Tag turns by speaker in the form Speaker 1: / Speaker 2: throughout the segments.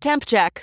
Speaker 1: Temp check.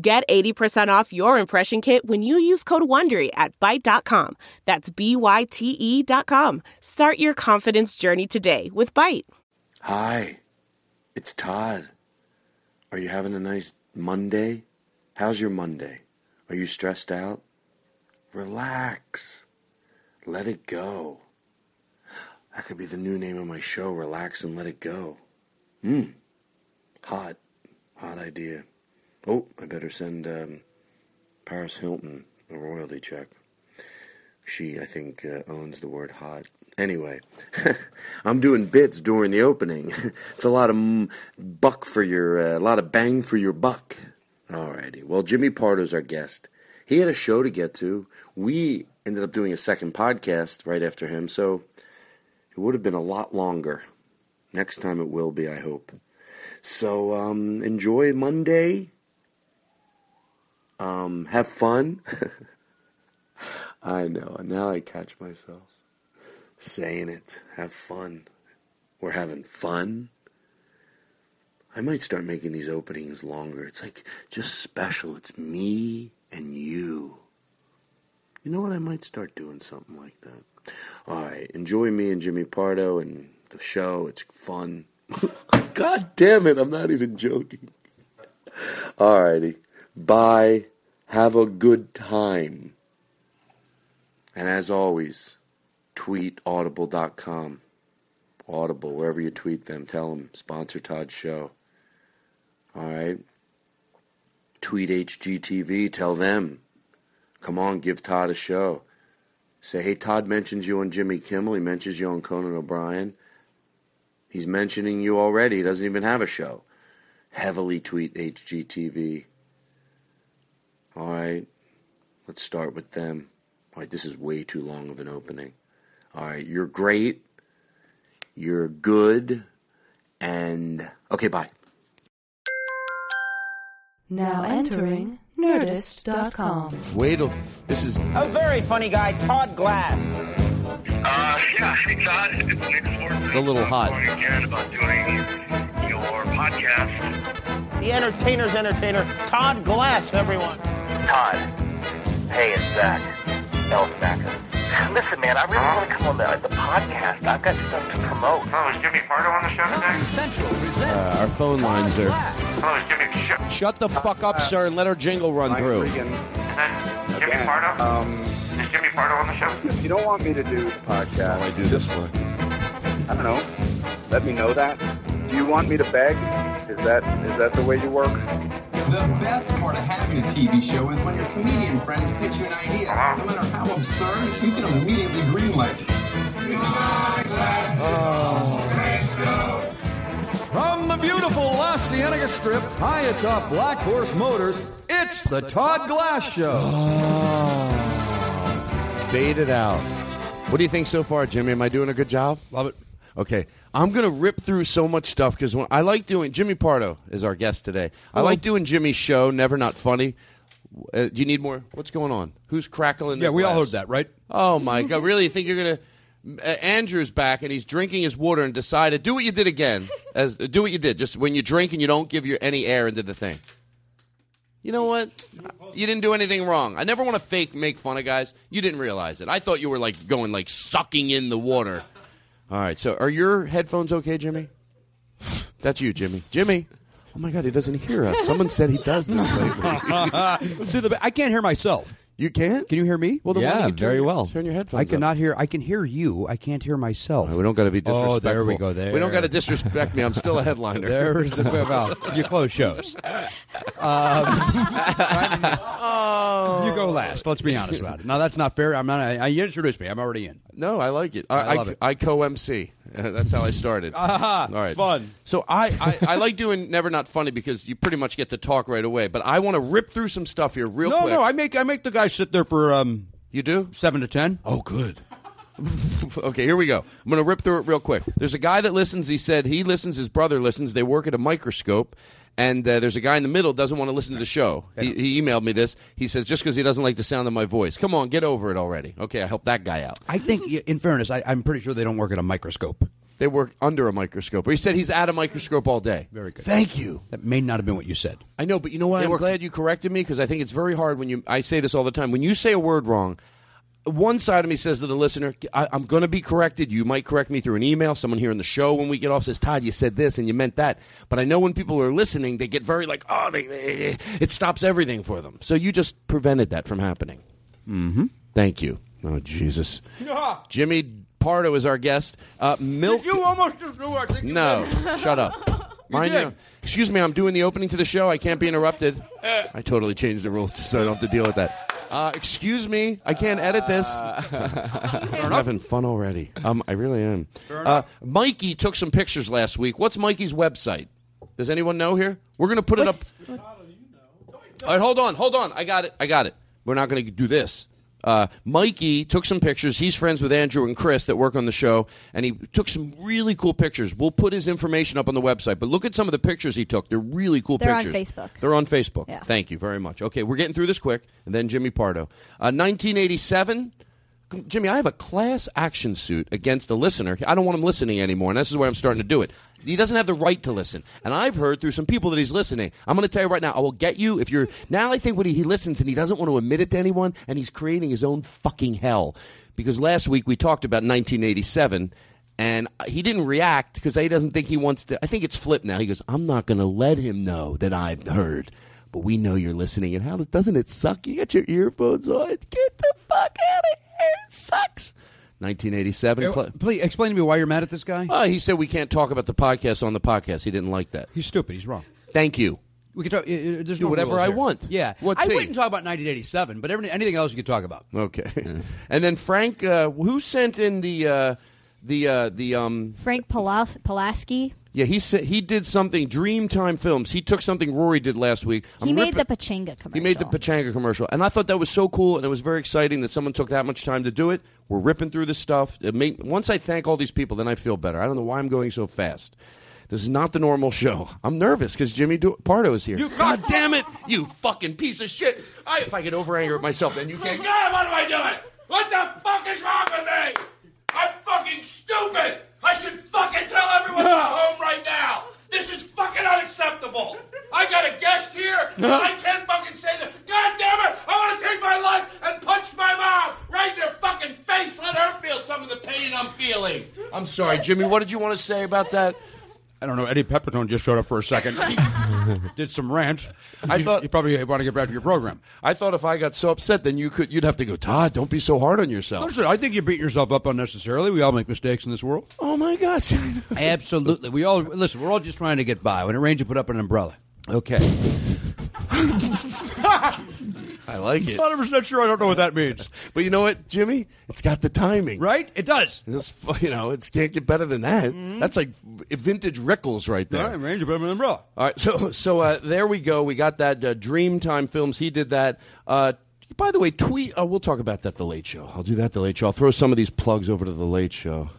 Speaker 2: Get 80% off your impression kit when you use code WONDERY at Byte.com. That's B-Y-T-E E dot com. Start your confidence journey today with Byte.
Speaker 3: Hi, it's Todd. Are you having a nice Monday? How's your Monday? Are you stressed out? Relax. Let it go. That could be the new name of my show, Relax and Let It Go. Hmm. Hot. Hot idea. Oh, I better send um, Paris Hilton a royalty check. She, I think, uh, owns the word hot. Anyway, I'm doing bits during the opening. it's a lot of mm, buck for your, uh, a lot of bang for your buck. Alrighty. Well, Jimmy Pardo's our guest. He had a show to get to. We ended up doing a second podcast right after him, so it would have been a lot longer. Next time it will be, I hope. So um, enjoy Monday. Um, have fun. I know. Now I catch myself saying it. Have fun. We're having fun. I might start making these openings longer. It's like just special. It's me and you. You know what? I might start doing something like that. All right. Enjoy me and Jimmy Pardo and the show. It's fun. God damn it. I'm not even joking. All righty. Bye. Have a good time. And as always, tweet audible.com. Audible, wherever you tweet them, tell them sponsor Todd's show. All right. Tweet HGTV, tell them. Come on, give Todd a show. Say, hey, Todd mentions you on Jimmy Kimmel. He mentions you on Conan O'Brien. He's mentioning you already. He doesn't even have a show. Heavily tweet HGTV. All right, let's start with them. All right, this is way too long of an opening. All right, you're great. You're good. And okay, bye.
Speaker 4: Now entering Nerdist.com.
Speaker 5: Wait till this is
Speaker 6: A very funny guy, Todd Glass.
Speaker 7: Uh, yeah, hey Todd, it's Nick Swartz.
Speaker 5: It's a little hot.
Speaker 7: Calling again about doing your podcast.
Speaker 6: The entertainer's entertainer, Todd Glass, everyone.
Speaker 8: Todd. Hey, it's Zach. Elsmacker. Listen, man, I really want to come on the, the podcast. I've got stuff to promote.
Speaker 7: Oh, is Jimmy Pardo on the show today?
Speaker 5: uh, our phone lines are.
Speaker 7: Oh, is Jimmy sh-
Speaker 5: Shut the fuck up, sir, and let our jingle run through.
Speaker 7: is that Jimmy Pardo? Um, is Jimmy Pardo on the show?
Speaker 9: If you don't want me to do the podcast,
Speaker 5: I do this one.
Speaker 9: I don't know. Let me know that. Do you want me to beg? Is that is that the way you work?
Speaker 10: The best part of having a TV show is when your comedian friends pitch you an idea. No matter how absurd, you can immediately greenlight it.
Speaker 11: Oh. From the beautiful Las Cienega Strip, high atop Black Horse Motors, it's
Speaker 5: Oh.
Speaker 11: the Todd Glass Show.
Speaker 5: Fade it out. What do you think so far, Jimmy? Am I doing a good job? Love it. Okay. I'm going to rip through so much stuff because I like doing. Jimmy Pardo is our guest today. I
Speaker 12: Oh.
Speaker 5: like doing Jimmy's show, Never Not Funny. Uh, do you need more? What's going on? Who's crackling?
Speaker 12: Yeah,
Speaker 5: their
Speaker 12: we all
Speaker 5: glass?
Speaker 12: heard that, right?
Speaker 5: Oh my god! Really? You think you're gonna? Uh, Andrew's back and he's drinking his water and decided do what you did again. As do what you did, just when you drink and you don't give your any air into the thing. You know what? You didn't do anything wrong. I never want to fake make fun of guys. You didn't realize it. I thought you were like going like sucking in the water. All right. So are your headphones okay, Jimmy? That's you, Jimmy. Jimmy. Oh my God, he doesn't hear us. Someone said he does this lately.
Speaker 12: See, the, I can't hear myself.
Speaker 5: You can't?
Speaker 12: Can you hear me? Well,
Speaker 5: then why don't you turn your-
Speaker 12: Turn
Speaker 5: your headphones.
Speaker 12: I cannot hear. I can hear you. I can't hear myself.
Speaker 5: we don't got to be
Speaker 12: Oh, there we
Speaker 5: disrespectful.
Speaker 12: go. There
Speaker 5: We don't got to disrespect me. I'm still a headliner.
Speaker 12: There's the well. You close shows. Um, you go last. Let's be honest about it. Now that's not fair. I'm not. I, you introduced me. I'm already in.
Speaker 5: No, I like it. I,
Speaker 12: I love it.
Speaker 5: I co-MC. Uh, That's how I started.
Speaker 12: Ah,
Speaker 5: All right.
Speaker 12: fun.
Speaker 5: So I, I, I like doing Never Not Funny because you pretty much get to talk right away. But I want to rip through some stuff here real
Speaker 12: no,
Speaker 5: quick.
Speaker 12: no. I make I make the guy sit there for um.
Speaker 5: You do
Speaker 12: seven to ten.
Speaker 5: Oh, good. okay, here we go. I'm going to rip through it real quick. There's a guy that listens. He said he listens. His brother listens. They work at a microscope. And uh, there's a guy in the middle doesn't want to listen to the show. He, he emailed me this. He says just because he doesn't like the sound of my voice. Come on, get over it already. Okay, I helped that guy out.
Speaker 12: I think, in fairness, I, I'm pretty sure they don't work at a microscope.
Speaker 5: They work under a microscope. Or he said he's at a microscope all day. Very good. Thank you.
Speaker 12: That may not have been what you said.
Speaker 5: I know, but you know what?
Speaker 12: They
Speaker 5: I'm
Speaker 12: work-
Speaker 5: glad you corrected me because I think it's very hard when you. I say this all the time. When you say a word wrong, one side of me says to the listener, I, "I'm going to be corrected." You might correct me through an email. Someone here in the show when we get off says, "Todd, you said this and you meant that." But I know when people are listening, they get very like, "Oh, they, they- it stops everything for them." So you just prevented that from happening.
Speaker 12: Mm-hmm.
Speaker 5: Thank you. Oh Jesus, Jimmy Pardo is our guest. Uh, Milk.
Speaker 12: you almost just do I think
Speaker 5: No, shut up. Mind
Speaker 12: did.
Speaker 5: you, excuse me, I'm doing the opening to the show. I can't be interrupted. I totally changed the rules so I don't have to deal with that. Uh, excuse me, I can't edit this. I'm having fun already. Um, I really am. Uh, Mikey took some pictures last week. What's Mikey's website? Does anyone know here? We're going to put it up. All right, hold on, hold on. I got it. I got it. We're not going to do this. Uh, Mikey took some pictures. He's friends with Andrew and Chris that work on the show, and he took some really cool pictures. We'll put his information up on the website, but look at some of the pictures he took. They're really cool
Speaker 13: They're on
Speaker 5: pictures.
Speaker 13: Facebook.
Speaker 5: They're on Facebook.
Speaker 13: Yeah.
Speaker 5: Thank you very much. Okay, we're getting through this quick, and then Jimmy Pardo. Uh, 1987. Jimmy, I have a class action suit against a listener. I don't want him listening anymore, and this is where I'm starting to do it. He doesn't have the right to listen, and I've heard through some people that he's listening. I'm going to tell you right now, I will get you if you're. Now I think what he, he listens and he doesn't want to admit it to anyone, and he's creating his own fucking hell. Because last week we talked about 1987, and he didn't react because he doesn't think he wants to. I think it's flipped now. He goes, "I'm not going to let him know that I've heard." But we know you're listening, and how does, doesn't it suck? You got your earphones on. Get the fuck out of here. It sucks. 1987. Cla-
Speaker 12: Please explain to me why you're mad at this guy.
Speaker 5: Uh, he said we can't talk about the podcast on the podcast. He didn't like that.
Speaker 12: He's stupid. He's wrong.
Speaker 5: Thank you.
Speaker 12: We can talk. uh, uh, there's
Speaker 5: Do
Speaker 12: no
Speaker 5: whatever
Speaker 12: rules
Speaker 5: I
Speaker 12: here.
Speaker 5: want.
Speaker 12: Yeah,
Speaker 5: What's
Speaker 12: I
Speaker 5: he?
Speaker 12: wouldn't talk about 1987, but every, anything else you could talk about.
Speaker 5: Okay. and then Frank, uh, who sent in the uh, the uh, the um
Speaker 14: Frank Palaf- Pulaski.
Speaker 5: yeah he said he did something Dreamtime Films. He took something Rory did last week.
Speaker 14: He
Speaker 5: I'm
Speaker 14: made
Speaker 5: ripping-
Speaker 14: the Pachanga commercial.
Speaker 5: He made the Pachanga commercial, and I thought that was so cool, and it was very exciting that someone took that much time to do it. We're ripping through this stuff. It made, once I thank all these people, then I feel better. I don't know why I'm going so fast. This is not the normal show. I'm nervous because Jimmy du- Pardo is here. God damn it, you fucking piece of shit! I, if I get over anger at myself, then you can't. God, what am I doing? What the fuck is wrong with me? I'm fucking stupid. I should fucking tell everyone at home right now. This is fucking unacceptable. I got a guest here, and I can't fucking say that. God damn it! I want to take my life and punch my mom right in her fucking face. Let her feel some of the pain I'm feeling. I'm sorry, Jimmy. What did you want to say about that?
Speaker 12: I don't know. Eddie Pepitone just showed up for a second. Did some rant. I thought you probably want to get back to your program.
Speaker 5: I thought if I got so upset, then you could you'd have to go, Todd. Don't be so hard on yourself.
Speaker 12: Listen, I think you're beating yourself up unnecessarily. We all make mistakes in this world.
Speaker 5: Oh my gosh.
Speaker 12: Absolutely. We all listen. We're all just trying to get by. When it rains, you put up an umbrella.
Speaker 5: Okay. I like it.
Speaker 12: 100 percent sure I don't know what that means.
Speaker 5: But you know what, Jimmy? It's got the timing,
Speaker 12: right? It does.
Speaker 5: It's, fu- you know, it can't get better than that. That's like vintage Rickles right there.
Speaker 12: All Mm-hmm. right, rains, you put up an umbrella.
Speaker 5: All right, so so uh, there we go. We got that uh, Dreamtime Films. He did that. Uh, By the way, tweet. Uh, we'll talk about that the late show. I'll do that the late show. I'll throw some of these plugs over to the late show.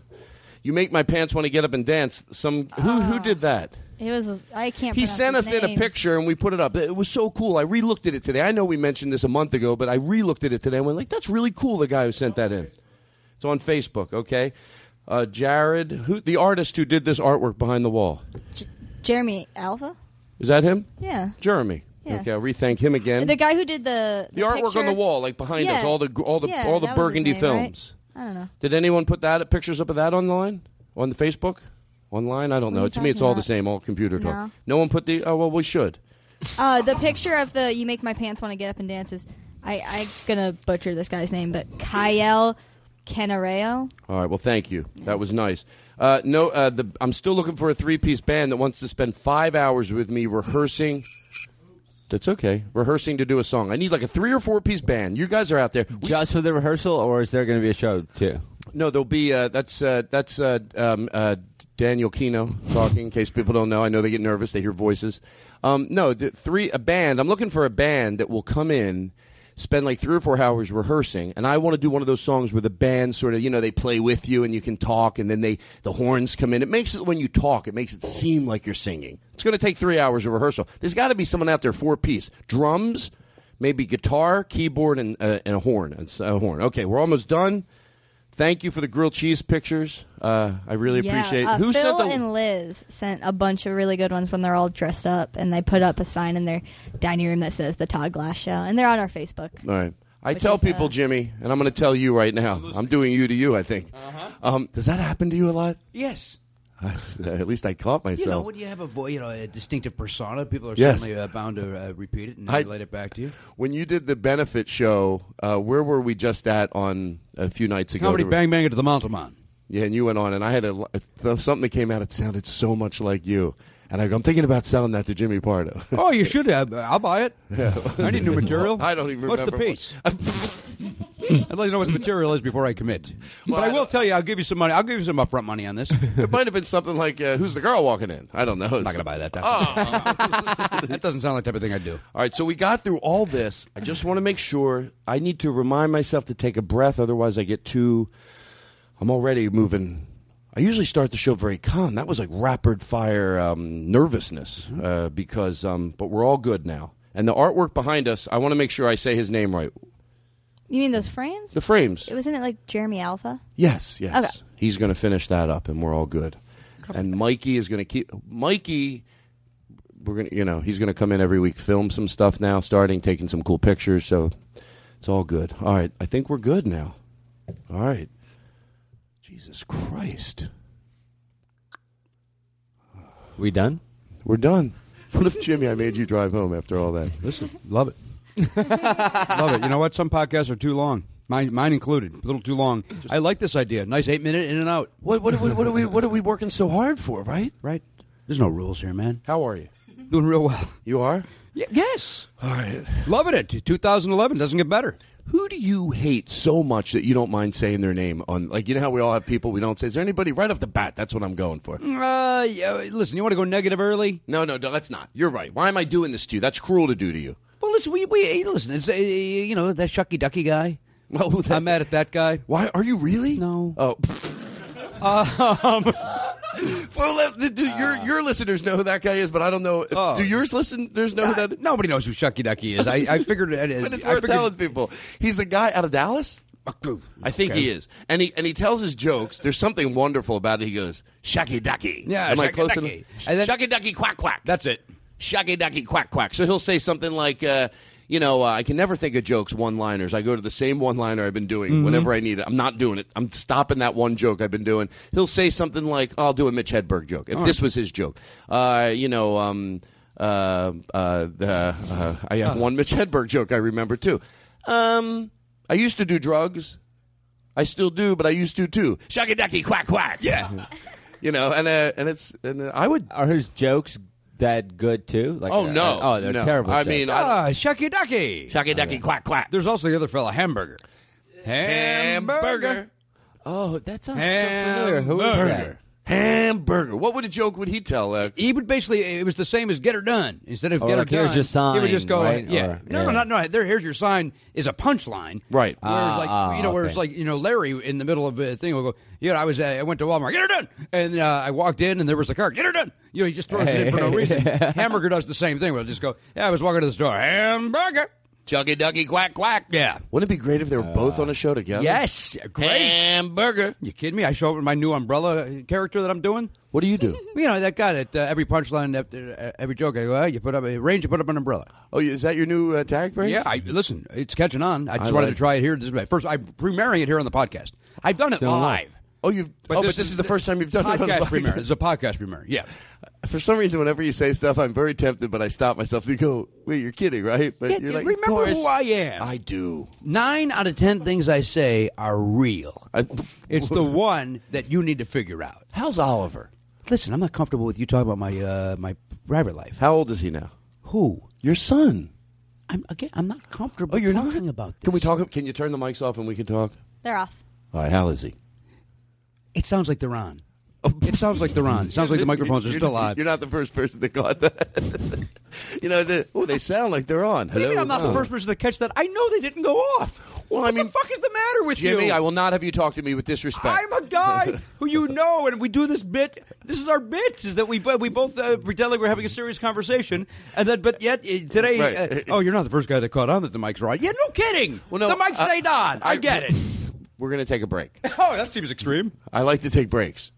Speaker 5: You make my pants want to get up and dance. Some who
Speaker 12: Ah.
Speaker 5: who did that?
Speaker 14: It was. I can't.
Speaker 5: He
Speaker 14: pronounce
Speaker 5: sent
Speaker 14: his
Speaker 5: us in a
Speaker 14: name.
Speaker 5: picture and we put it up. It was so cool. I re-looked at it today. I know we mentioned this a month ago, but I re-looked at it today and went like, "That's really cool." The guy who sent that in. It's on Facebook. Okay, uh, Jared, who the artist who did this artwork behind the wall
Speaker 14: Jeremy Alpha.
Speaker 5: is that him?
Speaker 14: Yeah.
Speaker 5: Jeremy.
Speaker 14: Yeah.
Speaker 5: Okay, I'll rethink him again.
Speaker 14: The guy who did the
Speaker 5: The artwork
Speaker 14: picture-
Speaker 5: on the wall, like behind us,
Speaker 14: Yeah.
Speaker 5: all the gr- all the
Speaker 14: Yeah,
Speaker 5: all the
Speaker 14: that was his
Speaker 5: burgundy
Speaker 14: name, right?
Speaker 5: films.
Speaker 14: I don't know.
Speaker 5: Did anyone put that pictures up of that online on the Facebook online? I don't know.
Speaker 14: you
Speaker 5: To me, it's
Speaker 14: talking
Speaker 5: all the
Speaker 14: about?
Speaker 5: same, all computer talk.
Speaker 14: No.
Speaker 5: no one put the. Oh well, we should.
Speaker 14: Uh, the picture of the "You Make My Pants Want to Get Up and Dance" is I, I'm gonna butcher this guy's name, but Kyle Canareo.
Speaker 5: All right. Well, thank you. That was nice. Uh, no, uh, the, I'm still looking for a three-piece band that wants to spend five hours with me rehearsing. That's okay. Rehearsing to do a song. I need like a three or four-piece band. You guys are out there.
Speaker 13: Just for the rehearsal, or is there going to be a show too?
Speaker 5: No, there'll be uh, that's uh, that's uh, um, uh, Daniel Kino talking. In case people don't know, I know they get nervous; they hear voices. Um, no, the three a band. I'm looking for a band that will come in, spend like three or four hours rehearsing, and I want to do one of those songs where the band sort of you know they play with you and you can talk, and then they the horns come in. It makes it when you talk, it makes it seem like you're singing. It's going to take three hours of rehearsal. There's got to be someone out there four piece drums. Maybe guitar, keyboard, and, uh, and a horn. It's a horn. Okay, we're almost done. Thank you for the grilled cheese pictures. Uh, I really
Speaker 14: Yeah,
Speaker 5: appreciate it.
Speaker 14: uh,
Speaker 5: Who
Speaker 14: Phil
Speaker 5: sent the?
Speaker 14: and Liz sent a bunch of really good ones when they're all dressed up, and they put up a sign in their dining room that says "The Todd Glass Show," and they're on our Facebook.
Speaker 5: All right. I tell people, Jimmy, and I'm going to tell you right now. I'm doing you to you. I think. Um, does that happen to you a lot?
Speaker 15: Yes.
Speaker 5: That's- uh, at least I caught myself.
Speaker 15: You know, when you have a vo- you know, a distinctive persona, people are
Speaker 5: Yes.
Speaker 15: certainly uh, bound to uh, repeat it and
Speaker 5: I-
Speaker 15: relate it back to you.
Speaker 5: when you did the benefit show, uh, where were we just at on a few nights ago?
Speaker 15: Comedy
Speaker 5: There were-
Speaker 15: Bang Bang into the Mountain Man.
Speaker 5: Yeah, and you went on, and I had a, a th- something that came out. It sounded so much like you, and I go, I'm thinking about selling that to Jimmy Pardo.
Speaker 15: Oh, you should have. I'll buy it.
Speaker 5: Yeah.
Speaker 15: I need new material.
Speaker 5: I don't even
Speaker 15: What's the
Speaker 5: remember
Speaker 15: piece? I'd like to know what the material is before I commit. but I, will tell you, I'll give you some money. I'll give you some upfront money on this.
Speaker 5: it might have been something like, uh, "Who's the girl walking in?" I don't know. I'm
Speaker 15: not gonna buy that.
Speaker 5: that
Speaker 15: doesn't sound like the type of thing I do.
Speaker 5: All right, so we got through all this. I just want to make sure. I need to remind myself to take a breath, otherwise I get too. I'm already moving. I usually start the show very calm. That was like rapid fire um, nervousness uh, because, um, but we're all good now. And the artwork behind us, I want to make sure I say his name right.
Speaker 14: You mean those frames?
Speaker 5: The frames.
Speaker 14: It wasn't it like Jeremy Alpha?
Speaker 5: Yes, yes.
Speaker 14: Okay.
Speaker 5: He's going to finish that up, and we're all good. And Mikey is going to keep Mikey. We're going to, you know, he's going to come in every week, film some stuff now, starting taking some cool pictures. So it's all good. All right, I think we're good now. All right. Jesus Christ.
Speaker 13: We done?
Speaker 5: We're done. What if Jimmy? I made you drive home after all that.
Speaker 15: Listen, love it. Love it. You know what? Some podcasts are too long. Mine, mine included. A little too long. I like this idea. Nice eight minute in and out.
Speaker 5: What, what, what, what are we? What are we working so hard for? Right?
Speaker 15: Right. There's no rules here, man.
Speaker 5: How are you?
Speaker 15: Mm-hmm. Doing real well.
Speaker 5: You are.
Speaker 15: Y- yes.
Speaker 5: All right.
Speaker 15: Loving it. 2011 doesn't get better.
Speaker 5: Who do you hate so much that you don't mind saying their name on? Like you know how we all have people we don't say. Is there anybody right off the bat? That's what I'm going for.
Speaker 15: Uh, yeah, listen, you want to go negative early?
Speaker 5: No, no, no, let's not. You're right. Why am I doing this to you? That's cruel to do to you.
Speaker 15: Well, listen, we, we hey, listen. It's, uh, you know that Shucky Ducky guy.
Speaker 5: Well,
Speaker 15: I'm mad at that guy.
Speaker 5: Why are you really?
Speaker 15: No.
Speaker 5: Oh.
Speaker 15: Um,
Speaker 5: Well, let- the- do your your listeners know who that guy is? But I don't know.
Speaker 15: Oh.
Speaker 5: Do yours listeners know who that?
Speaker 15: nobody knows who Shucky Ducky is. I, I figured. it-
Speaker 5: But it's
Speaker 15: I
Speaker 5: worth
Speaker 15: figured,
Speaker 5: telling people. He's a guy out of Dallas. I think he is, and he and he tells his jokes. There's something wonderful about it. He goes shaky ducky.
Speaker 15: Yeah,
Speaker 5: am I
Speaker 15: shaky
Speaker 5: close
Speaker 15: ducky.
Speaker 5: enough?
Speaker 15: And then-
Speaker 5: shaky ducky quack quack.
Speaker 15: That's it.
Speaker 5: Shaky ducky quack quack. So he'll say something like, uh, you know, uh, I can never think of jokes one liners. I go to the same one liner I've been doing whenever I need it. I'm not doing it. I'm stopping that one joke I've been doing. He'll say something like, "Oh, I'll do a Mitch Hedberg joke if this was his joke. Uh, you know, um, uh, uh, the, uh, I have one Mitch Hedberg joke I remember too. Um, I used to do drugs. I still do, but I used to too. Shaky ducky quack quack. Yeah. You know, and uh, and it's and uh, I would
Speaker 13: Are his jokes that good too? Like,
Speaker 5: Oh,
Speaker 13: uh,
Speaker 5: no.
Speaker 13: oh, they're
Speaker 5: No.
Speaker 13: terrible.
Speaker 5: I
Speaker 13: jokes.
Speaker 5: mean, I-
Speaker 15: Ah, Shucky Ducky.
Speaker 5: Shucky ducky, quack quack.
Speaker 15: There's also the other fella, Hamburger. Hamburger.
Speaker 5: Oh, that sounds
Speaker 15: Hamburger.
Speaker 13: so familiar. Who is that?
Speaker 5: hamburger. What would a joke would he tell? Uh,
Speaker 15: he would basically it was the same as get her done instead of
Speaker 5: Or
Speaker 15: get
Speaker 5: like,
Speaker 15: her
Speaker 5: here's
Speaker 15: done. He
Speaker 5: your
Speaker 15: would just
Speaker 5: sign,
Speaker 15: go
Speaker 5: right?
Speaker 15: yeah.
Speaker 5: Or-
Speaker 15: no, no,
Speaker 5: yeah.
Speaker 15: not no. There, here's your sign is a punchline,
Speaker 5: Right.
Speaker 15: Whereas
Speaker 5: Ah,
Speaker 15: like
Speaker 5: ah,
Speaker 15: you know, where it's
Speaker 5: okay.
Speaker 15: like you know, Larry in the middle of a thing will go. You know, I was uh, I went to Walmart, get her done, and uh, I walked in and there was the car, get her done. You know, he just throws it in for no reason. hamburger does the same thing. We'll just go. Yeah, I was walking to the store, hamburger,
Speaker 5: chuggy ducky quack quack.
Speaker 15: Yeah,
Speaker 5: wouldn't it be great if they were both on a show together?
Speaker 15: Yes, great
Speaker 5: hamburger.
Speaker 15: You kidding me? I show up with my new umbrella character that I'm doing.
Speaker 5: What do you do?
Speaker 15: You know that guy that uh, every punchline after uh, every joke, I go, "Ah, you put up a range, you put up an umbrella.
Speaker 5: Oh, is that your new uh, tag phrase?
Speaker 15: Yeah, I, listen, it's catching on. I just
Speaker 5: I
Speaker 15: wanted
Speaker 5: like
Speaker 15: to try it here. This is my first. I'm premiering it here on the podcast. I've done it
Speaker 5: Still on.
Speaker 15: live.
Speaker 5: Oh, you've. oh, but this is the first time you've done it on
Speaker 15: podcast
Speaker 5: live.
Speaker 15: premiere. It's a podcast premiere. Yeah.
Speaker 5: For some reason, whenever you say stuff, I'm very tempted, but I stop myself to go, "Wait, you're kidding, right?" But
Speaker 15: Yeah,
Speaker 5: you're
Speaker 15: yeah,
Speaker 5: like,
Speaker 15: remember
Speaker 5: "Of course,
Speaker 15: who I am."
Speaker 5: I do.
Speaker 15: Nine out of ten things I say are real. it's the one that you need to figure out.
Speaker 5: How's Oliver?
Speaker 15: Listen, I'm not comfortable with you talking about my uh, my private life.
Speaker 5: How old is he now?
Speaker 15: Who?
Speaker 5: Your son.
Speaker 15: I'm again. I'm not comfortable.
Speaker 5: Oh, you're not?
Speaker 15: talking about this.
Speaker 5: Can we talk? Can you turn the mics off and we can talk?
Speaker 14: They're off.
Speaker 5: All right. How is he?
Speaker 15: It sounds like they're on. Oh, It sounds like they're on. It sounds like the microphones are
Speaker 5: You're-
Speaker 15: still on.
Speaker 5: You're not the first person that caught that. you know, the, oh, they sound like they're on.
Speaker 15: What do
Speaker 5: Hello.
Speaker 15: you mean I'm not the
Speaker 5: Oh.
Speaker 15: first person to catch that? I know they didn't go off. Well, what I mean, the fuck is the matter with you,
Speaker 5: Jimmy, I will not have you talk to me with disrespect.
Speaker 15: I'm a guy who you know, and we do this bit. This is our bit: is that we we both uh, pretend like we're having a serious conversation, and then but yet uh, today,
Speaker 5: Right.
Speaker 15: uh, oh, you're not the first guy that caught on that the mic's right. Yeah, no kidding.
Speaker 5: Well, no,
Speaker 15: the mic
Speaker 5: I-
Speaker 15: stayed on. I,
Speaker 5: I-
Speaker 15: get it.
Speaker 5: We're going to take a break.
Speaker 15: oh, that seems extreme.
Speaker 5: I like to take breaks.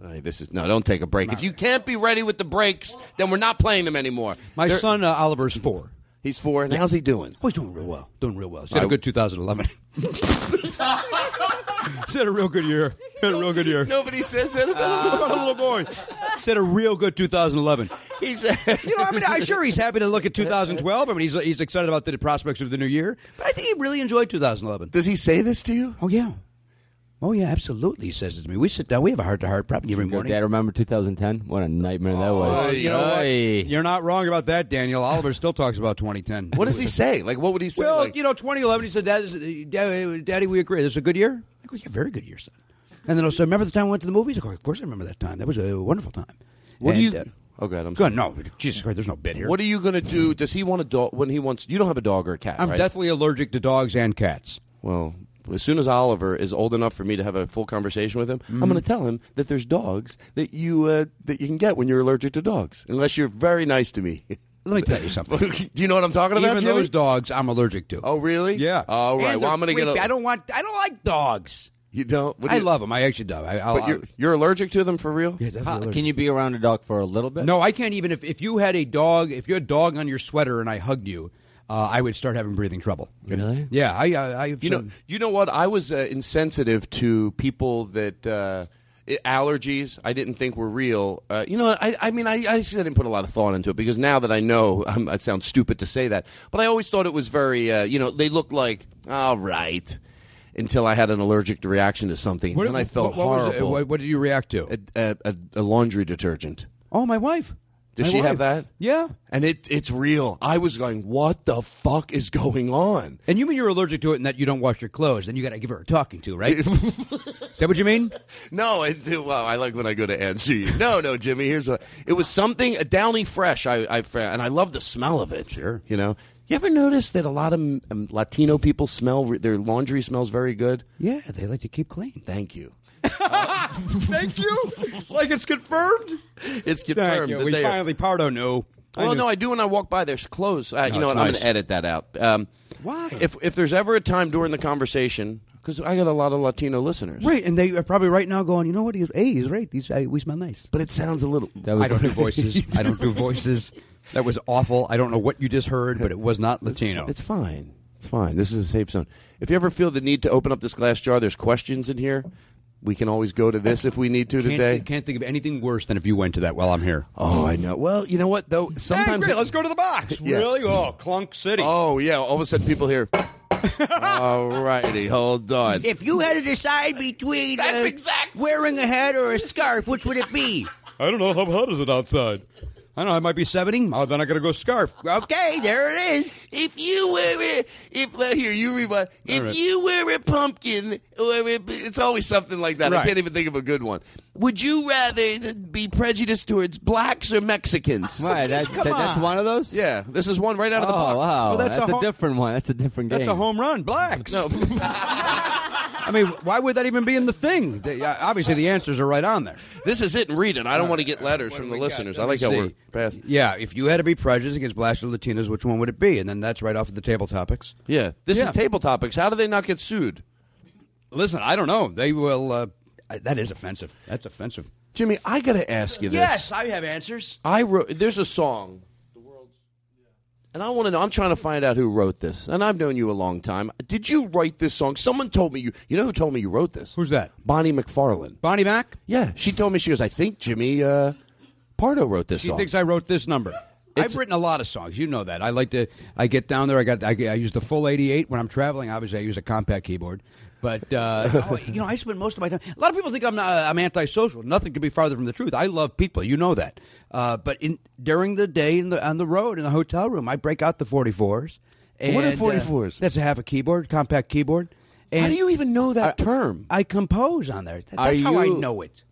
Speaker 5: Hey, this is no. Don't take a break. If you can't be ready with the breaks, then we're not playing them anymore.
Speaker 15: My
Speaker 5: They're-
Speaker 15: son uh, Oliver's four.
Speaker 5: he's four. And how's he doing?
Speaker 15: Oh, he's doing real well. Doing real well. He's had
Speaker 5: I-
Speaker 15: a good 2011. he's had a real good year. Had a real good year.
Speaker 5: Nobody says that
Speaker 15: What about a little boy? He's had a real good 2011.
Speaker 5: He's
Speaker 15: You know, I mean, I'm sure he's happy to look at 2012. I mean, he's he's excited about the prospects of the new year. But I think he really enjoyed 2011.
Speaker 5: Does he say this to you?
Speaker 15: Oh yeah, oh yeah, absolutely. He says it to me. We sit down. We have a heart to heart probably every
Speaker 13: Your
Speaker 15: morning.
Speaker 13: dad remember 2010? What a nightmare that was.
Speaker 15: Oh, you know what?
Speaker 13: Oy.
Speaker 15: You're not wrong about that, Daniel. Oliver still talks about 2010.
Speaker 5: What does he say? Like, what would he say?
Speaker 15: Well,
Speaker 5: Like-
Speaker 15: you know, 2011. He said, "Dad, is- Daddy, Daddy, we agree. This is a good year." I go, "Yeah, very good year, son." And then I'll say, "Remember the time we went to the movies?" I go, "Of course, I remember that time. That was a wonderful time."
Speaker 5: What do
Speaker 15: And,
Speaker 5: you-
Speaker 15: uh,
Speaker 5: Oh, God, I'm
Speaker 15: Go-
Speaker 5: sorry.
Speaker 15: No, Jesus Christ, there's no bit here.
Speaker 5: What are you going to do? Does he want a dog when he wants? You don't have a dog or a cat,
Speaker 15: I'm
Speaker 5: right?
Speaker 15: deathly allergic to dogs and cats.
Speaker 5: Well, as soon as Oliver is old enough for me to have a full conversation with him,
Speaker 15: Mm-hmm.
Speaker 5: I'm going to tell him that there's dogs that you uh, that you can get when you're allergic to dogs, unless you're very nice to me.
Speaker 15: Let me tell you something.
Speaker 5: do you know what I'm talking about?
Speaker 15: Even
Speaker 5: Jimmy?
Speaker 15: those dogs, I'm allergic to.
Speaker 5: Oh, really?
Speaker 15: Yeah.
Speaker 5: All right.
Speaker 15: And
Speaker 5: Well,
Speaker 15: they're
Speaker 5: I'm going to get.
Speaker 15: creepy.
Speaker 5: A,
Speaker 15: I don't want. I don't like dogs.
Speaker 5: You don't. What do
Speaker 15: I
Speaker 5: you,
Speaker 15: love them. I actually do. I, I'll,
Speaker 5: But you're, you're allergic to them for real?
Speaker 15: Yeah, definitely
Speaker 13: How-
Speaker 15: allergic.
Speaker 13: can you be around a dog for a little bit?
Speaker 15: No, I can't even. If, if you had a dog, if you had a dog on your sweater and I hugged you, uh, I would start having breathing trouble.
Speaker 13: Really?
Speaker 15: Yeah. I. I, I
Speaker 5: You know, you know what? I was uh, insensitive to people that uh, i- allergies I didn't think were real. Uh, you know, I, I mean, I, I just didn't put a lot of thought into it because now that I know, um, it sounds stupid to say that, but I always thought it was very. Uh, you know, they looked like all right until I had an allergic reaction to something, and then I felt
Speaker 15: what, what was it?
Speaker 5: horrible.
Speaker 15: what, what did you react to?
Speaker 5: a, a, a laundry detergent.
Speaker 15: oh, my wife.
Speaker 5: Does
Speaker 15: My
Speaker 5: she have
Speaker 15: wife.
Speaker 5: that?
Speaker 15: Yeah.
Speaker 5: And it it's real. I was going, what the fuck is going on?
Speaker 15: And you mean you're allergic to it and that you don't wash your clothes, then you got to give her a talking to, right? is that what you mean?
Speaker 5: No, I, well, I like when I go to NC. No, no, Jimmy. Here's what it was: something a downy fresh. I, I fa- and I love the smell of it. Sure, you know. You ever notice that a lot of um, Latino people smell re- their laundry smells very good?
Speaker 15: Yeah, they like to keep clean.
Speaker 5: Thank you.
Speaker 15: Thank you. Like it's confirmed.
Speaker 5: It's confirmed. that they are-
Speaker 15: Pardo knew.
Speaker 5: Well, no, I do when I walk by. There's clothes. Uh, you know
Speaker 15: it's
Speaker 5: what? I'm going
Speaker 15: nice.
Speaker 5: to edit that out. Um,
Speaker 15: Why?
Speaker 5: If if there's ever a time during the conversation, because I got a lot of Latino listeners,
Speaker 15: Right, and they are probably right now going. You know what? He's, hey, he's right. These uh, we smell nice.
Speaker 5: But it sounds a little.
Speaker 13: That was,
Speaker 15: I don't do voices. I don't do voices. That was awful. I don't know what you just heard, but it was not Latino.
Speaker 5: It's fine. It's fine. This is a safe zone. If you ever feel the need to open up this glass jar, there's questions in here. We can always go to this if we need to today.
Speaker 15: Can't, can't think of anything worse than if you went to that while I'm here.
Speaker 5: Oh, I know. Well, you know what though? Sometimes.
Speaker 15: let's go to the box.
Speaker 5: Yeah.
Speaker 15: Really? Oh, Clunk City.
Speaker 5: oh yeah. All of a sudden, people here. All righty, hold on.
Speaker 15: If you had to decide between uh, wearing a hat or a scarf, which would it be?
Speaker 12: I don't know how hot is it outside.
Speaker 15: I don't know. I might be seventy. Oh, then I gotta go scarf. Okay, there it is.
Speaker 16: If you were a, if uh, here you read my, if
Speaker 15: right.
Speaker 16: you were a pumpkin, or a, it's always something like that. I
Speaker 5: Right.
Speaker 16: can't even think of a good one. Would you rather be prejudiced towards blacks or Mexicans?
Speaker 13: Right, that- Come that- that's on. one of those.
Speaker 5: Yeah, this is one right out of the
Speaker 13: oh,
Speaker 5: box.
Speaker 13: wow. that's, a,
Speaker 5: home-
Speaker 13: different one. That's a different game.
Speaker 15: That's a home run, blacks.
Speaker 5: No.
Speaker 15: I mean, why would that even be in the thing? They- uh, obviously, the answers are right on there.
Speaker 5: This is it. And read it. I don't want to get letters from the listeners. I like how
Speaker 15: Let me
Speaker 5: we're
Speaker 15: see.
Speaker 5: fast.
Speaker 15: Yeah, if you had to be prejudiced against blacks or Latinos, which one would it be? And then that's right off of the table topics.
Speaker 5: Yeah, this
Speaker 15: Yeah.
Speaker 5: is table topics. How do they not get sued?
Speaker 15: Listen, I don't know. They will. Uh, I- that is offensive. That's offensive.
Speaker 5: Jimmy, I got to ask you this.
Speaker 15: I have answers.
Speaker 5: I wrote. There's a song. And I want to know. I'm trying to find out who wrote this. And I've known you a long time. Did you write this song? Someone told me you. You know who told me you wrote this?
Speaker 15: Who's that?
Speaker 5: Bonnie McFarlane.
Speaker 15: Bonnie Mac.
Speaker 5: Yeah, she told me she goes. I think Jimmy uh, Pardo wrote this
Speaker 15: She
Speaker 5: song.
Speaker 15: thinks I wrote this number.
Speaker 5: It's-
Speaker 15: I've written a lot of songs. You know that. I like to. I get down there. I got. I, get- I use the full 88 when I'm traveling. Obviously, I use a compact keyboard. But uh, oh, you know, I spend most of my time. A lot of people think I'm not, I'm antisocial. Nothing could be farther from the truth. I love people. You know that. Uh, but in during the day in the on the road in the hotel room, I break out the 44s. And,
Speaker 5: What are
Speaker 15: uh,
Speaker 5: 44s?
Speaker 15: that's a half a keyboard, compact keyboard. And
Speaker 5: How do you even know that term?
Speaker 15: I compose on there. That-
Speaker 13: Are
Speaker 15: That's how I
Speaker 13: you-
Speaker 15: know it.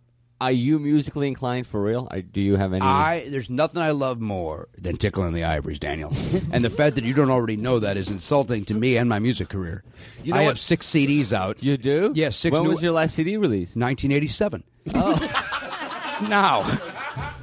Speaker 13: Are you musically inclined for real? I, do you have any?
Speaker 15: I there's nothing I love more than tickling the ivories, Daniel. and the fact that you don't already know that is insulting to me and my music career.
Speaker 13: You know
Speaker 15: I
Speaker 13: what-
Speaker 15: have six CDs out.
Speaker 13: You do?
Speaker 15: Yes. six.
Speaker 13: When
Speaker 15: new-
Speaker 13: was your last CD release?
Speaker 15: 1987.
Speaker 13: Oh.
Speaker 15: now,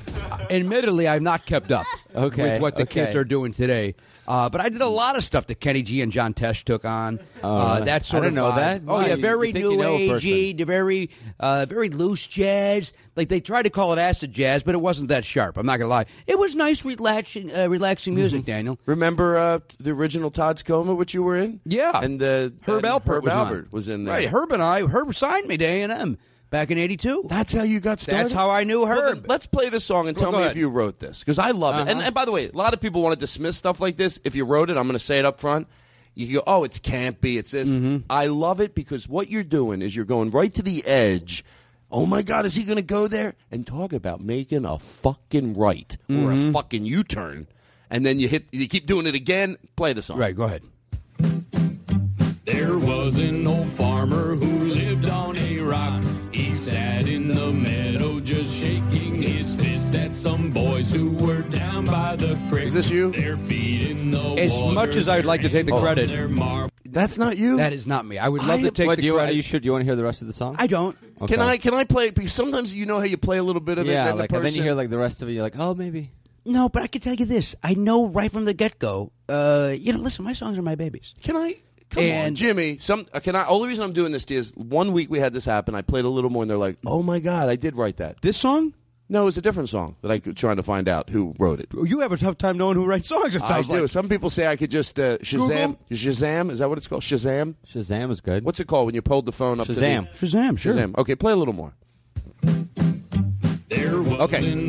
Speaker 15: admittedly, I've not kept up
Speaker 13: Okay,
Speaker 15: with what the
Speaker 13: okay.
Speaker 15: kids are doing today. Uh, but I did a lot of stuff that Kenny G and John Tesh took on. uh,
Speaker 13: really?
Speaker 15: that sort
Speaker 13: Oh. I didn't
Speaker 15: of
Speaker 13: know
Speaker 15: vibe.
Speaker 13: that.
Speaker 15: Oh
Speaker 13: Wow,
Speaker 15: yeah,
Speaker 13: you-
Speaker 15: very
Speaker 13: you think you
Speaker 15: new
Speaker 13: know a
Speaker 15: agey, the very uh, very loose jazz. Like they tried to call it acid jazz, but it wasn't that sharp. I'm not gonna lie. It was nice, relaxing, uh, relaxing
Speaker 13: Mm-hmm.
Speaker 15: music, Daniel.
Speaker 5: Remember uh, the original Todd's Coma, which you were in?
Speaker 15: Yeah,
Speaker 5: And
Speaker 13: uh,
Speaker 5: the
Speaker 15: Herb
Speaker 5: and
Speaker 15: Alpert
Speaker 5: Herb
Speaker 15: was on.
Speaker 5: Alpert was in there.
Speaker 15: Right, Herb and I. Herb signed me to A and M back in '82.
Speaker 5: That's how you got started.
Speaker 15: That's how I knew
Speaker 5: Well,
Speaker 15: Herb.
Speaker 5: then let's play this song and
Speaker 15: Well,
Speaker 5: tell
Speaker 15: go
Speaker 5: me
Speaker 15: ahead.
Speaker 5: if you wrote this because I love it. And,
Speaker 15: Uh-huh.
Speaker 5: and by the way, a lot of people want to dismiss stuff like this. If you wrote it, I'm going to say it up front. You go, oh, it's campy. It's this.
Speaker 15: Mm-hmm.
Speaker 5: I love it because what you're doing is you're going right to the edge. Oh my God, is he going to go there and talk about making a fucking right or
Speaker 15: Mm-hmm.
Speaker 5: a fucking U-turn? And then you hit, you keep doing it again. Play the song.
Speaker 15: Right, go ahead.
Speaker 17: There was an old farmer who lived on a rock. He sat in the meadow just shaking his fist at some boys who were down by the creek. Is this
Speaker 5: you?
Speaker 17: Their feet in the
Speaker 15: As
Speaker 17: water.
Speaker 15: much as I would like to take the
Speaker 13: Oh.
Speaker 15: credit,
Speaker 5: That's not you.
Speaker 15: that is not me. I would love
Speaker 5: I-
Speaker 15: to take
Speaker 13: what,
Speaker 15: the
Speaker 13: do you,
Speaker 15: credit.
Speaker 13: Are you sure? Do you want to hear the rest of the song?
Speaker 15: I don't.
Speaker 13: Okay.
Speaker 5: Can I can I play? Because sometimes you know how you play a little bit of it.
Speaker 13: Yeah,
Speaker 5: then the
Speaker 13: like, and then you
Speaker 5: person-
Speaker 13: hear like the rest of it. You're like, oh, maybe.
Speaker 15: No, but I can tell you this. I know right from the get go. Uh, you know, listen, my songs are my babies.
Speaker 5: Can I? Come on,
Speaker 15: And-
Speaker 5: Jimmy. Some uh, can I? Only reason I'm doing this to you is one week we had this happen. I played a little more, and they're like, "Oh my god, I did write that."
Speaker 15: This song?
Speaker 5: No, it's a different song that I could trying to find out who wrote it.
Speaker 15: You have a tough time knowing who writes songs. It
Speaker 5: I
Speaker 15: sounds
Speaker 5: do.
Speaker 15: like.
Speaker 5: Some people say I could just uh, Shazam. Shazam is that what it's called? Shazam.
Speaker 13: Shazam is good.
Speaker 5: What's it called when you pulled the phone up? to the-
Speaker 13: Shazam.
Speaker 15: Shazam, sure.
Speaker 5: Shazam. Okay, play a little more. Okay.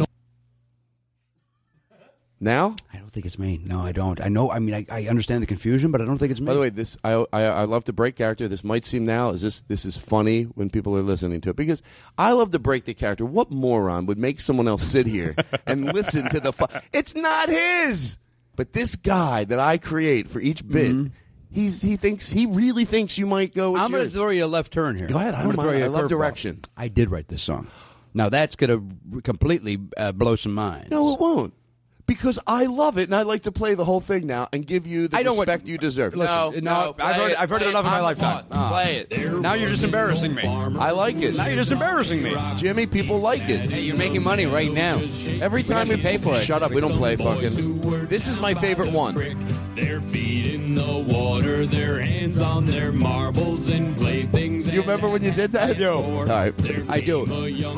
Speaker 5: Now.
Speaker 15: I don't think it's me. No, I don't. I know. I mean, I, I understand the confusion, but I don't think it's me.
Speaker 5: By the way, this I, I I love to break character. This might seem now is this this is funny when people are listening to it because I love to break the character. What moron would make someone else sit here and listen to the? Fu- it's not his, but this guy that I create for each bit, he's he thinks he really thinks you might go. It's
Speaker 15: Mm-hmm. I'm going to
Speaker 5: yours.
Speaker 15: throw you a left turn here.
Speaker 5: Go ahead. I
Speaker 15: I'm
Speaker 5: don't
Speaker 15: gonna throw
Speaker 5: mind.
Speaker 15: you a
Speaker 5: I love
Speaker 15: curveball.
Speaker 5: direction.
Speaker 15: I did write this song. Now that's going to completely uh, blow some minds.
Speaker 5: no, it won't. Because I love it, and I like to play the whole thing now and give you the
Speaker 15: I don't want-
Speaker 5: respect you deserve.
Speaker 15: Listen, no, I've heard, I've heard it enough in my lifetime. Ah. Now you're just embarrassing me.
Speaker 5: I like it.
Speaker 15: Now you're just embarrassing me.
Speaker 5: Jimmy, people like it.
Speaker 13: Hey, you're making money right now.
Speaker 5: Every time we pay for it. Shut up. We don't play fucking. This is my favorite one.
Speaker 17: Their feet in the water, their hands on their marbles and playthings.
Speaker 5: Do you remember when you did that?
Speaker 15: do.
Speaker 5: All right.
Speaker 15: I do.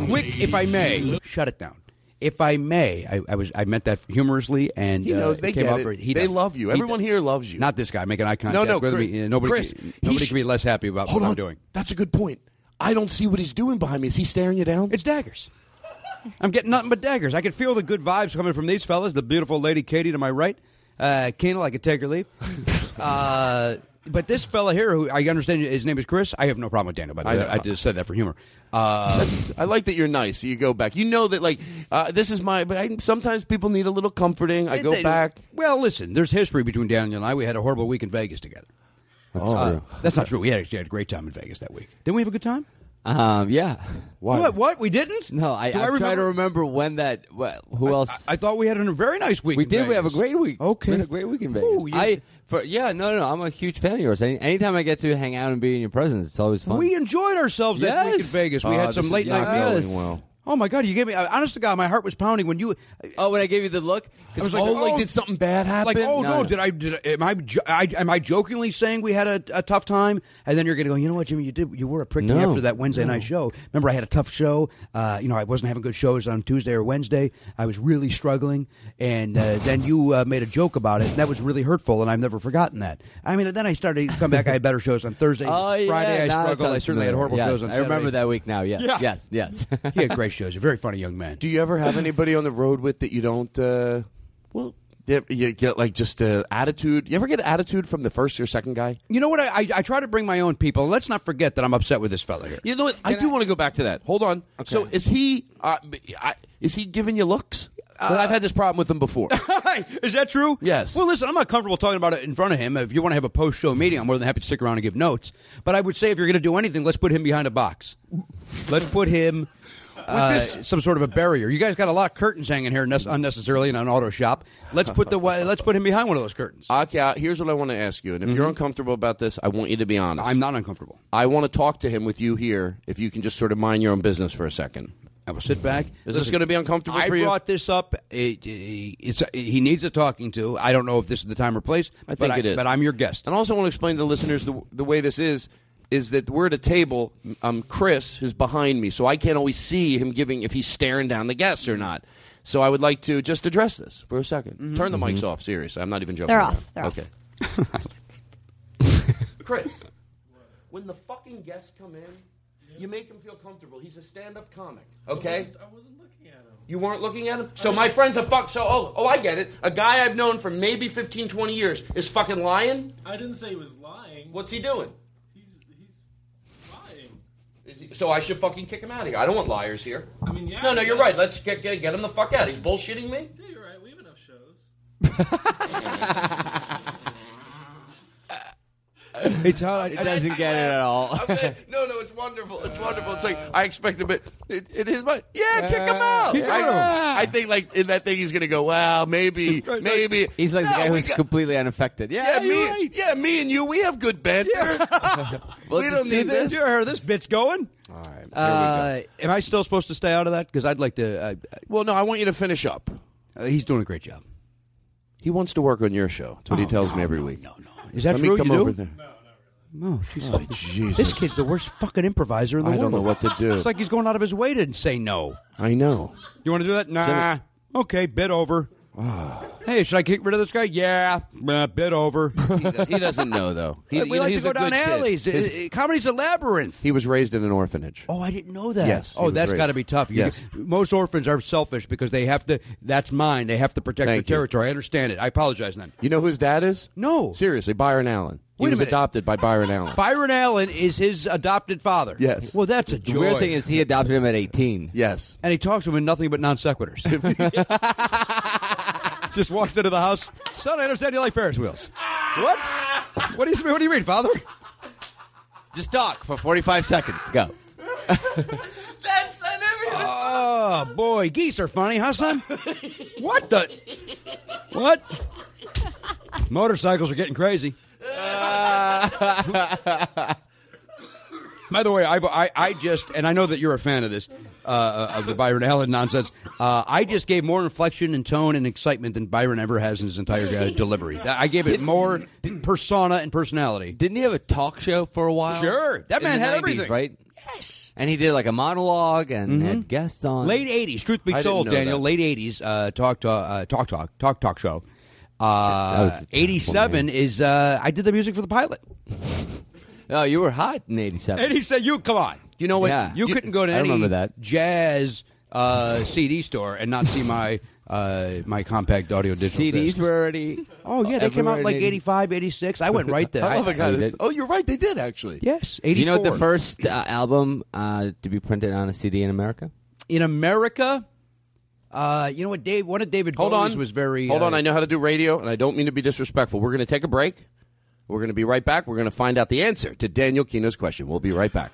Speaker 15: Quick, if I may, shut it down. If I may, I, I was I meant that humorously, and
Speaker 5: He
Speaker 15: uh,
Speaker 5: knows. They
Speaker 15: came
Speaker 5: get
Speaker 15: up
Speaker 5: it.
Speaker 15: for He
Speaker 5: they
Speaker 15: does.
Speaker 5: love you.
Speaker 15: He
Speaker 5: Everyone
Speaker 15: does.
Speaker 5: here loves you.
Speaker 15: Not this guy making eye contact.
Speaker 5: No, no,
Speaker 15: with
Speaker 5: Chris-
Speaker 15: me. Uh, nobody,
Speaker 5: Chris,
Speaker 15: can,
Speaker 5: he
Speaker 15: nobody
Speaker 5: sh-
Speaker 15: can be less happy about
Speaker 5: Hold
Speaker 15: what
Speaker 5: on.
Speaker 15: I'm doing.
Speaker 5: That's a good point. I don't see what he's doing behind me. Is he staring you down?
Speaker 15: It's daggers. I'm getting nothing but daggers. I can feel the good vibes coming from these fellas. The beautiful lady Katie to my right, uh, Kendall. I could take or leave. uh, but this fella here, who I understand his name is Chris, I have no problem with Daniel. By the
Speaker 5: I
Speaker 15: way,
Speaker 5: know.
Speaker 15: I, just said that for humor. Uh,
Speaker 5: I like that you're nice. You go back. You know that like uh, this is my. But I, sometimes people need a little comforting. I go
Speaker 15: They-
Speaker 5: back.
Speaker 15: Well, listen, there's history between Daniel and I. We had a horrible week in Vegas together.
Speaker 13: That's
Speaker 15: Uh,
Speaker 13: true.
Speaker 15: That's not true. We actually had a great time in Vegas that week. Didn't we have a good time?
Speaker 13: Um, yeah.
Speaker 15: What? What? We didn't?
Speaker 13: No, I,
Speaker 15: Do I
Speaker 13: I'm trying to
Speaker 15: remember-
Speaker 13: remember when that. What, who else?
Speaker 15: I thought we had a very nice week.
Speaker 13: we
Speaker 15: in
Speaker 13: did. We have a
Speaker 15: Vegas.
Speaker 13: great week.
Speaker 15: Okay.
Speaker 13: we had a great week in Vegas.
Speaker 15: Ooh, you-
Speaker 13: I for yeah. No, no, no. I'm a huge fan of yours. Any, anytime I get to hang out and be in your presence, it's always fun.
Speaker 15: We enjoyed ourselves that week in
Speaker 13: Yes.
Speaker 15: Vegas. We
Speaker 13: Ah,
Speaker 15: had some
Speaker 13: this is-
Speaker 15: late
Speaker 13: yeah, I'm
Speaker 15: night meals.
Speaker 13: feeling well.
Speaker 15: Oh my God! You gave me uh, honest to God, my heart was pounding when you.
Speaker 13: oh, when I gave you the look,
Speaker 15: I was
Speaker 13: oh, like, did
Speaker 5: something bad happen?
Speaker 15: Like, oh
Speaker 13: No,
Speaker 15: no,
Speaker 13: no.
Speaker 15: did I? Did I, am I, jo- I? Am I jokingly saying we had a, a tough time? And then you're going to go, you know what, Jimmy? You did. You were a prick to me
Speaker 13: No,
Speaker 15: after that Wednesday
Speaker 13: no.
Speaker 15: night show. Remember, I had a tough show. Uh, you know, I wasn't having good shows on Tuesday or Wednesday. I was really struggling, and uh, then you uh, made a joke about it, and that was really hurtful, and I've never forgotten that. I mean, then I started to come back. I had better shows on Thursday,
Speaker 13: Oh, yeah.
Speaker 15: Friday. I
Speaker 13: now it
Speaker 15: struggled. I
Speaker 13: sounds
Speaker 15: certainly had
Speaker 13: familiar.
Speaker 15: horrible
Speaker 13: Yes,
Speaker 15: shows on.
Speaker 13: I remember
Speaker 15: Saturday.
Speaker 13: that week now. Yes,
Speaker 15: Yeah.
Speaker 13: yes, yes.
Speaker 15: he had great shows. A very funny young man.
Speaker 5: Do you ever have anybody on the road with that you don't? Uh, well, you, you get like just uh, attitude. You ever get attitude from the first or second guy?
Speaker 15: You know what? I, I, I try to bring my own people. Let's not forget that I'm upset with this fella here.
Speaker 5: You know what? I do want to go back to that. Hold on. So is he? Uh, b- I, is he giving you looks?
Speaker 15: Uh,
Speaker 5: 'Cause I've had this problem with him before.
Speaker 15: Is that true?
Speaker 5: Yes.
Speaker 15: Well, listen, I'm not comfortable talking about it in front of him. If you want to have a post show meeting, I'm more than happy to stick around and give notes. But I would say if you're going to do anything, let's put him behind a box. Let's put him. Uh,
Speaker 5: this-
Speaker 15: some sort of a barrier. You guys got a lot of curtains hanging here nes- unnecessarily in an auto shop. Let's put the wi- let's put him behind one of those curtains.
Speaker 5: Okay, uh, here's what I want to ask you, and if you're uncomfortable about this, I want you to be honest.
Speaker 15: Mm-hmm. I'm not uncomfortable.
Speaker 5: I want to talk to him with you here. If you can just sort of mind your own business for a second.
Speaker 15: I will sit back.
Speaker 5: Is this going to be uncomfortable
Speaker 15: I
Speaker 5: for you?
Speaker 15: brought this up. It, it- it's, he needs a talking to. I don't know if this is the time or place.
Speaker 5: I
Speaker 15: but
Speaker 5: think it is.
Speaker 15: But I'm your guest.
Speaker 5: And I also want to explain to the listeners the, the way this is is that we're at a table. Um, Chris is behind me, so I can't always see him giving if he's staring down the guests or not. So I would like to just address this for a 2nd Turn the mics off. Seriously, I'm not even joking.
Speaker 14: They're
Speaker 5: around.
Speaker 14: off. They're off.
Speaker 5: okay. Chris, when the fucking guests come in, you make them feel comfortable. He's a stand-up comic. Okay. You weren't looking at him? So my friend's a fuck. So, oh, oh, I get it. A guy I've known for maybe 15, 20 years is fucking lying?
Speaker 18: I didn't say he was lying.
Speaker 5: What's he doing?
Speaker 18: He's he's lying.
Speaker 5: Is he, so I should fucking kick him out of here. I don't want liars here.
Speaker 18: I mean, yeah.
Speaker 5: No, no,
Speaker 18: I
Speaker 5: you're
Speaker 18: guess-
Speaker 5: right. Let's get, get, get him the fuck out. He's bullshitting me?
Speaker 18: Yeah, you're right. We have enough shows.
Speaker 15: It's how I-
Speaker 13: It doesn't get it at all.
Speaker 5: Okay. No, no, it's wonderful. It's wonderful. It's like I expect a bit. It, it is my yeah. Kick him out.
Speaker 13: Uh, Kick him
Speaker 5: I,
Speaker 13: out.
Speaker 5: I think like in that thing he's gonna go. Well, maybe, maybe
Speaker 13: He's like
Speaker 5: No,
Speaker 13: the guy
Speaker 5: we
Speaker 13: who's
Speaker 5: got-
Speaker 13: completely unaffected. Yeah,
Speaker 5: Yeah,
Speaker 13: you're
Speaker 5: me.
Speaker 13: right.
Speaker 5: Yeah, me and you. We have good banter. we
Speaker 13: Let's do
Speaker 5: don't need this.
Speaker 15: You heard this bit's going? All right. Uh, am I still supposed to stay out of that? Because I'd like to. I,
Speaker 5: Well, no, I want you to finish up.
Speaker 15: I, uh, he's doing a great job.
Speaker 5: He wants to work on your show. That's what he
Speaker 15: Oh,
Speaker 5: tells
Speaker 15: no,
Speaker 5: me every
Speaker 15: no,
Speaker 5: week.
Speaker 15: no, no. Is that
Speaker 5: Let
Speaker 15: true?
Speaker 5: me come
Speaker 15: You do?
Speaker 5: over there.
Speaker 15: No, she's
Speaker 5: Oh, Jesus.
Speaker 15: This kid's the worst fucking improviser in the
Speaker 5: I
Speaker 15: world.
Speaker 5: don't know what to do.
Speaker 15: It's like he's going out of his way to say no.
Speaker 5: I know.
Speaker 15: You want to do that? Nah. Okay, bid over.
Speaker 5: Ah.
Speaker 15: hey, should I kick rid of this guy? Yeah, uh, bid over.
Speaker 5: He doesn't know though. He,
Speaker 15: we
Speaker 5: you know,
Speaker 15: like
Speaker 5: he's
Speaker 15: to go
Speaker 5: a good
Speaker 15: down
Speaker 5: kid.
Speaker 15: alleys.
Speaker 5: His-
Speaker 15: Uh, uh, Comedy's a labyrinth.
Speaker 5: he was raised in an orphanage.
Speaker 15: Oh, I didn't know that.
Speaker 5: Yes, he
Speaker 15: Oh,
Speaker 5: was
Speaker 15: that's
Speaker 5: raised.
Speaker 15: got to be tough. You-
Speaker 5: Yes.
Speaker 15: Most orphans are selfish because they have to. That's mine. They have to protect
Speaker 5: Thank
Speaker 15: their
Speaker 5: you.
Speaker 15: territory. I understand it. I apologize then.
Speaker 5: You know who his dad is?
Speaker 15: No.
Speaker 5: Seriously, Byron Allen. He
Speaker 15: Wait a
Speaker 5: was
Speaker 15: minute.
Speaker 5: adopted by Byron Allen.
Speaker 15: Byron Allen is his adopted father.
Speaker 5: Yes.
Speaker 15: Well, that's a
Speaker 13: The
Speaker 15: joy.
Speaker 13: weird thing is he adopted him at 18.
Speaker 5: yes.
Speaker 15: and he talks to him in nothing but non sequiturs. Just walks into the house. Son, I understand you like Ferris wheels. what? What do you What do you mean, father?
Speaker 13: Just talk for 45 seconds. Go.
Speaker 15: Oh boy, geese are funny, huh, son? what the? What? Motorcycles are getting crazy. By the way, I, I, I just and I know that you're a fan of this uh, of the Byron Allen nonsense. Uh, I just gave more inflection and tone and excitement than Byron ever has in his entire uh, delivery. I gave it more persona and personality.
Speaker 13: Didn't he have a talk show for a while?
Speaker 15: Sure. That
Speaker 13: In
Speaker 15: man
Speaker 13: the
Speaker 15: had
Speaker 13: 90s,
Speaker 15: everything.
Speaker 13: right? Yes. And he did like a monologue and
Speaker 5: Mm-hmm.
Speaker 13: had guests on.
Speaker 15: Late eighties, truth be
Speaker 5: I didn't
Speaker 15: told,
Speaker 5: know
Speaker 15: Daniel.
Speaker 5: that.
Speaker 15: Late eighties, uh, talk, to, uh, talk, talk, talk, talk show.
Speaker 13: That was
Speaker 15: Uh,
Speaker 13: a terrible
Speaker 15: Eighty-seven is. Uh, I did the music for the pilot.
Speaker 13: Oh, you were hot in 87.
Speaker 15: And he said, "You come on, you know what?
Speaker 13: Yeah.
Speaker 15: You,
Speaker 13: You-
Speaker 15: couldn't go to
Speaker 13: I
Speaker 15: any
Speaker 13: remember that.
Speaker 15: jazz uh, CD store and not see my uh, my compact audio digital
Speaker 13: CDs
Speaker 15: discs.
Speaker 13: were already.
Speaker 15: Oh yeah, they came out like 85, 86. I went right there.
Speaker 13: I love a guy that's-
Speaker 15: oh, you're right. They did actually. Yes, 84.
Speaker 13: You know the first uh, album uh, to be printed on a CD in America?
Speaker 15: in America. Uh, you know what, Dave? One of David
Speaker 5: Hold
Speaker 15: Bowie's
Speaker 5: on.
Speaker 15: was very.
Speaker 5: Hold
Speaker 15: uh,
Speaker 5: on. I know how to do radio, and I don't mean to be disrespectful. We're going to take a break. We're going to be right back. We're going to find out the answer to Daniel Kino's question. We'll be right back.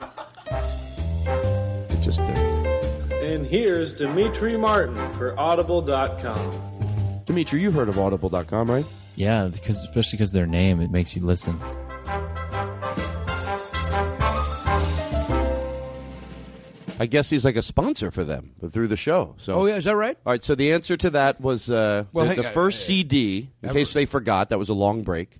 Speaker 5: It's just. Uh,
Speaker 18: And here's Dimitri Martin for Audible.com.
Speaker 5: Dimitri, you've heard of Audible.com, right?
Speaker 19: Yeah, because especially because their name, it makes you listen.
Speaker 5: I guess he's like a sponsor for them through the show. So,
Speaker 15: Oh, yeah, is that right?
Speaker 5: All right. So the answer to that was uh,
Speaker 15: Well,
Speaker 5: the,
Speaker 15: hang
Speaker 5: the
Speaker 15: on.
Speaker 5: first CD. In
Speaker 15: That
Speaker 5: case they forgot, that was a long break.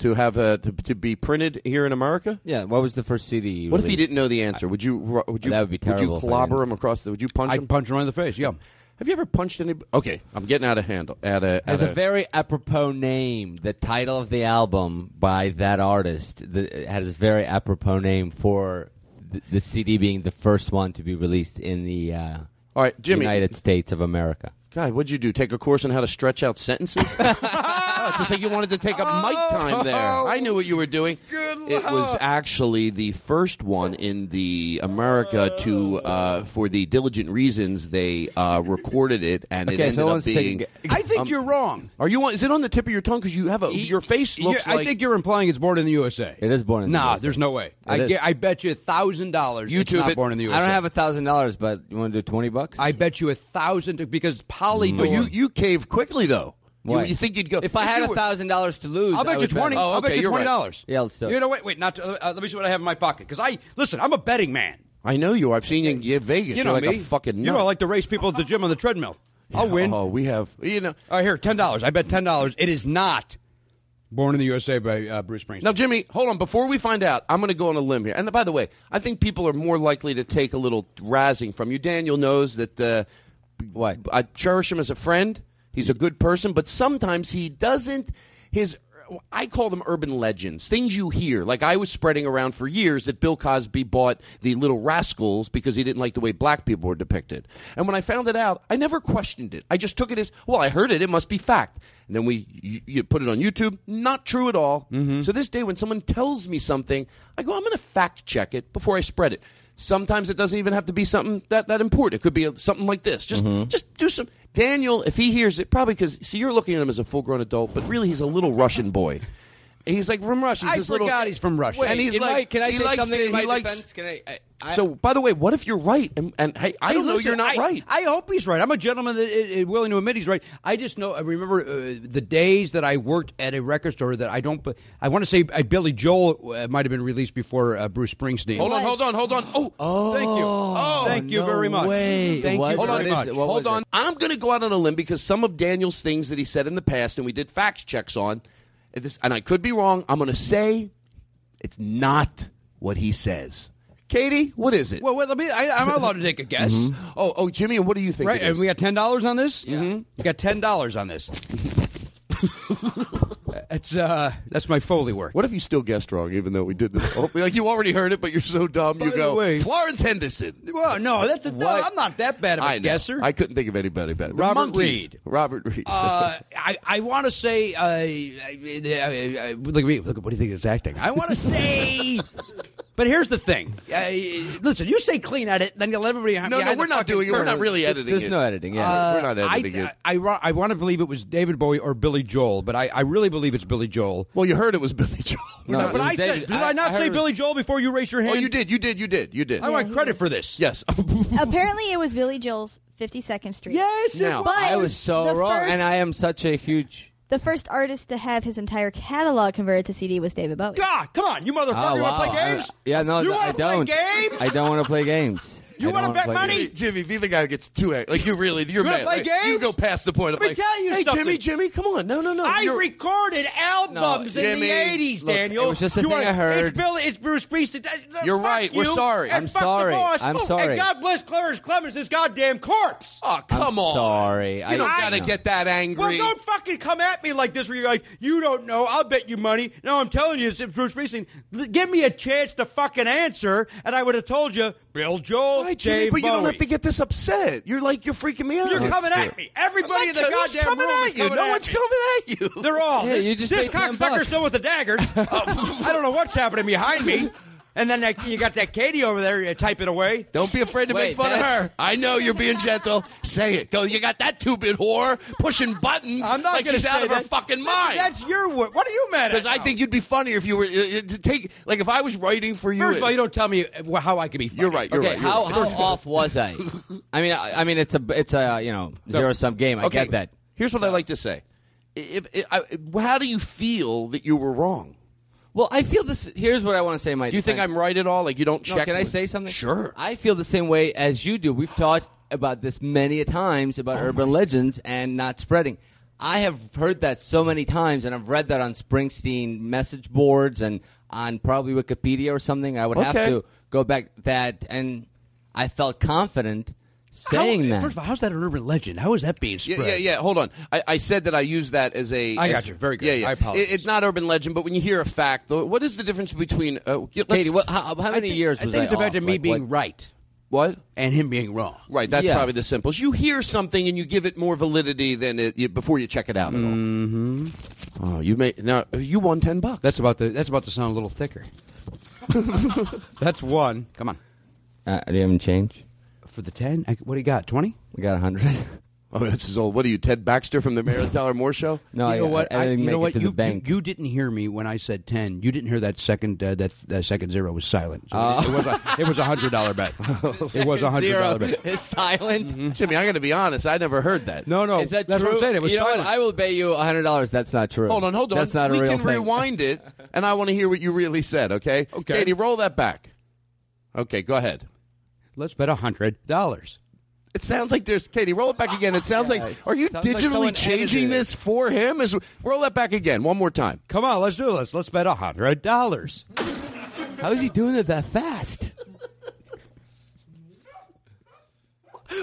Speaker 5: To have uh, to, to be printed here in America.
Speaker 13: Yeah. What was the first CD?
Speaker 5: What if he didn't know the answer? Would you? ru- Would you?
Speaker 13: Uh, That would be terrible
Speaker 5: Would
Speaker 13: if
Speaker 5: you
Speaker 13: I
Speaker 5: clobber
Speaker 13: didn't.
Speaker 5: him across the? Would you punch
Speaker 15: I
Speaker 5: him?
Speaker 15: punch him in the face. Yeah.
Speaker 5: Have you ever punched any? Okay, I'm getting out of handle. At a
Speaker 13: Has
Speaker 5: at
Speaker 13: a very apropos name. The title of the album by that artist the, it has a very apropos name for the, the CD being the first one to be released in the uh,
Speaker 5: All right, Jimmy.
Speaker 13: United States of America.
Speaker 5: God, what'd you do? Take a course on how to stretch out sentences? oh, it's just like you wanted to take up mic time there. I knew what you were doing. it was actually the first one in the America to, uh, for the diligent reasons they uh, recorded it, and it
Speaker 15: Okay,
Speaker 5: ended
Speaker 15: so
Speaker 5: up
Speaker 15: let's take a
Speaker 5: being.
Speaker 15: gu- I think
Speaker 5: Um,
Speaker 15: you're wrong.
Speaker 5: Are you? on- Is it on the tip of your tongue? Because you have a your face
Speaker 15: Yeah,
Speaker 5: looks
Speaker 15: I
Speaker 5: like.
Speaker 15: think you're implying it's born in the USA.
Speaker 13: It is born in.
Speaker 15: Nah,
Speaker 13: the USA.
Speaker 15: there's no way. I,
Speaker 13: It is.
Speaker 15: ge- I bet you a thousand dollars. it's
Speaker 13: YouTube
Speaker 15: not
Speaker 13: it.
Speaker 15: born in the USA.
Speaker 13: I don't have a thousand dollars, but you want to do twenty bucks?
Speaker 15: I bet you a thousand because Polydor.
Speaker 13: But you-
Speaker 5: you caved quickly though.
Speaker 13: Why? If I had a thousand dollars to lose,
Speaker 15: I'll
Speaker 13: I
Speaker 15: bet you
Speaker 13: would
Speaker 15: twenty.
Speaker 13: it.
Speaker 15: I'll bet you twenty dollars.
Speaker 13: Yeah, let's do it.
Speaker 15: You know, wait, wait. Not to, uh, let me see what I have in my pocket because I listen. I'm a betting man.
Speaker 5: I know you. I've seen you in Ge- Vegas.
Speaker 15: you know
Speaker 5: are like
Speaker 15: me.
Speaker 5: a fucking.
Speaker 15: You know,
Speaker 5: nut.
Speaker 15: I like to race people at the gym on the treadmill. I'll win.
Speaker 5: Oh, we have. You know.
Speaker 15: All right, here, ten dollars. I bet ten dollars. It is not born in the USA by uh, Bruce Springsteen.
Speaker 5: Now, Jimmy, hold on. Before we find out, I'm going to go on a limb here. And by the way, I think people are more likely to take a little razzing from you. Daniel knows that. Uh,
Speaker 13: Why?
Speaker 5: I cherish him as a friend. He's a good person, but sometimes he doesn't. His I call them urban legends, things you hear. Like I was spreading around for years that Bill Cosby bought the Little Rascals because he didn't like the way black people were depicted. And when I found it out, I never questioned it. I just took it as well. I heard it; it must be fact. And then we you, you put it on YouTube. Not true at all. So this day, when someone tells me something, I go, I'm going to fact check it before I spread it. Sometimes it doesn't even have to be something that, that important. It could be a, something like this. Just just do some. Daniel, if he hears it, probably because see, you're looking at him as a full grown adult, but really he's a little Russian boy. He's like from Russia. He's
Speaker 15: I
Speaker 5: this
Speaker 15: forgot
Speaker 5: little,
Speaker 15: he's from Russia.
Speaker 5: and he's
Speaker 13: in
Speaker 5: like,
Speaker 13: my- can I
Speaker 5: he
Speaker 13: say
Speaker 5: likes
Speaker 13: something
Speaker 5: to-
Speaker 13: in my
Speaker 5: he likes-
Speaker 13: defense? Can I- I- I-
Speaker 5: so, by the way, what if you're right? And, and hey, I,
Speaker 15: Hey,
Speaker 5: know
Speaker 15: listen,
Speaker 5: you're not
Speaker 15: I-
Speaker 5: right.
Speaker 15: I hope he's right. I'm a gentleman that is, is willing to admit he's right. I just know. I remember uh, the days that I worked at a record store that I don't. bu- I want to say uh, Billy Joel uh, might have been released before uh, Bruce Springsteen.
Speaker 5: hold on, hold on, hold on. Oh,
Speaker 15: Thank you. Oh, thank you
Speaker 13: no
Speaker 15: very much.
Speaker 13: way.
Speaker 15: Thank
Speaker 13: What-
Speaker 15: you
Speaker 13: Hold
Speaker 15: very
Speaker 13: on, is
Speaker 15: much.
Speaker 13: it- what
Speaker 5: Hold
Speaker 13: was
Speaker 5: on. I'm going to go out on a limb because some of Daniel's things that he said in the past, and we did fact checks on, and this- and I could be wrong. I'm going to say it's not what he says. Katie, what is it?
Speaker 15: Well, wait, let me. I, I'm not allowed to take a guess.
Speaker 13: Mm-hmm.
Speaker 5: oh, oh, Jimmy, and what do you think?
Speaker 15: Right,
Speaker 5: it
Speaker 15: and
Speaker 5: is?
Speaker 15: we got ten dollars on this. Mm-hmm. We got ten dollars on this. That's uh, that's my Foley work.
Speaker 5: what if you still guessed wrong, even though we did this? Oh, like you already heard it, but you're so dumb. you
Speaker 15: By the
Speaker 5: go
Speaker 15: way-
Speaker 5: Florence Henderson.
Speaker 15: Well, no, that's a, no,
Speaker 5: What?
Speaker 15: I'm not that bad of a
Speaker 5: I know.
Speaker 15: guesser.
Speaker 5: I couldn't think of anybody better. The
Speaker 15: Robert
Speaker 5: Monkees.
Speaker 15: Reed.
Speaker 5: Robert Reed.
Speaker 15: uh, I I want to say uh, I, I, I, look at me. Look, what do you think is acting? I want to say. But here's the thing. Uh, listen, you say clean edit, then you'll let everybody.
Speaker 5: no, no, we're not doing it. We're not really editing
Speaker 13: There's
Speaker 5: it.
Speaker 13: no editing. Yeah.
Speaker 5: Uh, We're
Speaker 15: Uh,
Speaker 5: not editing
Speaker 15: I,
Speaker 5: it.
Speaker 15: I, I, want to believe it was David Bowie or Billy Joel, but I, I really believe it's Billy Joel.
Speaker 5: Well, you heard it was Billy Joel.
Speaker 13: No,
Speaker 15: but
Speaker 13: it was
Speaker 15: I said,
Speaker 13: David-
Speaker 15: did I, not
Speaker 13: heard
Speaker 15: say
Speaker 13: it was-
Speaker 15: Billy Joel before you raised your
Speaker 5: oh,
Speaker 15: hand?
Speaker 5: you did. You did. You did. You did.
Speaker 15: I want
Speaker 14: he
Speaker 15: credit for this.
Speaker 5: Oh, yes.
Speaker 14: Apparently, it was Billy Joel's 52nd Street.
Speaker 15: Yes, it
Speaker 5: Now,
Speaker 15: was.
Speaker 14: But
Speaker 13: I was so
Speaker 14: the
Speaker 13: wrong,
Speaker 14: first-
Speaker 13: and I am such a huge.
Speaker 14: The first artist to have his entire catalog converted to CD was David Bowie.
Speaker 15: God, come on, you motherfucker! You want to play
Speaker 13: Oh, I-
Speaker 15: games?
Speaker 13: yeah, no,
Speaker 15: you
Speaker 13: no, I
Speaker 15: want to play
Speaker 13: don't.
Speaker 15: games?
Speaker 13: I don't want to play games.
Speaker 15: You
Speaker 13: I don't
Speaker 15: wanna
Speaker 13: wanna
Speaker 15: bet
Speaker 13: play
Speaker 15: money?
Speaker 13: games.
Speaker 5: Hey, Jimmy, be the guy who gets two. Like you really, you're
Speaker 15: You wanna
Speaker 5: mad.
Speaker 15: play
Speaker 5: Like,
Speaker 15: games?
Speaker 5: You go past the point.
Speaker 15: Let
Speaker 5: I'm
Speaker 15: me
Speaker 5: like,
Speaker 15: tell you
Speaker 5: hey,
Speaker 15: something.
Speaker 5: Jimmy, Jimmy, come on, no, no, no.
Speaker 15: I
Speaker 5: You're-
Speaker 15: recorded albums
Speaker 13: No,
Speaker 15: in
Speaker 13: Jimmy,
Speaker 15: the '80s,
Speaker 13: look,
Speaker 15: Daniel.
Speaker 13: it was just a
Speaker 15: you
Speaker 13: thing
Speaker 15: wanna-
Speaker 13: I heard.
Speaker 15: It's Billy. It's Bruce Priestley. That-
Speaker 5: You're
Speaker 15: fuck
Speaker 5: right. We're
Speaker 15: you,
Speaker 5: sorry.
Speaker 15: and
Speaker 13: I'm
Speaker 15: fuck the
Speaker 13: sorry.
Speaker 15: boss.
Speaker 13: I'm
Speaker 15: Oh,
Speaker 13: sorry.
Speaker 15: And God bless Clarence Clemens, this goddamn corpse.
Speaker 5: Oh,
Speaker 13: I'm
Speaker 5: come on.
Speaker 13: sorry.
Speaker 5: You
Speaker 13: I-
Speaker 5: don't gotta
Speaker 13: I-
Speaker 5: get that angry.
Speaker 15: Well, don't fucking come at me like this. Where you're like, you don't know. I'll bet you money. No, I'm telling you, it's Bruce Springsteen. L- Give me a chance to fucking answer, and I would have told you, Bill Joel,
Speaker 5: Why, Jimmy?
Speaker 15: Dave
Speaker 5: but you don't
Speaker 15: Bowie.
Speaker 5: have to get this upset. You're like you're freaking me out.
Speaker 15: You're coming at me. Everybody in the
Speaker 5: I'm not
Speaker 15: goddamn
Speaker 5: coming
Speaker 15: room
Speaker 5: at
Speaker 15: is
Speaker 5: you.
Speaker 15: coming
Speaker 5: no
Speaker 15: at
Speaker 5: one's
Speaker 15: me.
Speaker 5: coming at you.
Speaker 15: They're all.
Speaker 5: Yeah,
Speaker 15: this
Speaker 5: you just
Speaker 15: this
Speaker 5: paid 10
Speaker 15: cocksucker's still with the daggers. Uh, I don't know what's happening behind me. And then that, you got that Katie over there uh, typing away.
Speaker 5: Don't be afraid to make fun of her. I know you're being gentle. Say it. Go. You got that two bit whore pushing buttons
Speaker 15: I'm not
Speaker 5: like
Speaker 15: gonna
Speaker 5: she's out
Speaker 15: say
Speaker 5: of her
Speaker 15: that.
Speaker 5: fucking mind.
Speaker 15: That's your word. What are you mad at?
Speaker 5: Because I
Speaker 15: now?
Speaker 5: think you'd be funnier if you were uh, uh, to take like if I was writing for you.
Speaker 15: First of all, you don't tell me uh, how I can be. Funny.
Speaker 5: You're right. You're
Speaker 13: okay,
Speaker 5: right. you're
Speaker 13: how,
Speaker 5: right.
Speaker 13: how off was I? I mean, I, I mean, it's a it's a uh, you know zero sum game. I
Speaker 5: okay,
Speaker 13: get that.
Speaker 5: Here's what I like to say. If, if, I, how do you feel that you were wrong?
Speaker 13: Well, I feel this. Here's what I want to say. My
Speaker 5: Do you think
Speaker 13: defense.
Speaker 5: I'm right at all? Like you don't
Speaker 13: No,
Speaker 5: check?
Speaker 13: can I
Speaker 5: with-
Speaker 13: say something?
Speaker 5: Sure.
Speaker 13: I feel the same way as you do. We've talked about this many a times about
Speaker 15: Oh
Speaker 13: urban legends and not spreading. I have heard that so many times, and I've read that on Springsteen message boards and on probably Wikipedia or something. I would have
Speaker 15: Okay.
Speaker 13: to go back that, and I felt confident saying
Speaker 15: How-
Speaker 13: that.
Speaker 15: First of all, how's that an urban legend? How is that being
Speaker 5: Yeah,
Speaker 15: spread?
Speaker 5: yeah, yeah. Hold on. I, I said that I use that as a.
Speaker 15: I got
Speaker 5: as-
Speaker 15: you. Very good.
Speaker 5: Yeah, yeah.
Speaker 15: I apologize.
Speaker 5: It- it's not urban legend, but when you hear a fact, though, what is the difference between? Uh, yeah, let's-
Speaker 13: Katie, what, how, how many years
Speaker 15: I
Speaker 13: was
Speaker 15: think it's
Speaker 13: I
Speaker 15: about
Speaker 13: off?
Speaker 15: me
Speaker 13: Like,
Speaker 15: being
Speaker 13: what-
Speaker 15: right
Speaker 5: What?
Speaker 15: and him being wrong.
Speaker 5: Right. That's
Speaker 13: Yes.
Speaker 5: probably the simplest. You hear something and you give it more validity than it you, before you check it out. At all.
Speaker 15: Mm-hmm.
Speaker 5: Oh, you may now you won ten bucks.
Speaker 15: That's about the. That's about to sound a little thicker. that's one. Come on.
Speaker 13: Uh, do you have any change?
Speaker 15: For the ten, I, what do you got? Twenty.
Speaker 13: We got a hundred.
Speaker 5: Oh, that's his old. What are you, Ted Baxter from the Mary Tyler Moore Show?
Speaker 13: No,
Speaker 15: you know
Speaker 13: I,
Speaker 15: what?
Speaker 13: I, I didn't
Speaker 15: you
Speaker 13: make
Speaker 15: know
Speaker 13: it
Speaker 15: what?
Speaker 13: to
Speaker 15: you,
Speaker 13: the bank.
Speaker 15: You, you didn't hear me when I said ten. You didn't hear that second. Uh, that, that second zero was silent. So
Speaker 13: Oh.
Speaker 15: it was a it was a hundred dollar bet. it was a hundred
Speaker 13: Zero
Speaker 15: dollar bet.
Speaker 13: is silent.
Speaker 5: Jimmy, I'm going to be honest. I never heard that.
Speaker 15: No, no,
Speaker 13: Is that
Speaker 15: Oh, that's
Speaker 13: true?
Speaker 15: what I'm saying. It was
Speaker 13: you know
Speaker 15: silent.
Speaker 13: what? I will bet you hundred dollars. That's not true.
Speaker 5: Hold on, hold on.
Speaker 13: That's not
Speaker 5: we
Speaker 13: a real
Speaker 5: can
Speaker 13: thing.
Speaker 5: rewind it, and I want to hear what you really said. Okay.
Speaker 15: Okay.
Speaker 5: Katie, roll that back. Okay, go ahead.
Speaker 15: Let's bet a hundred dollars.
Speaker 5: It sounds like there's Katie. Roll it back again. It sounds
Speaker 13: Yeah,
Speaker 5: like
Speaker 13: it
Speaker 5: are you
Speaker 13: sounds like
Speaker 5: digitally
Speaker 13: someone
Speaker 5: changing
Speaker 13: edited it.
Speaker 5: this for him? Is roll that back again one more time.
Speaker 15: Come on, let's do this. Let's bet a hundred dollars.
Speaker 13: How is he doing it that fast?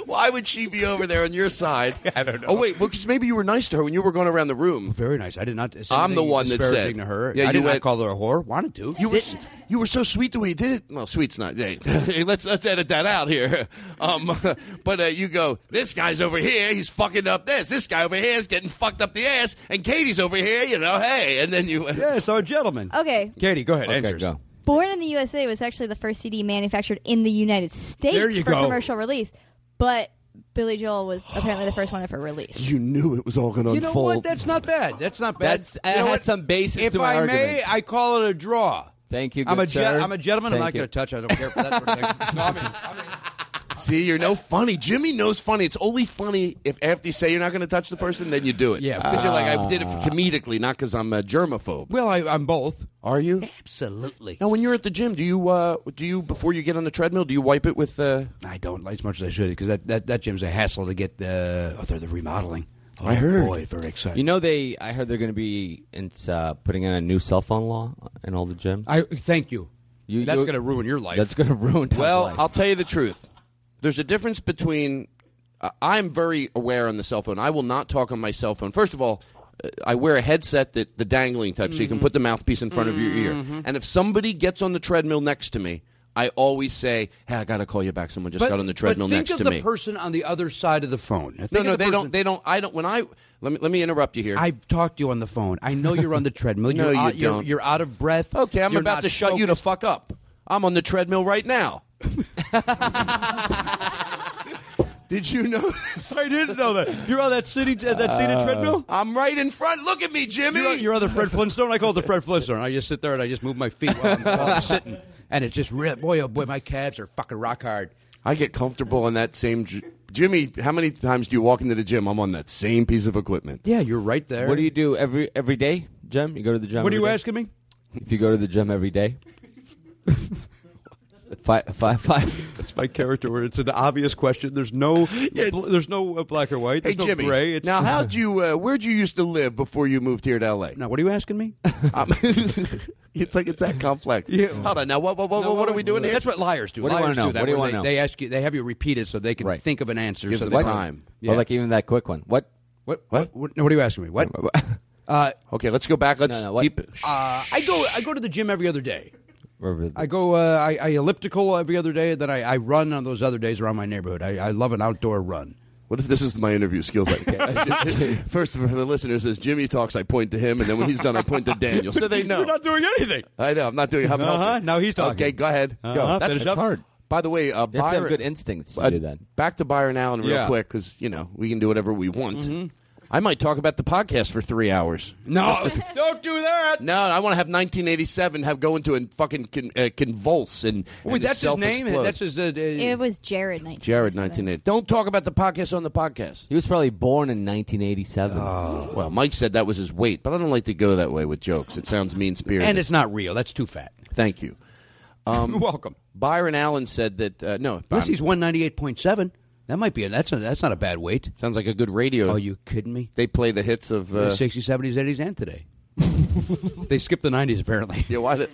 Speaker 5: Why would she be over there on your side?
Speaker 15: I don't know.
Speaker 5: Oh wait, because maybe you were nice to her when you were going around the room.
Speaker 15: Very nice. I did not. say
Speaker 5: I'm the
Speaker 15: anything
Speaker 5: one that said-
Speaker 15: disparaging to her.
Speaker 5: Yeah,
Speaker 15: I
Speaker 5: you
Speaker 15: did not
Speaker 5: went-
Speaker 15: call her a whore. Wanted to.
Speaker 5: You were s- you were so sweet the way you did it. Well, sweet's not. Hey, hey, let's let's edit that out here. Um, but uh, you go. This guy's over here. He's fucking up this. This guy over here is getting fucked up the ass. And Katie's over here. You know. Hey, and then you.
Speaker 15: Yeah, so a gentleman.
Speaker 14: Okay.
Speaker 15: Katie, go ahead.
Speaker 13: Okay,
Speaker 15: answers.
Speaker 13: go.
Speaker 14: Born in the USA was actually the first CD manufactured in the United States
Speaker 15: There you
Speaker 14: for
Speaker 15: go.
Speaker 14: commercial release, but Billy Joel was apparently the first one ever released.
Speaker 5: You knew it was all going to
Speaker 15: You know what? That's not bad. That's not bad.
Speaker 13: That's- I
Speaker 15: You know
Speaker 13: had
Speaker 15: what?
Speaker 13: some basis
Speaker 15: If
Speaker 13: to my
Speaker 15: I may,
Speaker 13: argument.
Speaker 15: I call it a draw.
Speaker 13: Thank you. Good
Speaker 15: I'm a
Speaker 13: sir.
Speaker 15: I'm a gentleman.
Speaker 13: Thank
Speaker 15: I'm not
Speaker 13: you.
Speaker 15: going to touch. I don't care for that. sort of thing. No, I mean-
Speaker 5: See, you're no funny. Jimmy knows funny. It's only funny if after you say you're not going to touch the person, then you do it.
Speaker 15: Yeah. Ah.
Speaker 5: because you're like I did it comedically, not because I'm a germaphobe.
Speaker 15: well, I, I'm both.
Speaker 5: Are you?
Speaker 15: Absolutely.
Speaker 5: Now, when you're at the gym, do you uh, do you before you get on the treadmill, do you wipe it with? Uh...
Speaker 15: I don't like as much as I should because that, that that gym's a hassle to get. Uh, oh, they're the remodeling. Oh,
Speaker 5: I heard.
Speaker 15: Boy, very exciting.
Speaker 13: You know they. I heard they're going to be it's, uh, putting in a new cell phone law in all the gyms.
Speaker 15: I thank you.
Speaker 13: You-
Speaker 15: that's
Speaker 13: you-
Speaker 15: going to ruin your life.
Speaker 13: That's going to ruin. Tom's
Speaker 5: Well,
Speaker 13: life.
Speaker 5: I'll tell you the truth. There's a difference between. Uh, I'm very aware on the cell phone. I will not talk on my cell phone. First of all, uh, I wear a headset that the dangling type, so you can
Speaker 15: Mm-hmm.
Speaker 5: put the mouthpiece in front of your ear. And if somebody gets on the treadmill next to me, I always say, "Hey, I got to call you back. Someone just
Speaker 15: but,
Speaker 5: got on the treadmill
Speaker 15: but think
Speaker 5: next
Speaker 15: of
Speaker 5: to
Speaker 15: the
Speaker 5: me."
Speaker 15: person on the other side of the phone. Think
Speaker 5: no,
Speaker 15: of
Speaker 5: no,
Speaker 15: the
Speaker 5: they
Speaker 15: person-
Speaker 5: don't. They don't. I don't. When I let me let me interrupt you here.
Speaker 15: I've talked to you on the phone. I know you're on the treadmill.
Speaker 5: No,
Speaker 15: you're
Speaker 5: you
Speaker 15: out, You're,
Speaker 5: don't.
Speaker 15: you're out of breath.
Speaker 5: Okay, I'm
Speaker 15: You're
Speaker 5: about
Speaker 15: not
Speaker 5: to shut you the
Speaker 15: focused.
Speaker 5: fuck up. I'm on the treadmill right now. Did you notice?
Speaker 15: I didn't know that. You're on that city uh, that seated treadmill.
Speaker 5: I'm right in front. Look at me, Jimmy.
Speaker 15: You're, you're on the Fred Flintstone. I call it the Fred Flintstone. I just sit there and I just move my feet while I'm, while I'm sitting, and it's just real. Boy, oh boy, my calves are fucking rock hard.
Speaker 5: I get comfortable on that same. j- Jimmy, how many times do you walk into the gym? I'm on that same piece of equipment.
Speaker 15: Yeah, you're right there.
Speaker 13: What do you do every every day, Jim? You go to the gym.
Speaker 15: What are
Speaker 13: every
Speaker 15: you
Speaker 13: day?
Speaker 15: asking me?
Speaker 13: If you go to the gym every day. five, five, five.
Speaker 15: That's my character. Where it's an obvious question. There's no, there's no uh, black or white.
Speaker 5: Hey,
Speaker 15: There's no
Speaker 5: Jimmy.
Speaker 15: gray. It's
Speaker 5: now, how'd you? Uh, where'd you used to live before you moved here to L.A.?
Speaker 15: Now, what are you asking me?
Speaker 5: Um, it's like it's that complex. Hold on. Now, what? What? What,
Speaker 15: No,
Speaker 5: what are we doing here?
Speaker 15: That's what liars do.
Speaker 13: What do you
Speaker 15: liars
Speaker 13: wanna know?
Speaker 15: that,
Speaker 13: What do you
Speaker 15: where
Speaker 13: wanna
Speaker 15: they,
Speaker 13: know?
Speaker 15: They ask you. They have you repeat it so they can
Speaker 13: Right.
Speaker 15: think of an answer.
Speaker 5: Gives
Speaker 15: so
Speaker 5: them
Speaker 15: they-
Speaker 5: time.
Speaker 15: Yeah.
Speaker 13: Or like even that quick one. What?
Speaker 15: what? What? What, no, what are you asking me? What? uh,
Speaker 5: Okay, let's go back. Let's
Speaker 13: No, no, what-
Speaker 5: keep it.
Speaker 15: Uh, I go I go to the gym every other day.
Speaker 19: Wherever the-
Speaker 12: I go. Uh, I, I elliptical every other day. Then I, I run on those other days around my neighborhood. I, I love an outdoor run.
Speaker 5: What if this is my interview skills? Like, first for the listeners, as Jimmy talks, I point to him, and then when he's done, I point to Daniel, so they know.
Speaker 12: You're not doing anything.
Speaker 5: I know. I'm not doing. I'm
Speaker 12: Uh-huh,
Speaker 5: helping.
Speaker 12: now he's talking.
Speaker 5: Okay, go ahead. Go.
Speaker 12: Uh-huh,
Speaker 5: that's
Speaker 12: finish up.
Speaker 5: hard. By the way, uh,
Speaker 12: You have to have
Speaker 5: Byron-
Speaker 12: good instincts
Speaker 19: to
Speaker 5: uh,
Speaker 19: do that.
Speaker 5: Back to Byron Allen real
Speaker 19: Yeah.
Speaker 5: quick because you know we can do whatever we want.
Speaker 12: Mhm.
Speaker 5: I might talk about the podcast for three hours.
Speaker 12: No, don't do that.
Speaker 5: No, I want to have 1987 have go into a fucking con, uh, convulse and
Speaker 12: Wait,
Speaker 5: and
Speaker 12: that's his name.
Speaker 5: self-explode.
Speaker 12: That's his. Uh,
Speaker 14: It was Jared 19.
Speaker 5: Jared, 1980. Don't talk about the podcast on the podcast.
Speaker 13: He was probably born in 1987.
Speaker 5: Well, Mike said that was his weight, but I don't like to go that way with jokes. It sounds mean spirited.
Speaker 12: and it's not real. That's too fat.
Speaker 5: Thank you. Um,
Speaker 12: You're welcome.
Speaker 5: Byron Allen said that uh, no,
Speaker 12: Unless he's one ninety eight point seven. That might be. A, that's a, that's not a bad weight.
Speaker 5: Sounds like a good radio.
Speaker 12: Are you kidding me?
Speaker 5: They play the hits of uh,
Speaker 12: Sixties, seventies, eighties, and today. they skipped the nineties apparently.
Speaker 5: Yeah, why? Did,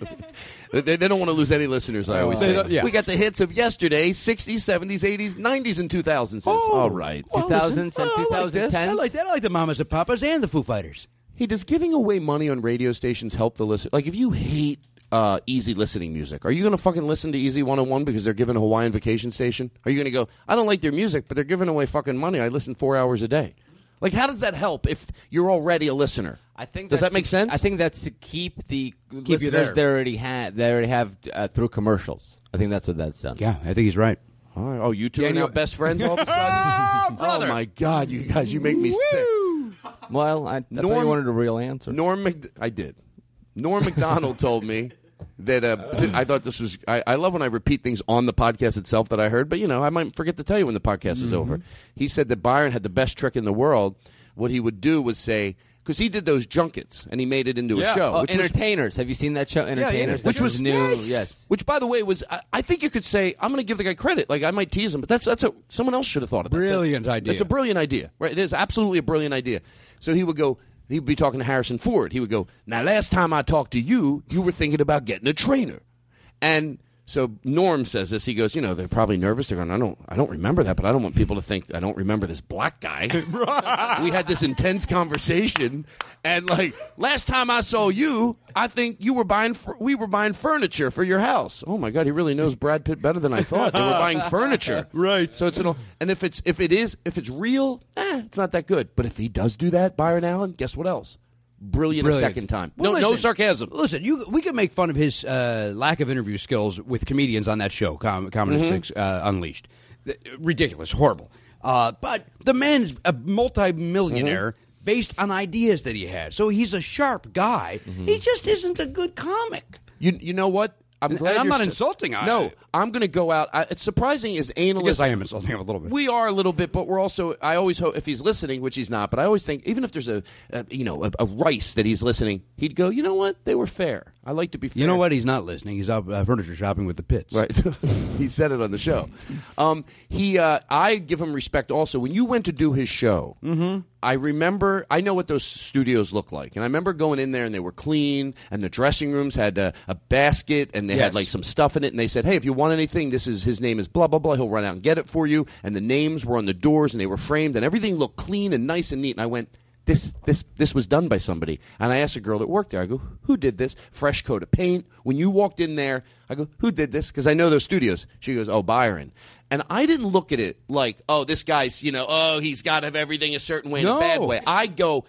Speaker 5: they, they don't want to lose any listeners. I always
Speaker 12: Uh, They
Speaker 5: say.
Speaker 12: don't- yeah.
Speaker 5: We got the hits of yesterday, sixties, seventies, eighties, nineties, and two thousands. All right,
Speaker 12: Oh, Well, listen, Oh, I like this. I like that. I like the Mamas and Papas and the Foo Fighters.
Speaker 5: Hey, does giving away money on radio stations help the listener? Like, if you hate uh, easy listening music, are you going to fucking listen to Easy 101 because they're giving a Hawaiian vacation station? Are you going to go, I don't like their music, but they're giving away fucking money. I listen four hours a day. Like, how does that help if you're already a listener?
Speaker 13: I think
Speaker 5: Does
Speaker 13: that's
Speaker 5: that make
Speaker 13: to-
Speaker 5: sense?
Speaker 13: I think that's to keep the
Speaker 5: you
Speaker 13: listeners
Speaker 5: there.
Speaker 13: they already have. They already have uh, through commercials. I think that's what that's done.
Speaker 12: Yeah, I think he's right.
Speaker 5: All right. Oh, you two are
Speaker 13: Daniel-
Speaker 5: now best friends all of a sudden? oh, my God, you guys, you make me sick.
Speaker 13: Well, I, I thought
Speaker 5: Norm-
Speaker 13: you wanted a real answer.
Speaker 5: Norm, Mc- I did. Norm McDonald told me that uh, that I thought this was. I, I love when I repeat things on the podcast itself that I heard, but you know, I might forget to tell you when the podcast is over. He said that Byron had the best trick in the world. What he would do was say. Because he did those junkets and he made it into
Speaker 13: Yeah.
Speaker 5: a show.
Speaker 13: Oh,
Speaker 5: which was-
Speaker 13: entertainers. Have you seen that show,
Speaker 5: yeah,
Speaker 13: Entertainers? That
Speaker 5: Which was
Speaker 13: new. Yes.
Speaker 5: Which, by the way, was I, I think you could say I'm going to give the guy credit. Like I might tease him, but that's that's a someone else should have thought of that.
Speaker 12: Brilliant
Speaker 5: That-
Speaker 12: idea.
Speaker 5: It's a brilliant idea. Right? It is absolutely a brilliant idea. So he would go. He would be talking to Harrison Ford. He would go. Now, last time I talked to you, you were thinking about getting a trainer, and. So Norm says this. He goes, you know, they're probably nervous. They're going, I don't, I don't remember that, but I don't want people to think I don't remember this black guy. we had this intense conversation, and like last time I saw you, I think you were buying, fur- we were buying furniture for your house. Oh my God, he really knows Brad Pitt better than I thought. They were buying furniture, right? So it's an, and if it's if it is if it's real, eh, it's not that good. But if he does do that, Byron Allen, guess what else? Brilliant, a second time.
Speaker 12: Well,
Speaker 5: no, no
Speaker 12: listen,
Speaker 5: sarcasm.
Speaker 12: Listen, you, we can make fun of his uh, lack of interview skills with comedians on that show, Com- Comedy
Speaker 5: Mhm.
Speaker 12: Six uh, Unleashed. Th- Ridiculous, horrible. Uh, but the man's a multimillionaire based on ideas that he had, so he's a sharp guy. He just isn't a good comic.
Speaker 5: You you know what? I'm
Speaker 12: And-
Speaker 5: glad
Speaker 12: and I'm
Speaker 5: you're
Speaker 12: not insulting, I-
Speaker 5: no, I'm going to go out. I, it's surprising as
Speaker 12: I
Speaker 5: anal
Speaker 12: guess
Speaker 5: as
Speaker 12: I am insulting him a little bit.
Speaker 5: We are a little bit, but we're also. I always hope if he's listening, which he's not, but I always think even if there's a, a you know a, a rice that he's listening, he'd go. You know what? They were fair. I like to be fair.
Speaker 12: you know what? He's not listening. He's out uh, furniture shopping with the pits.
Speaker 5: Right. he said it on the show. Um, he, uh, I give him respect also. When you went to do his show,
Speaker 12: Mm-hmm.
Speaker 5: I remember, I know what those studios look like. And I remember going in there and they were clean and the dressing rooms had a, a basket and they
Speaker 12: Yes.
Speaker 5: had like some stuff in it. And they said, hey, if you want anything, this is his name is blah, blah, blah. He'll run out and get it for you. And the names were on the doors and they were framed and everything looked clean and nice and neat. And I went, this this this was done by somebody. And I asked a girl that worked there. I go, "Who did this? Fresh coat of paint." When you walked in there, I go, "Who did this?" Because I know those studios. She goes, "Oh, Byron." And I didn't look at it like, "Oh, this guy's you know, oh, he's got to have everything a certain way in
Speaker 12: No.
Speaker 5: a bad way." I go,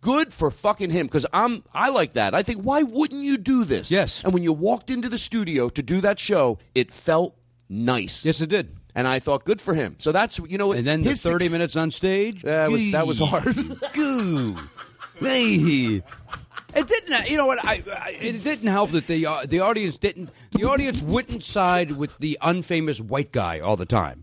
Speaker 5: "Good for fucking him," because I'm I like that. I think, why wouldn't you do this? Yes. And when you walked into the studio to do that show, it felt nice. Yes,
Speaker 12: it did.
Speaker 5: And I thought, good for him. So that's you know,
Speaker 12: And then the
Speaker 5: his
Speaker 12: 30
Speaker 5: suc-
Speaker 12: minutes on stage?
Speaker 5: That was that was hard.
Speaker 12: Goo. Hey. It didn't. uh, You know what? I, I it didn't help that the uh, the audience didn't. The audience wouldn't side with the unfamous white guy all the time.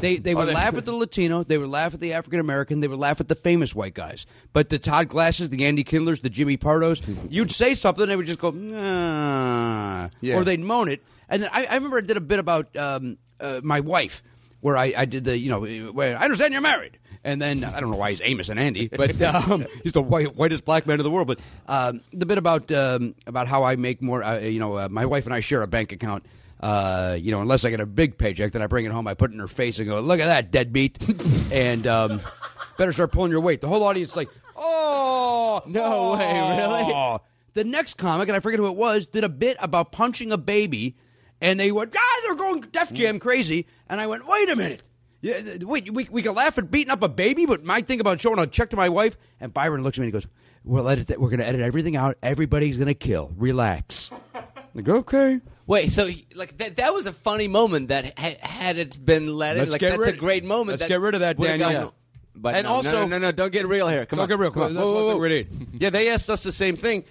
Speaker 12: They they would
Speaker 5: they-
Speaker 12: laugh at the Latino. They would laugh at the African American. They would laugh at the famous white guys. But the Todd Glasses, the Andy Kindlers, the Jimmy Pardos, you'd say something, they would just go, nah.
Speaker 5: Yeah.
Speaker 12: or they'd moan it. And then I, I remember I did a bit about um, uh, my wife, where I, I did the you know, where I understand you're married. And then I don't know why he's Amos and Andy, but um, he's the white, whitest black man in the world. But um, the bit about um, about how I make more, uh, you know, uh, my wife and I share a bank account. Uh, you know, unless I get a big paycheck, then I bring it home, I put it in her face, and go, "Look at that deadbeat," and um, better start pulling your weight. The whole audience like, "Oh, no way, really?"
Speaker 5: The next comic, and I forget who it was, did a bit about punching a baby, and they went, ah, they're going Def Jam crazy. And I went, wait a minute. Yeah, th- wait, we, we can laugh at beating up a baby, but my thing about showing a check to my wife, and Byron looks at me and he goes, we'll edit that. We're going to edit everything out. Everybody's going to kill. Relax. I go, okay.
Speaker 20: Wait, so he- like that, that was a funny moment that ha- had it been let in,
Speaker 5: Let's
Speaker 20: like
Speaker 5: get
Speaker 20: that's
Speaker 5: rid-
Speaker 20: a great moment.
Speaker 5: let's get rid of that,
Speaker 20: would've
Speaker 5: Daniel.
Speaker 20: gone-
Speaker 5: Yeah.
Speaker 20: But
Speaker 15: And
Speaker 20: no, no,
Speaker 15: also-
Speaker 20: no, no, no, don't get real here. Come
Speaker 15: Don't
Speaker 20: on,
Speaker 15: get real. Come on. Whoa, whoa, whoa. yeah, they asked us the same thing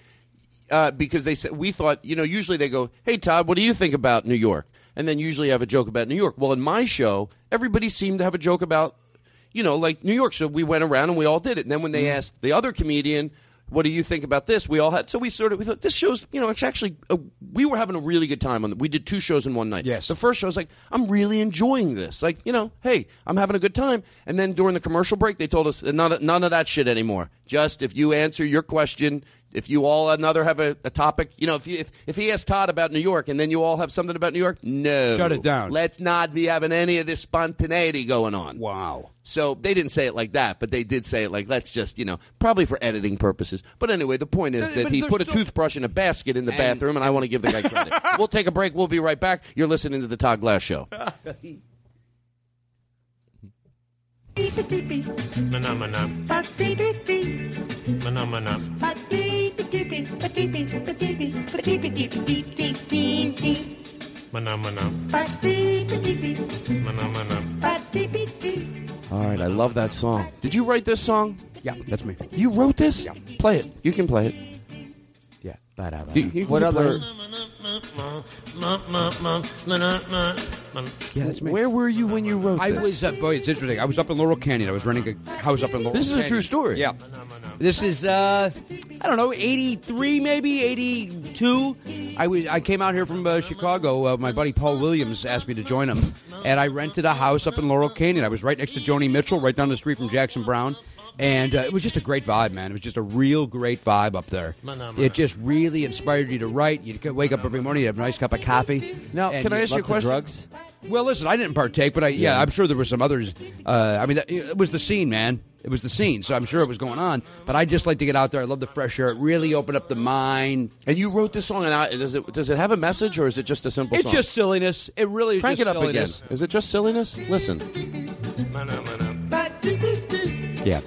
Speaker 15: uh, because they said we thought you know usually they go, hey Todd, what do you think about New York? And then usually have a joke about New York. Well, in my show, everybody seemed to have a joke about you know like New York. So we went around and we all did it. And then when they asked the other comedian. What do you think about this? We all had so we sort of we thought this show's you know it's actually uh we were having a really good time on the, we did two shows in one night. Yes, the first show was like I'm really enjoying this. Like you know, hey, I'm having a good time. And then during the commercial break, they told us none none of that shit anymore. Just if you answer your question, if you all another have a, a topic, you know, if, you, if if he asks Todd about New York and then you all have something about New York, no,
Speaker 5: Shut it down.
Speaker 15: Let's not be having any of this spontaneity going on. Wow. So they didn't say it like that, but they did say it like let's just you know probably for editing purposes. But anyway, the point is that he put a toothbrush in a basket in the bathroom, and I want to give the guy credit. we'll take a break. We'll be right back. You're listening to the Todd Glass Show.
Speaker 7: Manamana. Manamana. Manamana. Manamana.
Speaker 15: All right, I love that song. Did you write this song?
Speaker 5: Yeah, that's me.
Speaker 15: You wrote this? Yeah. Play it. You can play it.
Speaker 5: Yeah.
Speaker 15: Do you- you
Speaker 20: What
Speaker 15: can
Speaker 20: other?
Speaker 15: play it.
Speaker 5: Yeah, that's me.
Speaker 15: Where were you when you wrote
Speaker 5: I
Speaker 15: this?
Speaker 5: was, uh, boy, it's interesting. I was up in Laurel Canyon. I was renting a house up in Laurel
Speaker 15: This is a
Speaker 5: Canyon.
Speaker 15: true story.
Speaker 5: Yeah. This is, uh, I don't know, 83 maybe, 82. I, was, I came out here from uh, Chicago. Uh, my buddy Paul Williams asked me to join him. And I rented a house up in Laurel Canyon. I was right next to Joni Mitchell, right down the street from Jackson Brown. And uh, it was just a great vibe, man. It was just a real great vibe up there. It just really inspired you to write. You'd wake up every morning, you'd have a nice cup of coffee.
Speaker 15: Now,
Speaker 5: and
Speaker 15: can I ask you a
Speaker 5: lots of
Speaker 15: question?
Speaker 5: drugs? Well, listen, I didn't partake, but I yeah, I'm sure there were some others. Uh, I mean, that, it was the scene, man. It was the scene, so I'm sure it was going on. But I just like to get out there. I love the fresh air. It really opened up the mind.
Speaker 15: And you wrote this song, and I, does it does it have a message or is it just a simple?
Speaker 5: It's
Speaker 15: song?
Speaker 5: just silliness. It really is
Speaker 15: crank
Speaker 5: just
Speaker 15: it up again.
Speaker 5: silliness.
Speaker 15: Is it just silliness? Listen,
Speaker 5: Yeah.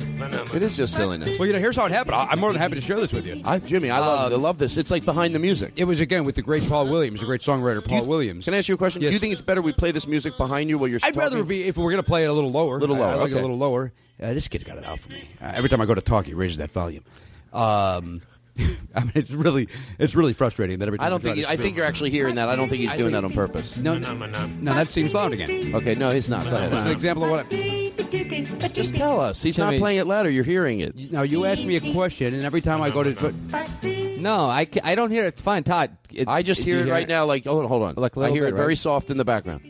Speaker 15: it is just silliness.
Speaker 5: Well, you know, here's how it happened. I- I'm more than happy to share this with you.
Speaker 15: I, Jimmy, I love I love this. It's like behind the music.
Speaker 5: Um, It was again with the great Paul Williams, the great songwriter Paul Williams.
Speaker 15: Can I ask you a question? Do you
Speaker 5: Yes.
Speaker 15: think it's better we play this music behind you while you're?
Speaker 5: I'd rather
Speaker 15: talking?
Speaker 5: be if we're going to play it a little lower.
Speaker 15: Little
Speaker 5: I- I
Speaker 15: lower,
Speaker 5: like it
Speaker 15: okay.
Speaker 5: a little lower. Uh, this kid's got it out for me. Uh, every time I go to talk, he raises that volume. Um, I mean, it's really it's really frustrating that every time
Speaker 15: I don't
Speaker 5: try
Speaker 15: think.
Speaker 5: to
Speaker 15: I
Speaker 5: speak-
Speaker 15: think you're actually hearing that. I don't think he's doing that on purpose.
Speaker 5: no, no, no, that seems loud again.
Speaker 15: Okay, no, he's not. Go
Speaker 5: That's just an
Speaker 15: ahead.
Speaker 5: example of what. I,
Speaker 15: Just tell us. He's not
Speaker 20: Jimmy.
Speaker 15: playing it louder. You're hearing it.
Speaker 5: now you ask me a question, and every time I go to,
Speaker 20: No, I, ca- I don't hear it. It's fine, Todd. It-
Speaker 15: I just
Speaker 20: you
Speaker 15: hear it right now. Like, oh, hold on.
Speaker 20: Like a
Speaker 15: I
Speaker 20: little
Speaker 15: hear
Speaker 20: bit,
Speaker 15: it very
Speaker 20: right?
Speaker 15: soft in the background.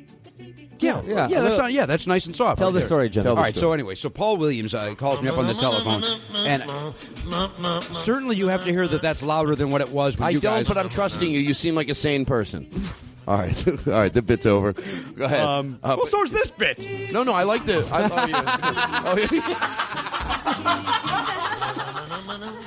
Speaker 5: yeah, yeah,
Speaker 20: yeah,
Speaker 5: uh, that's
Speaker 20: look.
Speaker 5: not, yeah, that's nice and soft.
Speaker 20: Tell
Speaker 5: right
Speaker 20: the
Speaker 5: there.
Speaker 20: story, Jim.
Speaker 15: Tell
Speaker 5: All
Speaker 15: the
Speaker 5: right.
Speaker 15: story.
Speaker 5: So anyway, so Paul Williams uh, calls me up on the telephone, and certainly you have to hear that that's louder than what it was. When
Speaker 15: I
Speaker 5: you
Speaker 15: don't,
Speaker 5: guys,
Speaker 15: but I'm trusting you. You seem like a sane person. All right, all right. The bit's over. Go ahead.
Speaker 5: Um,
Speaker 15: Uh,
Speaker 5: well, so is this bit.
Speaker 15: no, no. I like the. I love you. Oh, yeah.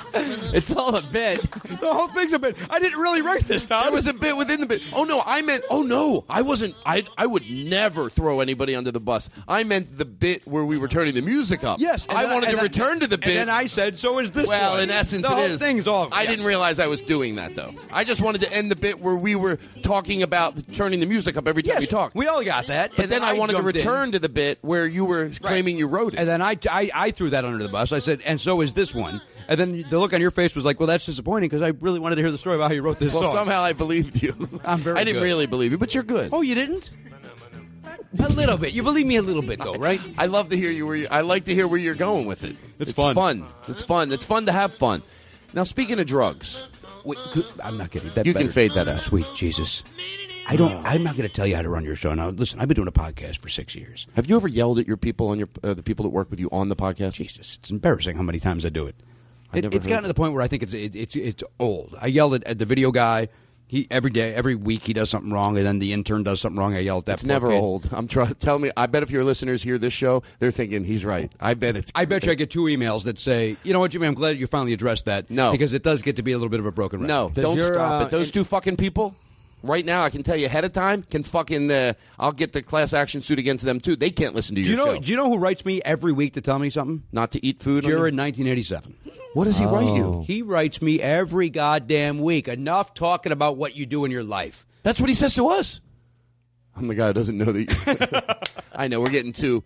Speaker 20: It's all a bit.
Speaker 5: The whole thing's a bit. I didn't really write this, Todd.
Speaker 15: It was a bit within the bit. Oh no, I meant. Oh no, I wasn't. I I would never throw anybody under the bus. I meant the bit where we were turning the music up.
Speaker 5: Yes, and
Speaker 15: I
Speaker 5: then-
Speaker 15: wanted
Speaker 5: and
Speaker 15: to
Speaker 5: then-
Speaker 15: return to the bit.
Speaker 5: And then I said, "So is this?"
Speaker 15: well,
Speaker 5: one.
Speaker 15: in essence,
Speaker 5: the
Speaker 15: it
Speaker 5: whole
Speaker 15: is.
Speaker 5: thing's off.
Speaker 15: I
Speaker 5: Yeah.
Speaker 15: didn't realize I was doing that though. I just wanted to end the bit where we were talking about turning the music up every time
Speaker 5: Yes,
Speaker 15: we talked.
Speaker 5: We all got that.
Speaker 15: but
Speaker 5: and
Speaker 15: then, I wanted to
Speaker 5: jumped in.
Speaker 15: return to the bit where you were claiming you wrote it.
Speaker 5: And then I, I, I threw that under the bus. I said, and so is this one. And then the look on your face was like, well, that's disappointing because I really wanted to hear the story about how you wrote this
Speaker 15: well,
Speaker 5: song.
Speaker 15: somehow I believed you.
Speaker 5: I'm very
Speaker 15: I didn't
Speaker 5: good.
Speaker 15: really believe you, but you're good.
Speaker 5: oh, you didn't? a little bit. You believe me a little bit, though, right?
Speaker 15: I love to hear you. Where you, I like to hear where you're going with it.
Speaker 5: It's fun.
Speaker 15: It's fun. It's fun to have fun. Now, speaking of drugs,
Speaker 5: Wait, could- I'm not getting that.
Speaker 15: You can
Speaker 5: better.
Speaker 15: fade that out.
Speaker 5: Sweet Jesus. I don't. I'm not going to tell you how to run your show now. Listen, I've been doing a podcast for six years.
Speaker 15: have you ever yelled at your people on your uh, the people that work with you on the podcast?
Speaker 5: Jesus, it's embarrassing how many times I do it.
Speaker 15: I
Speaker 5: it
Speaker 15: never
Speaker 5: it's
Speaker 15: heard
Speaker 5: gotten to
Speaker 15: that.
Speaker 5: the point where I think it's it, it's it's old. I yelled at, at the video guy He every day, every week, he does something wrong, and then the intern does something wrong. I yell at that.
Speaker 15: It's never
Speaker 5: fucking-
Speaker 15: old. I'm trying. Tell me. I bet if your listeners hear this show, they're thinking he's right. I bet it's.
Speaker 5: I bet you I get two emails that say, "You know what, Jimmy? I'm glad you finally addressed that." No, because it does get to be a little bit of a broken record.
Speaker 15: No, don't stop
Speaker 5: uh,
Speaker 15: it. Those two fucking people, right now, I can tell you ahead of time, can fucking. Uh, I'll get the class action suit against them too. They can't listen to
Speaker 5: Do
Speaker 15: your
Speaker 5: you know?
Speaker 15: show.
Speaker 5: Do you know who writes me every week to tell me something?
Speaker 15: Not to eat food. on
Speaker 5: You're
Speaker 15: the-
Speaker 5: in 1987.
Speaker 15: What does he write you?
Speaker 5: He writes me every goddamn week. Enough talking about what you do in your life.
Speaker 15: That's what he says to us. I'm the guy who doesn't know that. I know we're getting too.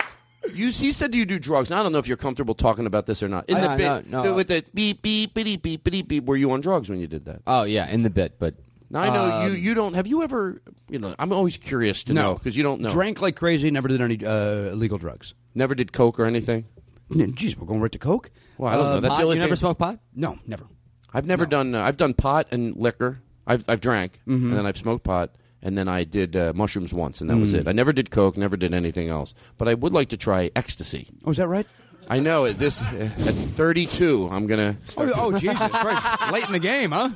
Speaker 15: You, he said you do drugs. Now, I don't know if you're comfortable talking about this or not. In
Speaker 3: I-
Speaker 15: the
Speaker 3: I-
Speaker 15: bit,
Speaker 3: no, no.
Speaker 15: with the beep beep bitty beep bitty beep, were you on drugs when you did that?
Speaker 3: Oh yeah, in the bit, but
Speaker 15: Now I know you.
Speaker 3: Um,
Speaker 15: You don't. Have you ever? You know, I'm always curious to know because you don't know.
Speaker 5: Drank like crazy. Never did any uh, illegal drugs.
Speaker 15: Never did coke or anything.
Speaker 5: Jeez, we're going right to coke.
Speaker 15: Well, I don't
Speaker 5: Uh,
Speaker 15: know. That's
Speaker 5: pot?
Speaker 15: the only
Speaker 5: You
Speaker 15: thing.
Speaker 5: never smoked pot? No, never.
Speaker 15: I've never done. Uh, I've done pot and liquor. I've I've drank
Speaker 5: Mm-hmm.
Speaker 15: and then I've smoked pot and then I did uh, mushrooms once and that was
Speaker 5: Mm.
Speaker 15: it. I never did coke. Never did anything else. But I would like to try ecstasy.
Speaker 5: Oh, is that right?
Speaker 15: I know at this at 32 I'm gonna.
Speaker 5: Oh,
Speaker 15: Start
Speaker 5: oh, Jesus Christ! Late in the game, huh?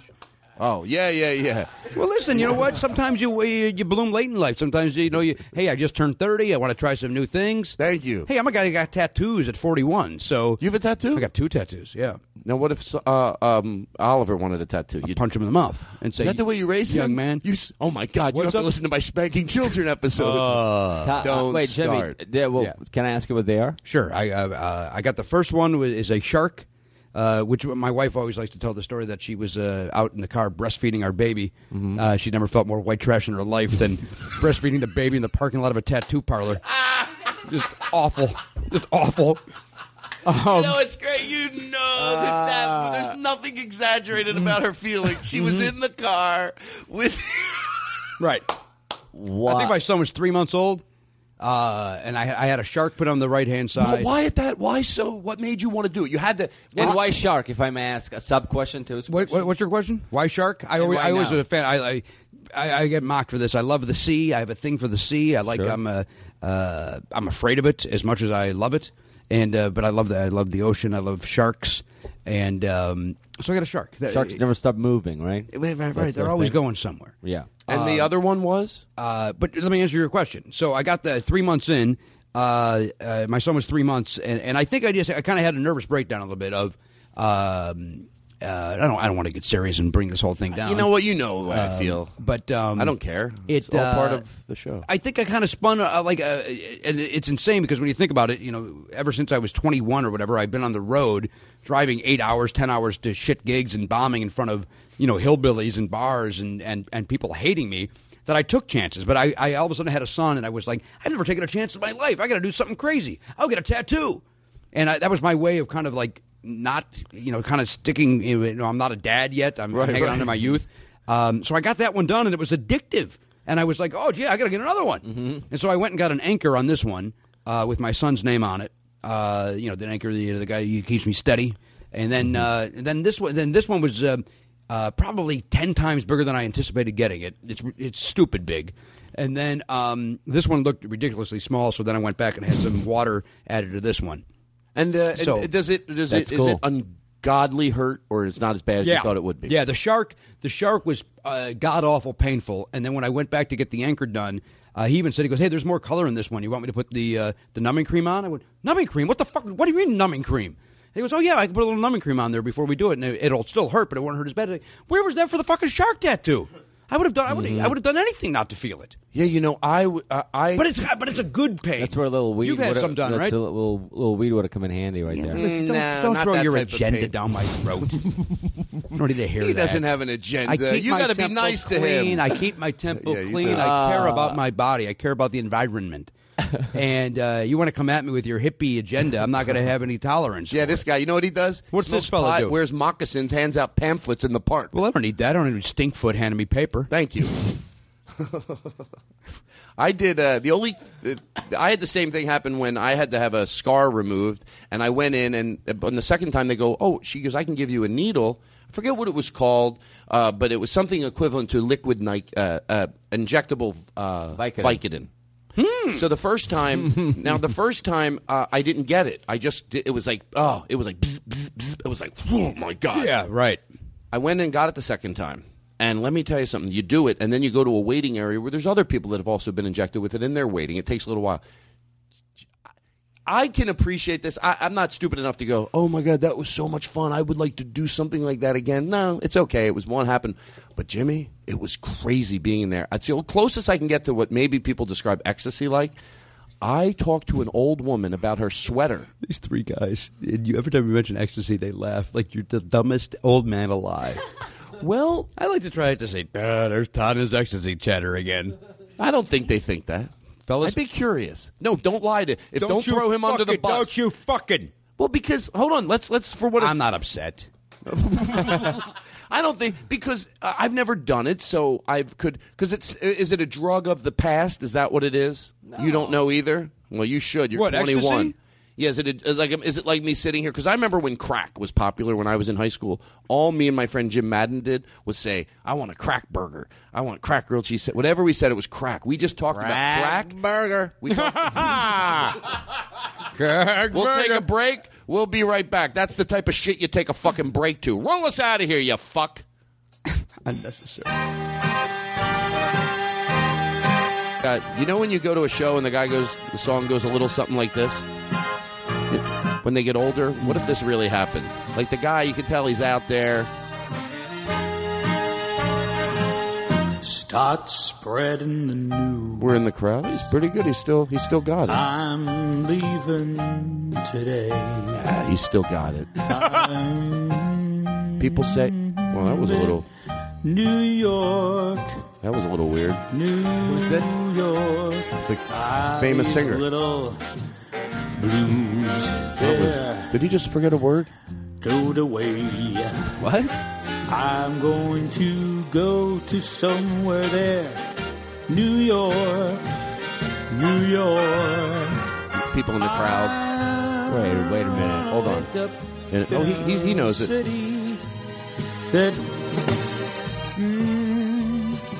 Speaker 15: Oh yeah yeah yeah.
Speaker 5: Well, listen. You know what? Sometimes you you you bloom late in life. Sometimes you know you. Hey, I just turned thirty. I want to try some new things.
Speaker 15: Thank you.
Speaker 5: Hey, I'm a guy that got tattoos at forty-one. So
Speaker 15: you have a tattoo? I
Speaker 5: got two tattoos. Yeah.
Speaker 15: Now what if uh, um, Oliver wanted a tattoo? You'd
Speaker 5: punch him in the mouth and say,
Speaker 15: "Is that the way you raised
Speaker 5: young
Speaker 15: him,
Speaker 5: man?"
Speaker 15: You s- oh my God! you
Speaker 5: What's
Speaker 15: have
Speaker 5: up?
Speaker 15: to listen to my spanking children episode.
Speaker 5: Uh,
Speaker 15: Don't
Speaker 3: wait, Jimmy,
Speaker 15: start.
Speaker 3: yeah, well, Can I ask you what they are?
Speaker 5: Sure. I uh, uh, I got the first one wa- is a shark, uh, which my wife always likes to tell the story that she was uh, out in the car breastfeeding our baby.
Speaker 15: Mm-hmm.
Speaker 5: Uh, she never felt more white trash in her life than breastfeeding the baby in the parking lot of a tattoo parlor. Just awful. Just awful. Um,
Speaker 21: you know, it's great. You know that, that
Speaker 15: Uh,
Speaker 21: there's nothing exaggerated about her feelings. She was
Speaker 15: mm-hmm.
Speaker 21: in the car with.
Speaker 5: Right. I think my son was three months old, uh, and I, I had a shark put on the right hand
Speaker 15: But
Speaker 5: side.
Speaker 15: why at that? Why so? What made you want to do it? You had to.
Speaker 3: And why shark? If I may ask a sub question to his
Speaker 5: What, what, what's your question? Why shark? I
Speaker 3: And
Speaker 5: always,
Speaker 3: why
Speaker 5: I always
Speaker 3: now?
Speaker 5: was a fan. I, I, I, I get mocked for this. I love the sea. I have a thing for the sea. I like.
Speaker 3: Sure.
Speaker 5: I'm a, uh, I'm afraid of it as much as I love it. And uh, but I love the I love the ocean. I love sharks. And um, so I got a shark. That-
Speaker 3: Sharks never stop moving, right?
Speaker 5: Right, right,
Speaker 3: That's
Speaker 5: They're
Speaker 3: their
Speaker 5: always
Speaker 3: thing.
Speaker 5: going somewhere.
Speaker 3: Yeah.
Speaker 15: And the
Speaker 5: Um,
Speaker 15: other one was.
Speaker 5: Uh, but let me answer your question. So I got the three months in. Uh, uh, my son was three months, and, and I think I just I kind of had a nervous breakdown a little bit of. Um, uh, I don't. I don't want to get serious and bring this whole
Speaker 3: Uh,
Speaker 5: thing down.
Speaker 15: You know what? You know what I
Speaker 5: Um,
Speaker 15: feel.
Speaker 5: but um,
Speaker 15: I don't care.
Speaker 5: It,
Speaker 15: It's all part
Speaker 5: uh,
Speaker 15: of the show.
Speaker 5: I think I kind of spun uh, like, uh, and it's insane because when you think about it, you know, ever since I was 21 or whatever, I've been on the road driving eight hours, 10 hours to shit gigs and bombing in front of, you know, hillbillies and bars and, and, and people hating me that I took chances. But I, I all of a sudden had a son and I was like, I've never taken a chance in my life. I got to do something crazy. I'll get a tattoo. And I, that was my way of kind of like not, you know, kind of sticking, you know, I'm not a dad yet. I'm
Speaker 15: Right,
Speaker 5: hanging
Speaker 15: right.
Speaker 5: on to my youth. Um, so I got that one done, and it was addictive. And I was like, oh, gee, I got to get another one. And so I went and got an anchor on this one uh, with my son's name on it. Uh, you know, the anchor, the, the guy who keeps me steady. And then, uh, and then this one, then this one was um uh, probably ten times bigger than I anticipated getting it. It's it's stupid big. And then um, this one looked ridiculously small. So then I went back and had some water added to this one.
Speaker 15: And uh,
Speaker 5: So-
Speaker 15: and does it does
Speaker 5: That's
Speaker 15: it is
Speaker 5: cool.
Speaker 15: it ungodly hurt or it's not as bad as you thought it would be?
Speaker 5: Yeah, the shark, the shark was uh, god awful painful. And then when I went back to get the anchor done, uh, he even said, "He goes, hey, there's more color in this one. You want me to put the uh, the numbing cream on?" I went, "Numbing cream? What the fuck? What do you mean numbing cream?" And he goes, "Oh yeah, I can put a little numbing cream on there before we do it, and it, will still hurt, but it won't hurt as bad." I- Where was that for the fucking shark tattoo? I would have done. I would.
Speaker 15: Mm-hmm.
Speaker 5: I would have done anything not to feel it.
Speaker 15: Yeah, you know, I w- uh, I
Speaker 5: But it's but it's a good pain.
Speaker 3: That's where a little weed.
Speaker 5: You've had
Speaker 3: would've-
Speaker 5: some done,
Speaker 3: that's
Speaker 5: right?
Speaker 3: A little, little weed would have come in handy right there.
Speaker 5: Listen, don't
Speaker 15: No,
Speaker 5: don't
Speaker 15: Mm, not
Speaker 5: throw
Speaker 15: that
Speaker 5: your
Speaker 15: type of
Speaker 5: agenda
Speaker 15: pain.
Speaker 5: down my throat. I don't need to hear
Speaker 15: He
Speaker 5: that.
Speaker 15: doesn't have an agenda.
Speaker 5: I keep
Speaker 15: You
Speaker 5: my
Speaker 15: gotta be
Speaker 5: temple
Speaker 15: nice to
Speaker 5: clean.
Speaker 15: him.
Speaker 5: I keep my temple
Speaker 15: Yeah, you
Speaker 5: clean.
Speaker 15: do.
Speaker 5: I care
Speaker 15: Ah.
Speaker 5: about my body. I care about the environment. and uh, you want to come at me with your hippie agenda? I'm not going to have any tolerance.
Speaker 15: Yeah, this guy. You know what he does?
Speaker 5: What's
Speaker 15: Smokes
Speaker 5: this fella
Speaker 15: pot,
Speaker 5: do?
Speaker 15: Wears moccasins, hands out pamphlets in the park.
Speaker 5: Well, I don't need that. I don't need Stinkfoot handing me paper.
Speaker 15: Thank you. I did uh, the only. Uh, I had the same thing happen when I had to have a scar removed, and I went in, and uh, on the second time they go, "Oh, she goes, I can give you a needle." I forget what it was called, uh, but it was something equivalent to liquid ni- uh, uh, injectable uh, Vicodin. So the first time, now the first time uh, I didn't get it. I just did, it was like oh, it was like bzz, bzz, bzz. it was like oh my god.
Speaker 5: Yeah, right.
Speaker 15: I went and got it the second time. And let me tell you something. You do it, and then you go to a waiting area where there's other people that have also been injected with it, and they're waiting. It takes a little while. I can appreciate this. I, I'm not stupid enough to go, oh my God, that was so much fun. I would like to do something like that again. No, it's okay. It was one happened. But Jimmy, it was crazy being in there. It's the closest I can get to what maybe people describe ecstasy like. I talked to an old woman about her sweater.
Speaker 5: These three guys, and you, every time you mention ecstasy, they laugh like you're the dumbest old man alive.
Speaker 15: well,
Speaker 5: I like to try it to say, "Ah, there's Todd and his ecstasy chatter again.
Speaker 15: I don't think they think that.
Speaker 5: Fellas,
Speaker 15: I'd be curious. No, don't lie to. If don't,
Speaker 5: you
Speaker 15: throw him under the
Speaker 5: fucking-
Speaker 15: bus.
Speaker 5: Don't you fucking.
Speaker 15: Well, because hold on, let's let's for what
Speaker 5: I'm not upset.
Speaker 15: I don't think because uh, I've never done it, so I've could because it's is it a drug of the past? Is that what it is? You don't know either. Well, you should. You're
Speaker 5: What,
Speaker 15: 21.
Speaker 5: ecstasy?
Speaker 15: Yeah, is it a, uh, like is it like me sitting here? Because I remember when crack was popular when I was in high school. All me and my friend Jim Madden did was say, "I want a crack burger. I want crack grilled cheese." sa-" Whatever we said, it was crack. We just talked about crack.
Speaker 22: burger.
Speaker 15: We talked, we'll take a break. We'll be right back. That's the type of shit you take a fucking break to. Roll us out of here, you fuck.
Speaker 5: Unnecessary.
Speaker 15: Uh, you know when you go to a show and the guy goes, the song goes a little something like this. When they get older, what if this really happened? Like the guy, you can tell he's out there.
Speaker 23: Start spreading the news. Uh-huh.
Speaker 15: We're in the crowd. He's pretty good. He's still, he's still got it.
Speaker 23: I'm leaving today.
Speaker 15: Yeah, he's still got it. People say, well, that was a little,
Speaker 23: New York,
Speaker 15: that was a little weird.
Speaker 23: New York.
Speaker 15: It's a famous singer.
Speaker 23: Ah, Little blues
Speaker 15: That was-
Speaker 23: there
Speaker 15: did he just forget a word?
Speaker 23: stowed away.
Speaker 15: What?
Speaker 23: I'm going to go to somewhere there. New York, New York.
Speaker 15: People in the crowd. Wait, wait a minute. Hold on. Ah. And- oh, he, he, he knows it.
Speaker 23: City that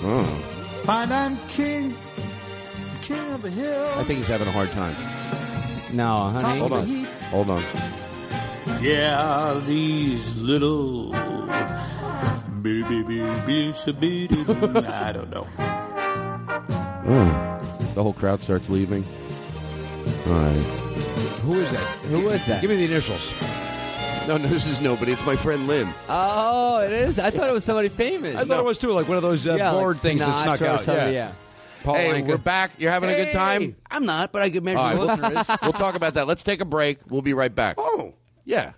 Speaker 15: Oh.
Speaker 23: find I'm king, king of a hill.
Speaker 15: I think he's having a hard time.
Speaker 22: No, honey.
Speaker 15: Hold on. Hold on.
Speaker 23: Yeah, these little bee bee bee bee bee bee. I don't know.
Speaker 15: Oh. The whole crowd starts leaving. All right.
Speaker 22: Who is that? Who is that?
Speaker 5: Give me the initials.
Speaker 15: No, no, this is nobody. It's my friend Lynn.
Speaker 22: Oh, it is. I thought it was somebody famous.
Speaker 5: I thought it was too, like one of those uh,
Speaker 22: yeah, like
Speaker 5: board things that
Speaker 22: Sinatra
Speaker 5: snuck
Speaker 22: or
Speaker 5: out.
Speaker 22: something, yeah.
Speaker 5: Paul
Speaker 15: hey,
Speaker 5: Anka.
Speaker 15: we're back. You're having a good time?
Speaker 5: Hey, I'm not, but I could measure
Speaker 15: All right,
Speaker 5: the
Speaker 15: we'll,
Speaker 5: listener is.
Speaker 15: we'll talk about that. Let's take a break. We'll be right back.
Speaker 5: Oh,
Speaker 15: Yeah.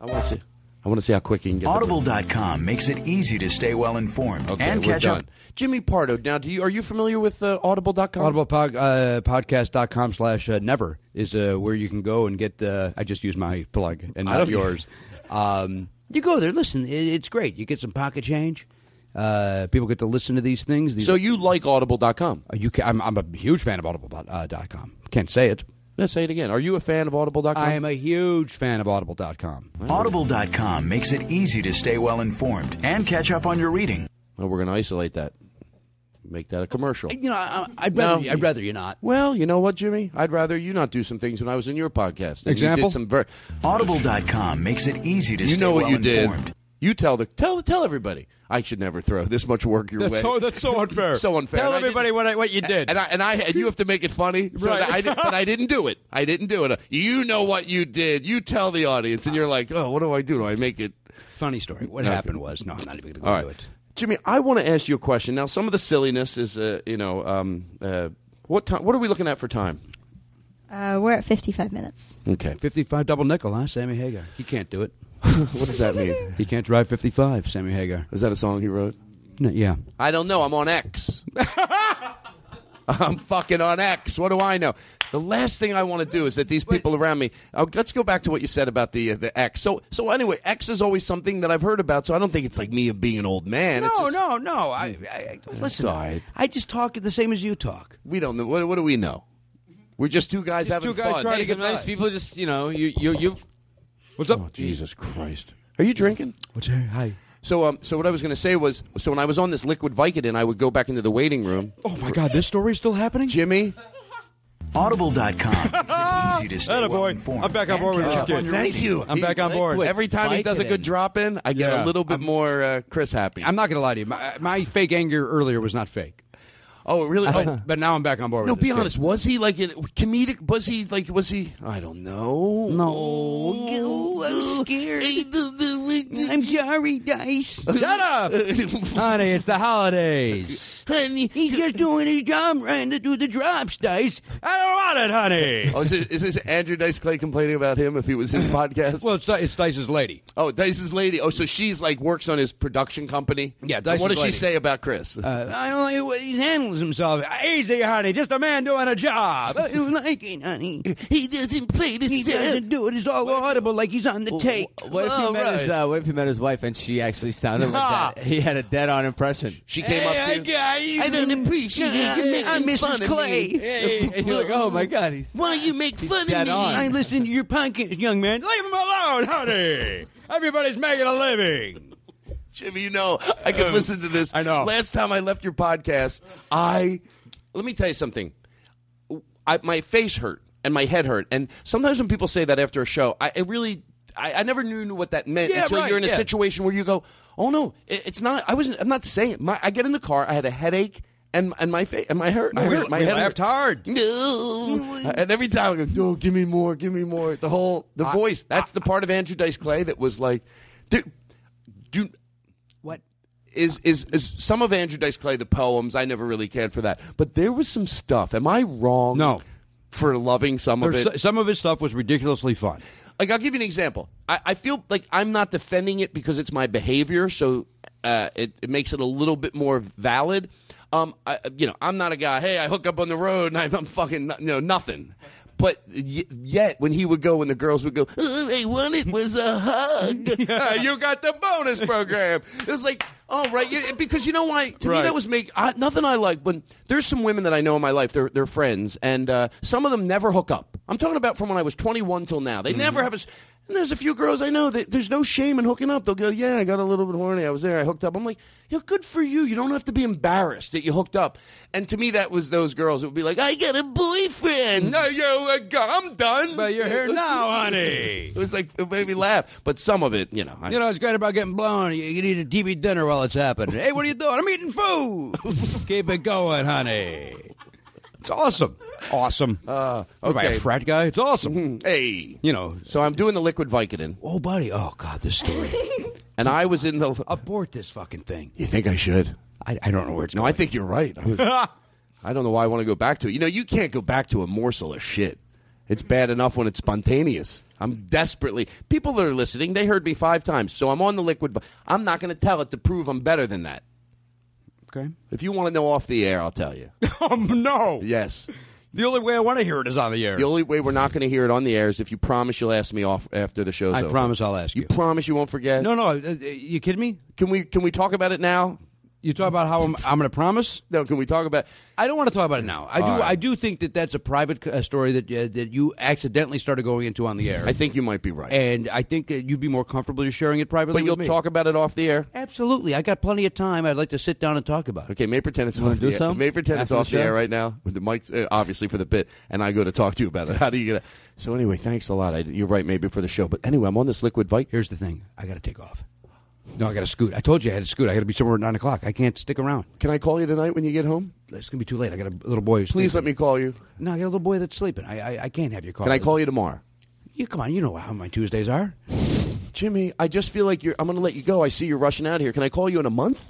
Speaker 15: I want to see. I want to see how quick you can get. the-
Speaker 7: Audible.com makes it easy to stay well informed
Speaker 15: Okay,
Speaker 7: and
Speaker 15: we're
Speaker 7: catch
Speaker 15: done.
Speaker 7: up.
Speaker 15: Jimmy Pardo. Now, do you are you familiar with uh, Audible.com?
Speaker 5: Audible pod, uh, podcast.com slash uh, never is uh, where you can go and get. Uh, I just used my plug and
Speaker 15: I
Speaker 5: not
Speaker 15: don't-
Speaker 5: yours. um, you go there. Listen, it, it's great. You get some pocket change. Uh, people get to listen to these things. These,
Speaker 15: So you like Audible.com?
Speaker 5: you can, I'm, I'm a huge fan of audible.com. Uh, dot com. Can't say it.
Speaker 15: Let's say it again. Are you a fan of Audible.com?
Speaker 5: I am a huge fan of audible.com.
Speaker 7: Audible.com makes it easy to stay well informed and catch up on your reading.
Speaker 15: Well, Oh, we're going to isolate that. Make that a commercial.
Speaker 5: You know, I, I'd rather
Speaker 15: No.
Speaker 5: I'd rather you not.
Speaker 15: Well, you know what, Jimmy? I'd rather you not do some things when I was in your podcast. And You
Speaker 5: Example?
Speaker 15: did some ver-
Speaker 7: Audible.com makes it easy to
Speaker 15: You
Speaker 7: stay
Speaker 15: know what
Speaker 7: well
Speaker 15: you
Speaker 7: informed.
Speaker 15: did. You tell the tell tell everybody. I should never throw this much work your way.
Speaker 5: that's so unfair.
Speaker 15: So unfair.
Speaker 5: Tell
Speaker 15: And I didn't-
Speaker 5: everybody what I, what you did.
Speaker 15: and I and I and you have to make it funny. So
Speaker 5: Right.
Speaker 15: that I did, but I didn't do it. I didn't do it. You know what you did. You tell the audience, and you're like, oh, what do I do? Do I make it?
Speaker 5: Funny story. What happened was no, I'm not even going to go
Speaker 15: All right,
Speaker 5: into it.
Speaker 15: Jimmy. I want to ask you a question. Now, some of the silliness is, uh, you know, um, uh, what time? What are we looking at for time?
Speaker 14: Uh, we're at 55 minutes.
Speaker 15: Okay.
Speaker 5: 55 double nickel, huh? Sammy Hagar. He can't do it.
Speaker 15: what does that mean?
Speaker 5: He can't drive 55, Sammy Hagar.
Speaker 15: Is that a song he wrote?
Speaker 5: No, yeah.
Speaker 15: I don't know. I'm on X. I'm fucking on X. What do I know? The last thing I want to do is that these people around me. Oh, let's go back to what you said about the uh, the X. So so anyway, X is always something that I've heard about. So I don't think it's like me being an old man. It's
Speaker 5: no,
Speaker 15: just-
Speaker 5: no, no. I, I, I, listen,
Speaker 15: all right.
Speaker 5: I just talk the same as you talk.
Speaker 15: We don't know. What, what do we know? We're just two guys having
Speaker 5: two guys
Speaker 15: fun.
Speaker 5: trying
Speaker 22: Hey,
Speaker 5: to get
Speaker 22: sometimes
Speaker 5: by.
Speaker 22: people just, you know, you, you, you've.
Speaker 5: What's up?
Speaker 15: Oh, Jesus Christ! Are you drinking?
Speaker 5: What's your, hi.
Speaker 15: So um so what I was going to say was so when I was on this liquid Vicodin, I would go back into the waiting room.
Speaker 5: Oh, my God. This story's still happening?
Speaker 15: Jimmy,
Speaker 24: Audible.com makes it easy to stay
Speaker 5: Attaboy.
Speaker 24: well informed.
Speaker 5: I'm back on
Speaker 24: and
Speaker 5: board with
Speaker 24: catch
Speaker 5: this
Speaker 24: up
Speaker 5: kid.
Speaker 24: on your
Speaker 5: Thank
Speaker 24: weekend.
Speaker 5: you. I'm back on board.
Speaker 15: Every time he does a good drop in, I get a
Speaker 5: Yeah.
Speaker 15: little bit more uh, Chris happy.
Speaker 5: I'm not going to lie to you. My, my fake anger earlier was not fake.
Speaker 15: Oh, really? Oh.
Speaker 5: But, but now I'm back on board.
Speaker 15: No,
Speaker 5: with this
Speaker 15: be
Speaker 5: kid.
Speaker 15: honest. Was he like a comedic? Was he like? Was he? I don't know.
Speaker 5: No. I'm scared. I'm sorry, Dice. Shut up.
Speaker 15: Uh,
Speaker 5: Honey, it's the holidays. Honey, he's just doing his job trying to do the drops, Dice. I don't want it, honey.
Speaker 15: Oh, is, it, is this Andrew Dice Clay complaining about him if he was his podcast?
Speaker 5: Well, it's, it's Dice's lady.
Speaker 15: Oh, Dice's lady. Oh, so she's like works on his production company.
Speaker 5: Yeah,
Speaker 15: And
Speaker 5: Dice's
Speaker 15: What does
Speaker 5: lady.
Speaker 15: she say about Chris?
Speaker 5: Uh, I don't like the way he handles himself. Easy, honey. Just a man doing a job. I don't like it, honey. He doesn't play this. He doesn't do it. It's all audible, like he's on the tape.
Speaker 25: What if, he met his, uh, what if he met his wife and she actually sounded like that? He had a dead on impression.
Speaker 15: She came up to you.
Speaker 5: I don't appreciate it. I'm Mrs. Clay.
Speaker 25: and you're like, oh my God, he's
Speaker 5: Why you make fun
Speaker 25: dead on.
Speaker 5: I listen to your podcast, young man. Leave him alone, honey. Everybody's making a living.
Speaker 15: Jimmy, you know, I could listen to this.
Speaker 5: Um, I know.
Speaker 15: Last time I left your podcast, I let me tell you something. I, my face hurt and my head hurt, and sometimes when people say that after a show, I it really, I, I never knew what that meant
Speaker 5: Yeah,
Speaker 15: until
Speaker 5: right,
Speaker 15: you're in a
Speaker 5: yeah.
Speaker 15: situation where you go, "Oh no, it, it's not." I wasn't. I'm not saying. It. My, I get in the car. I had a headache. And, and my face and my hurt, I
Speaker 5: we-
Speaker 15: hurt my
Speaker 5: we
Speaker 15: head
Speaker 5: laughed
Speaker 15: hurt.
Speaker 5: hard.
Speaker 15: No, and every time I go, oh, give me more, give me more. The whole the voice. That's the part of Andrew Dice Clay that was like, dude, do
Speaker 5: What?
Speaker 15: is, is is some of Andrew Dice Clay the poems. I never really cared for that, but there was some stuff. Am I wrong?
Speaker 5: No.
Speaker 15: for loving some
Speaker 5: There's
Speaker 15: of
Speaker 5: so-
Speaker 15: it.
Speaker 5: some of his stuff was ridiculously fun.
Speaker 15: like I'll give you an example. I, I feel like I'm not defending it because it's my behavior, so uh, it it makes it a little bit more valid. Um, I, you know, I'm not a guy. Hey, I hook up on the road and I'm, I'm fucking you know nothing. But y- yet, when he would go, when the girls would go, "All they wanted was a hug. you got the bonus program. It was like, oh right, yeah, because you know why? To me,
Speaker 5: Right.
Speaker 15: that was make I, nothing I like. When there's some women that I know in my life, they're they're friends, and uh, some of them never hook up. I'm talking about from when I was 21 till now. They never have a. s- And there's a few girls I know that there's no shame in hooking up. They'll go, yeah, I got a little bit horny. I was there. I hooked up. I'm like, you know, good for you. You don't have to be embarrassed that you hooked up. And to me, that was those girls. It would be like, I got a boyfriend. No, you're a go- I'm done.
Speaker 5: But you're here now, honey.
Speaker 15: It was like it made me laugh, but some of it, you know, I,
Speaker 5: You know, it's great about getting blown. You can eat a TV dinner while it's happening. Hey, what are you doing? I'm eating food. Keep it going, honey. It's awesome. Awesome. Uh, Am I
Speaker 15: okay. Mm-hmm.
Speaker 5: a frat guy? It's awesome.
Speaker 15: hey.
Speaker 5: You know.
Speaker 15: So I'm doing the liquid Vicodin,
Speaker 5: Oh, buddy. Oh, God, this story.
Speaker 15: and I was in the.
Speaker 5: Abort this fucking thing.
Speaker 15: You think I should?
Speaker 5: I, I don't know where it's
Speaker 15: No, I
Speaker 5: going.
Speaker 15: think you're right. I, was- I don't know why I want to go back to it. You know, you can't go back to a morsel of shit. It's bad enough when it's spontaneous. I'm desperately. People that are listening, they heard me five times, so I'm on the liquid. But I'm not going to tell it to prove I'm better than that.
Speaker 5: Okay.
Speaker 15: If you want to know off the air, I'll tell you.
Speaker 5: Oh, no.
Speaker 15: Yes.
Speaker 5: The only way I want to hear it is on the air.
Speaker 15: Um, The only way we're not going to hear it on the air is if you promise you'll ask me off after the show's
Speaker 5: I
Speaker 15: over.
Speaker 5: promise I'll ask
Speaker 15: You
Speaker 5: you.
Speaker 15: promise you won't forget?
Speaker 5: no, no. uh, uh, You kidding me?
Speaker 15: Can we can we talk about it now?
Speaker 5: You talk about how I'm, I'm going to promise?
Speaker 15: No, can we talk about?
Speaker 5: I don't want to talk about it now. I do.
Speaker 15: right.
Speaker 5: I do think that that's a private uh, story that uh, that you accidentally started going into on the air.
Speaker 15: I think you might be right.
Speaker 5: and I think that you'd be more comfortable just sharing it privately.
Speaker 15: but
Speaker 5: with
Speaker 15: you'll
Speaker 5: me.
Speaker 15: talk about it off the air.
Speaker 5: Absolutely, I got plenty of time. I'd like to sit down and talk about it.
Speaker 15: Okay, may pretend it's
Speaker 25: wanna
Speaker 15: off
Speaker 25: do
Speaker 15: the air.
Speaker 25: some
Speaker 15: May pretend it's
Speaker 25: after the
Speaker 15: off the,
Speaker 25: show?
Speaker 15: air right now with the mic, uh, obviously for the bit, and I go to talk to you about it. How do you get it? So anyway, thanks a lot. I, you're right, maybe for the show, but anyway, I'm on this liquid bike.
Speaker 5: Here's the thing: I got to take off. No, I got to scoot. I told you I had to scoot. I got to be somewhere at nine o'clock. I can't stick around.
Speaker 15: Can I call you tonight when you get home?
Speaker 5: It's gonna be too late. I got a little boy. Who's
Speaker 15: Please let
Speaker 5: sleeping.
Speaker 15: me call you.
Speaker 5: No, I got a little boy that's sleeping. I I, I can't have your car.
Speaker 15: Can I call you tomorrow?
Speaker 5: You come on. You know how my Tuesdays are.
Speaker 15: Jimmy, I just feel like you're. I'm going to let you go. I see you're rushing out of here. Can I call you in a month?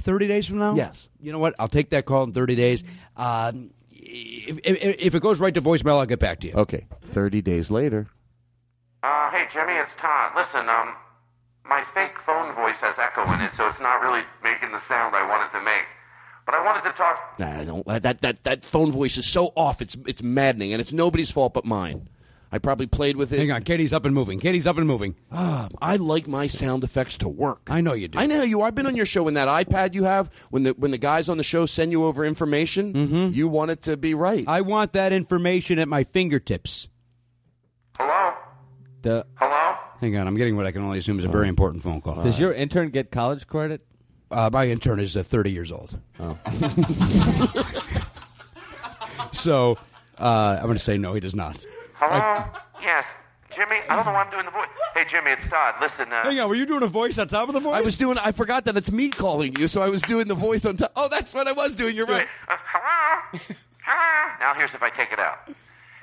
Speaker 5: Thirty days from now.
Speaker 15: Yes.
Speaker 5: You know what? I'll take that call in thirty days. Um, if, if, if it goes right to voicemail, I'll get back to you.
Speaker 15: Okay. Thirty days later.
Speaker 7: Uh, hey, Jimmy, it's Todd. Listen, um, my fake phone voice has echo in it, so it's not really making the sound I wanted to make. But I wanted to talk.
Speaker 15: Nah, I don't. That that that phone voice is so off. It's it's maddening, and it's nobody's fault but mine. I probably played with it.
Speaker 5: Hang on. Katie's up and moving. Katie's up and moving.
Speaker 15: Ah, I like my sound effects to work.
Speaker 5: I know you do.
Speaker 15: I know you. are. I've been on your show when that iPad you have, when the when the guys on the show send you over information, you want it to be right.
Speaker 5: Mm-hmm. I want that information at my fingertips.
Speaker 7: Hello?
Speaker 25: Duh.
Speaker 7: Hello?
Speaker 5: Hang on, I'm getting what I can only assume is a very important phone call.
Speaker 25: Does your intern get college credit?
Speaker 5: uh, my intern is uh, 30 years old. Oh. so Uh, I'm going to say no, he does not.
Speaker 7: Hello? yes. Jimmy, I don't know why I'm doing the voice. Hey, Jimmy, it's Todd. Listen, uh,
Speaker 5: Hang on, were you doing a voice on top of the voice?
Speaker 26: I was doing. I forgot that it's me calling you, so I was doing the voice on top. Oh, that's what I was doing. You're right.
Speaker 7: Uh, hello? hello? Now here's if I take it out.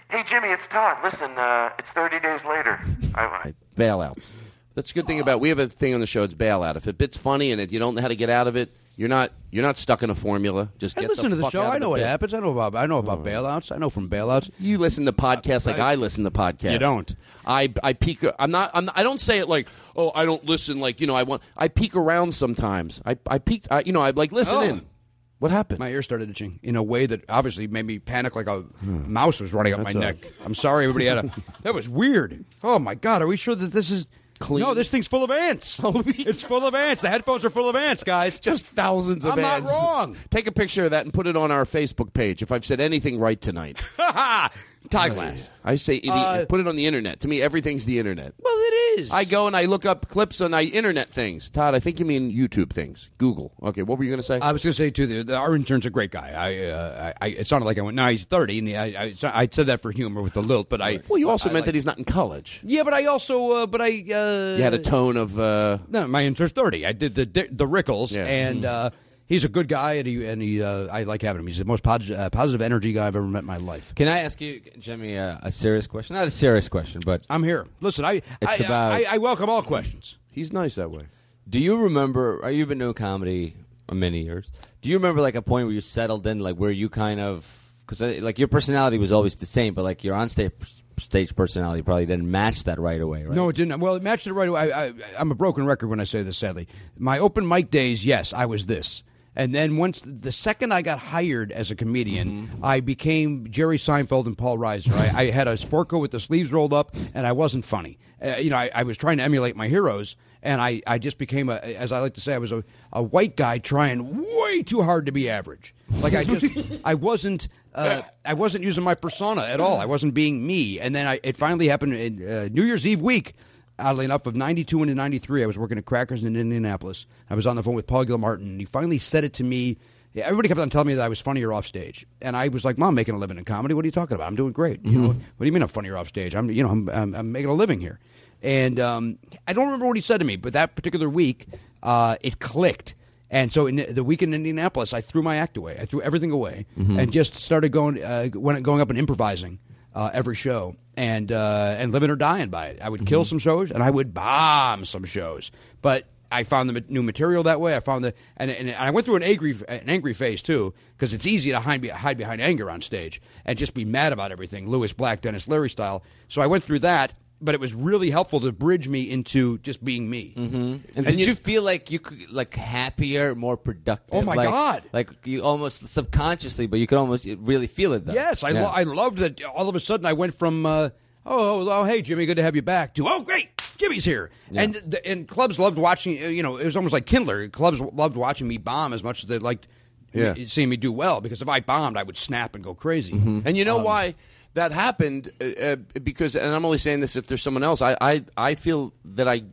Speaker 7: Hey, Jimmy, it's Todd. Listen, uh, it's 30 days later. I,
Speaker 15: Bailouts. That's a good thing about. We have a thing on the show. It's bailout. If a bit's funny and it, you don't know how to get out of it, you're not you're not stuck in a formula. Just
Speaker 5: I
Speaker 15: get
Speaker 5: listen
Speaker 15: the
Speaker 5: to the
Speaker 15: fuck
Speaker 5: show.
Speaker 15: out of
Speaker 5: I know what
Speaker 15: bit.
Speaker 5: happens. I know about I know
Speaker 25: Oh.
Speaker 5: about bailouts. I know from bailouts.
Speaker 15: You listen to podcasts like I, listen to podcasts.
Speaker 5: You don't.
Speaker 15: I I peek. I'm not. I'm, I don't say it like, oh, I don't listen. Like you know, I want. I peek around sometimes. I I peeked. I, you know, I like listen
Speaker 5: Oh.
Speaker 15: in. What happened?
Speaker 5: My ear started itching in a way that obviously made me panic like a
Speaker 15: Hmm.
Speaker 5: mouse was running up my neck. I'm sorry, everybody had a. That was weird. Oh my god, are we sure that this is clean? No, this thing's full of ants. it's full of ants. The headphones are full of ants, guys.
Speaker 15: Just thousands of
Speaker 5: I'm
Speaker 15: ads.
Speaker 5: not wrong.
Speaker 15: Take a picture of that and put it on our Facebook page. If I've said anything right tonight,
Speaker 5: Ha ha! Tie glass.
Speaker 15: I say the-
Speaker 5: Uh,
Speaker 15: put it on the internet. To me, everything's the internet.
Speaker 5: Well, it is.
Speaker 15: I go and I look up clips on I internet things. Todd, I think you mean YouTube things. Google. Okay, what were you going to say?
Speaker 5: I was going to say too. The, the, our intern's a great guy. I, uh, I, I it sounded like I went. No, he's thirty, and he- I, I, I said that for humor with the lilt. But I.
Speaker 15: well, you also
Speaker 5: I
Speaker 15: meant
Speaker 5: like-
Speaker 15: that he's not in college.
Speaker 5: Yeah, but I also. Uh, but I. Uh,
Speaker 15: You had a tone of. Uh,
Speaker 5: No, my intern's thirty. I did the the Rickles, and
Speaker 27: Mm-hmm.
Speaker 5: uh, he's a good guy, and he and he. Uh, I like having him. He's the most pod- uh, positive energy guy I've ever met in my life.
Speaker 27: Can I ask you, Jimmy, uh, a serious question? Not a serious question, but
Speaker 5: I'm here. Listen, I
Speaker 27: it's
Speaker 5: I,
Speaker 27: about.
Speaker 5: I, I welcome all questions.
Speaker 15: he's nice that way.
Speaker 27: do you remember? Are you've been doing comedy uh, many years? Do you remember like a point where you settled in, like where you kind of because like your personality was always the same, but like your on stage stage personality probably didn't match that right away, right?
Speaker 5: No, it didn't. Well, it matched it right away. I, I, I'm a broken record when I say this. Sadly, my open mic days, yes, I was this. And then once the second I got hired as a comedian,
Speaker 27: Mm-hmm.
Speaker 5: I became Jerry Seinfeld and Paul Reiser. I, I had a sport coat with the sleeves rolled up, and I wasn't funny. Uh, you know, I, I was trying to emulate my heroes, and I, I just became a, as I like to say, I was a, a white guy trying way too hard to be average. Like I just, I wasn't, uh, I wasn't using my persona at all. I wasn't being me. And then I, it finally happened in uh, New Year's Eve week. Oddly enough, of '92 into '93, I was working at Crackers in Indianapolis. I was on the phone with Paul Gilmartin, and he finally said it to me. Yeah, Everybody kept on telling me that I was funnier off stage, and I was like, "Mom, I'm making a living in comedy. What are you talking about? I'm doing great. You know, what do you mean I'm funnier off stage? I'm, you know, I'm, I'm, I'm making a living here." And um, I don't remember what he said to me, but that particular week, uh, it clicked. And so in the week in Indianapolis, I threw my act away. I threw everything away
Speaker 27: Mhm.
Speaker 5: and just started going uh, went, going up and improvising uh, every show and uh, and living or dying by it. I would
Speaker 27: Mm-hmm.
Speaker 5: kill some shows and I would bomb some shows, but I found the ma- new material that way. I found the and, and, and I went through an angry an angry phase too because it's easy to hide be- hide behind anger on stage and just be mad about everything, Lewis Black, Dennis Leary style. So I went through that. But it was really helpful to bridge me into just being me. Mm-hmm.
Speaker 27: And did you, feel like you could like happier, more productive?
Speaker 5: Oh, my
Speaker 27: like,
Speaker 5: God.
Speaker 27: Like you almost subconsciously, but you could almost really feel it though.
Speaker 5: Yes, I,
Speaker 27: Yeah.
Speaker 5: lo- I loved that. All of a sudden, I went from uh, oh, oh, oh, hey Jimmy, good to have you back to oh great, Jimmy's here, and the, and clubs loved watching. uh, You know, it was almost like Kindler. Clubs loved watching me bomb as much as they liked
Speaker 15: Yeah.
Speaker 5: me- seeing me do well because if I bombed, I would snap and go crazy.
Speaker 15: And you know why that happened? Uh, uh, because, and I'm only saying this if there's someone else. I, I, I feel that I.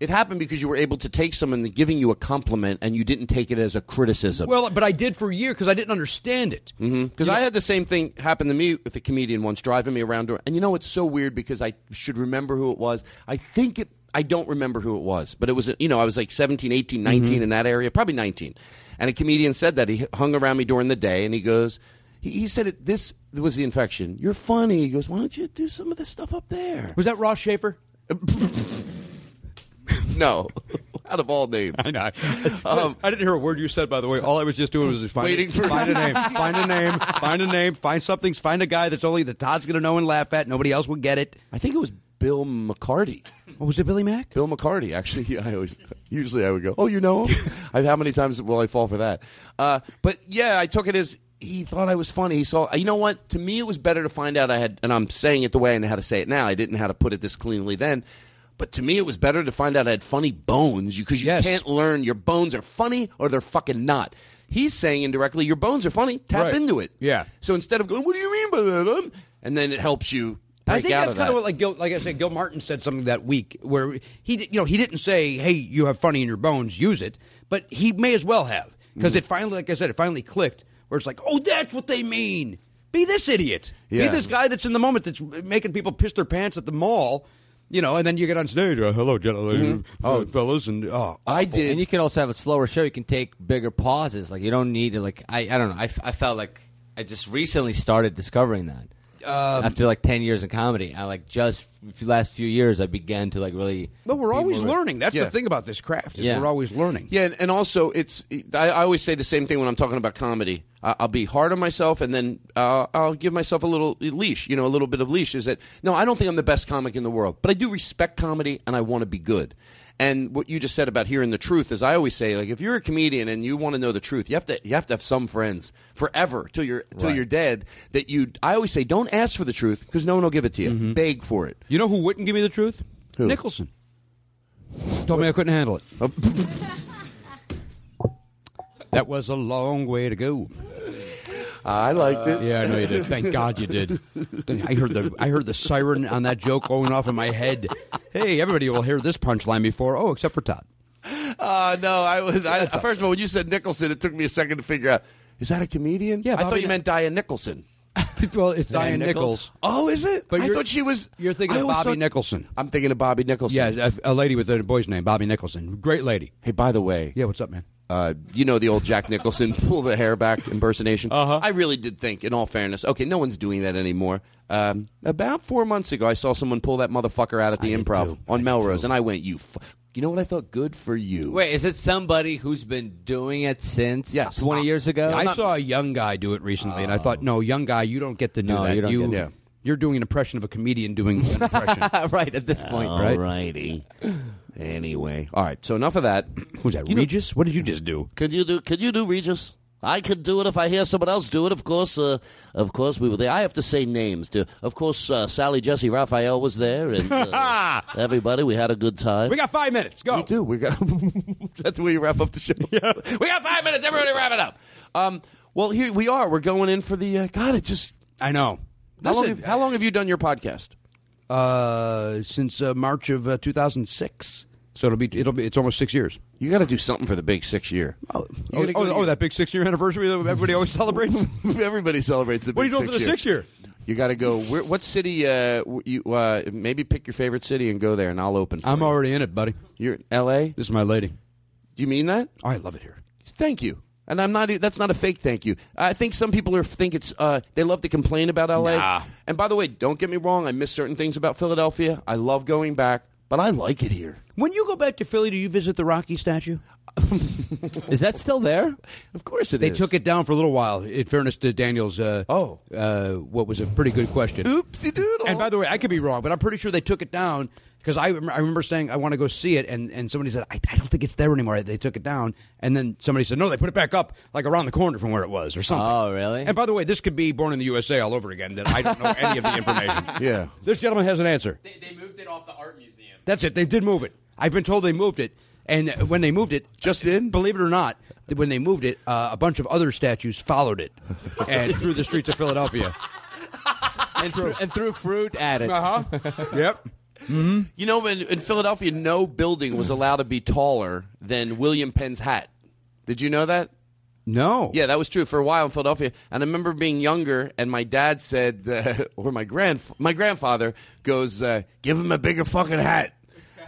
Speaker 15: It happened because you were able to take someone giving you a compliment and you didn't take it as a criticism.
Speaker 5: Well, but I did for a year because I didn't understand it.
Speaker 15: Because I had the same thing happen to me with a comedian once driving me around. And you know, it's so weird because I should remember who it was. I think it, I don't remember who it was, but it was, you know, I was like 17, 18, 19
Speaker 5: Mm-hmm.
Speaker 15: in that area, probably 19. And a comedian said that. He hung around me during the day and he goes, he, he said, it, this was the infection. You're funny. He goes, why don't you do some of this stuff up there?
Speaker 5: Was that Ross Schaefer?
Speaker 15: No. Out of all names. I
Speaker 5: know. I didn't hear a word you said, by the way. All I was just doing was just
Speaker 15: Um, Waiting for-
Speaker 5: find a name, find a name, find a name, find something, find a guy that's only that Todd's going to know and laugh at. Nobody else will get it.
Speaker 15: I think it was Bill McCarty.
Speaker 5: What was it, Billy Mack?
Speaker 15: Bill McCarty. Actually, yeah, I always usually I would go, "Oh, you know him." I, how many times will I fall for that? Uh, but yeah, I took it as he thought I was funny. He saw. You know what? To me, it was better to find out I had, and I'm saying it the way I know how to say it now. I didn't know how to put it this cleanly then. But to me, it was better to find out I had funny bones because you can't learn your bones are funny or they're fucking not. He's saying indirectly, your bones are funny. Tap
Speaker 5: Right.
Speaker 15: into it.
Speaker 5: Yeah.
Speaker 15: So instead of going, "What do you mean by that?" um?" and then it helps you.
Speaker 5: I
Speaker 15: break
Speaker 5: think
Speaker 15: out
Speaker 5: that's
Speaker 15: of
Speaker 5: kind
Speaker 15: that.
Speaker 5: of what, like, Gil, like I said, Gil Martin said something that week where he, did, you know, he didn't say, "Hey, you have funny in your bones, use it," but he may as well have because it finally, like I said, it finally clicked where it's like, "Oh, that's what they mean." Be this idiot.
Speaker 15: Yeah.
Speaker 5: Be this guy that's in the moment that's making people piss their pants at the mall. You know, and then you get on stage. Uh, Hello, gentlemen. Oh, fellas, and oh,
Speaker 28: I did. And you can also have a slower show. You can take bigger pauses. Like you don't need to. Like I, I don't know. I, f- I felt like I just recently started discovering that.
Speaker 5: Um,
Speaker 28: After like ten years in comedy, I like just f- last few years I began to like really.
Speaker 5: But we're always
Speaker 28: People are-
Speaker 5: learning. That's
Speaker 28: Yeah.
Speaker 5: the thing about this craft. Is
Speaker 28: Yeah.
Speaker 5: We're always learning.
Speaker 15: Yeah, and, and also it's I, I always say the same thing when I'm talking about comedy. I, I'll be hard on myself, and then uh, I'll give myself a little leash. You know, a little bit of leash is that no, I don't think I'm the best comic in the world, but I do respect comedy, and I want to be good. And what you just said about hearing the truth is, I always say, like, if you're a comedian and you want to know the truth, you have to you have to have some friends forever till you're till
Speaker 5: Right.
Speaker 15: you're dead. That you, I always say, don't ask for the truth because no one will give it to you. Beg for it.
Speaker 5: You know who wouldn't give me the truth?
Speaker 15: Who? Oh.
Speaker 5: Nicholson told me I couldn't handle it. that was a long way to go.
Speaker 15: I liked it.
Speaker 5: yeah, I know you did. Thank God you did. I heard the I heard the siren on that joke going off in my head. Hey, everybody will hear this punchline before. Oh, except for Todd.
Speaker 3: Uh, no, I was. I, first of all, when you said Nicholson, it took me a second to figure out
Speaker 15: is that a comedian? Yeah, I thought
Speaker 3: Bobby
Speaker 15: you meant Diane Nicholson.
Speaker 5: well, it's
Speaker 15: Diane
Speaker 5: Diane
Speaker 15: Nichols?
Speaker 5: Nichols.
Speaker 15: Oh, is it?
Speaker 5: But
Speaker 15: I
Speaker 5: you're-
Speaker 15: thought she was.
Speaker 5: You're thinking
Speaker 15: I
Speaker 5: of
Speaker 15: always
Speaker 5: Bobby
Speaker 15: thought-
Speaker 5: Nicholson.
Speaker 15: I'm thinking of Bobby Nicholson.
Speaker 5: Yeah, a, a lady with a boy's name, Bobby Nicholson. Great lady.
Speaker 15: Hey, by the way,
Speaker 5: yeah, what's up, man?
Speaker 15: Uh, you know the old Jack Nicholson pull the hair back impersonation. Uh-huh. I really did think, in all fairness, okay, no one's doing that anymore. Um, about four months ago, I saw someone pull that motherfucker out at the improv on Melrose, and I went, "You, fu- you know what I thought? Good for you."
Speaker 28: Wait, is it somebody who's been doing it since?
Speaker 5: Yes.
Speaker 28: twenty years ago.
Speaker 5: I saw a young guy do it recently, and I thought, no, young guy, Oh. you don't get to do
Speaker 28: No,
Speaker 5: that.
Speaker 28: you don't get- Yeah.
Speaker 5: You're doing an impression of a comedian doing an impression.
Speaker 28: right at this point,
Speaker 15: All
Speaker 28: right?
Speaker 15: righty. Anyway, all right. So enough of that. Who's that?
Speaker 5: Regis? what did you just do?
Speaker 3: Could you do? Could you do Regis? I could do it if I hear someone else do it. Of course, uh, of course we were there. I have to say names too. Of course, uh, Sally, Jesse, Raphael was there, and uh,
Speaker 5: Ah!
Speaker 3: everybody. We had a good time.
Speaker 5: We got five minutes. Go.
Speaker 15: We do. We got. That's the way you wrap up the show. We got five minutes. Everybody, wrap it up. Um, well, here we are. We're going in for the. Uh, God, it just.
Speaker 5: I know.
Speaker 15: How long,
Speaker 5: Listen,
Speaker 15: have, how long have you done your podcast?
Speaker 5: Uh, since uh, March of uh, 2006. So it'll be it'll be it's almost six years.
Speaker 15: You got to do something for the big six year.
Speaker 5: Oh, Oh, oh, oh, that big six year anniversary that everybody always celebrates.
Speaker 15: everybody celebrates the.
Speaker 5: What are you
Speaker 15: big
Speaker 5: doing for the six year?
Speaker 15: You got to go. Where, what city? Uh, w- you uh, maybe pick your favorite city and go there, and I'll open. For
Speaker 5: I'm
Speaker 15: you.
Speaker 5: already in it, buddy.
Speaker 15: You're in L.A.
Speaker 5: This is my lady.
Speaker 15: You mean that?
Speaker 5: Oh, I love it here.
Speaker 15: Thank you. And I'm not. e, That's not a fake thank you. I think some people are think it's. Uh, they love to complain about L.A.
Speaker 5: Nah.
Speaker 15: And by the way, don't get me wrong. I miss certain things about Philadelphia. I love going back, but I like it here.
Speaker 5: When you go back to Philly, do you visit the Rocky statue?
Speaker 28: Is that still there?
Speaker 15: Of course it is.
Speaker 5: They took it down for a little while. In fairness to Daniel's, uh,
Speaker 15: oh,
Speaker 5: uh, what was a pretty good question.
Speaker 15: Oopsie doodle.
Speaker 5: And by the way, I could be wrong, but I'm pretty sure they took it down because I, rem- I remember saying I want to go see it, and, and somebody said I, I don't think it's there anymore. They took it down, and then somebody said no, they put it back up like around the corner from where it was or something.
Speaker 28: Oh, really?
Speaker 5: And by the way, this could be Born in the USA all over again. That I don't know any of the information.
Speaker 15: Yeah.
Speaker 5: This gentleman has an answer.
Speaker 29: They, they moved it off the art museum.
Speaker 5: That's it. They did move it. I've been told they moved it. And when they moved it,
Speaker 15: just in,
Speaker 5: believe it or not, that when they moved it, uh, a bunch of other statues followed it and through the streets of Philadelphia.
Speaker 28: and, threw, and threw fruit at it.
Speaker 5: Uh
Speaker 15: Uh-huh.
Speaker 5: huh. Yep.
Speaker 15: You know, in, in Philadelphia, no building was allowed to be taller than William Penn's hat. Did you know that?
Speaker 5: No.
Speaker 15: Yeah, that was true for a while in Philadelphia. And I remember being younger, and my dad said, uh, or my grand, my grandfather goes, uh, "Give him a bigger fucking hat."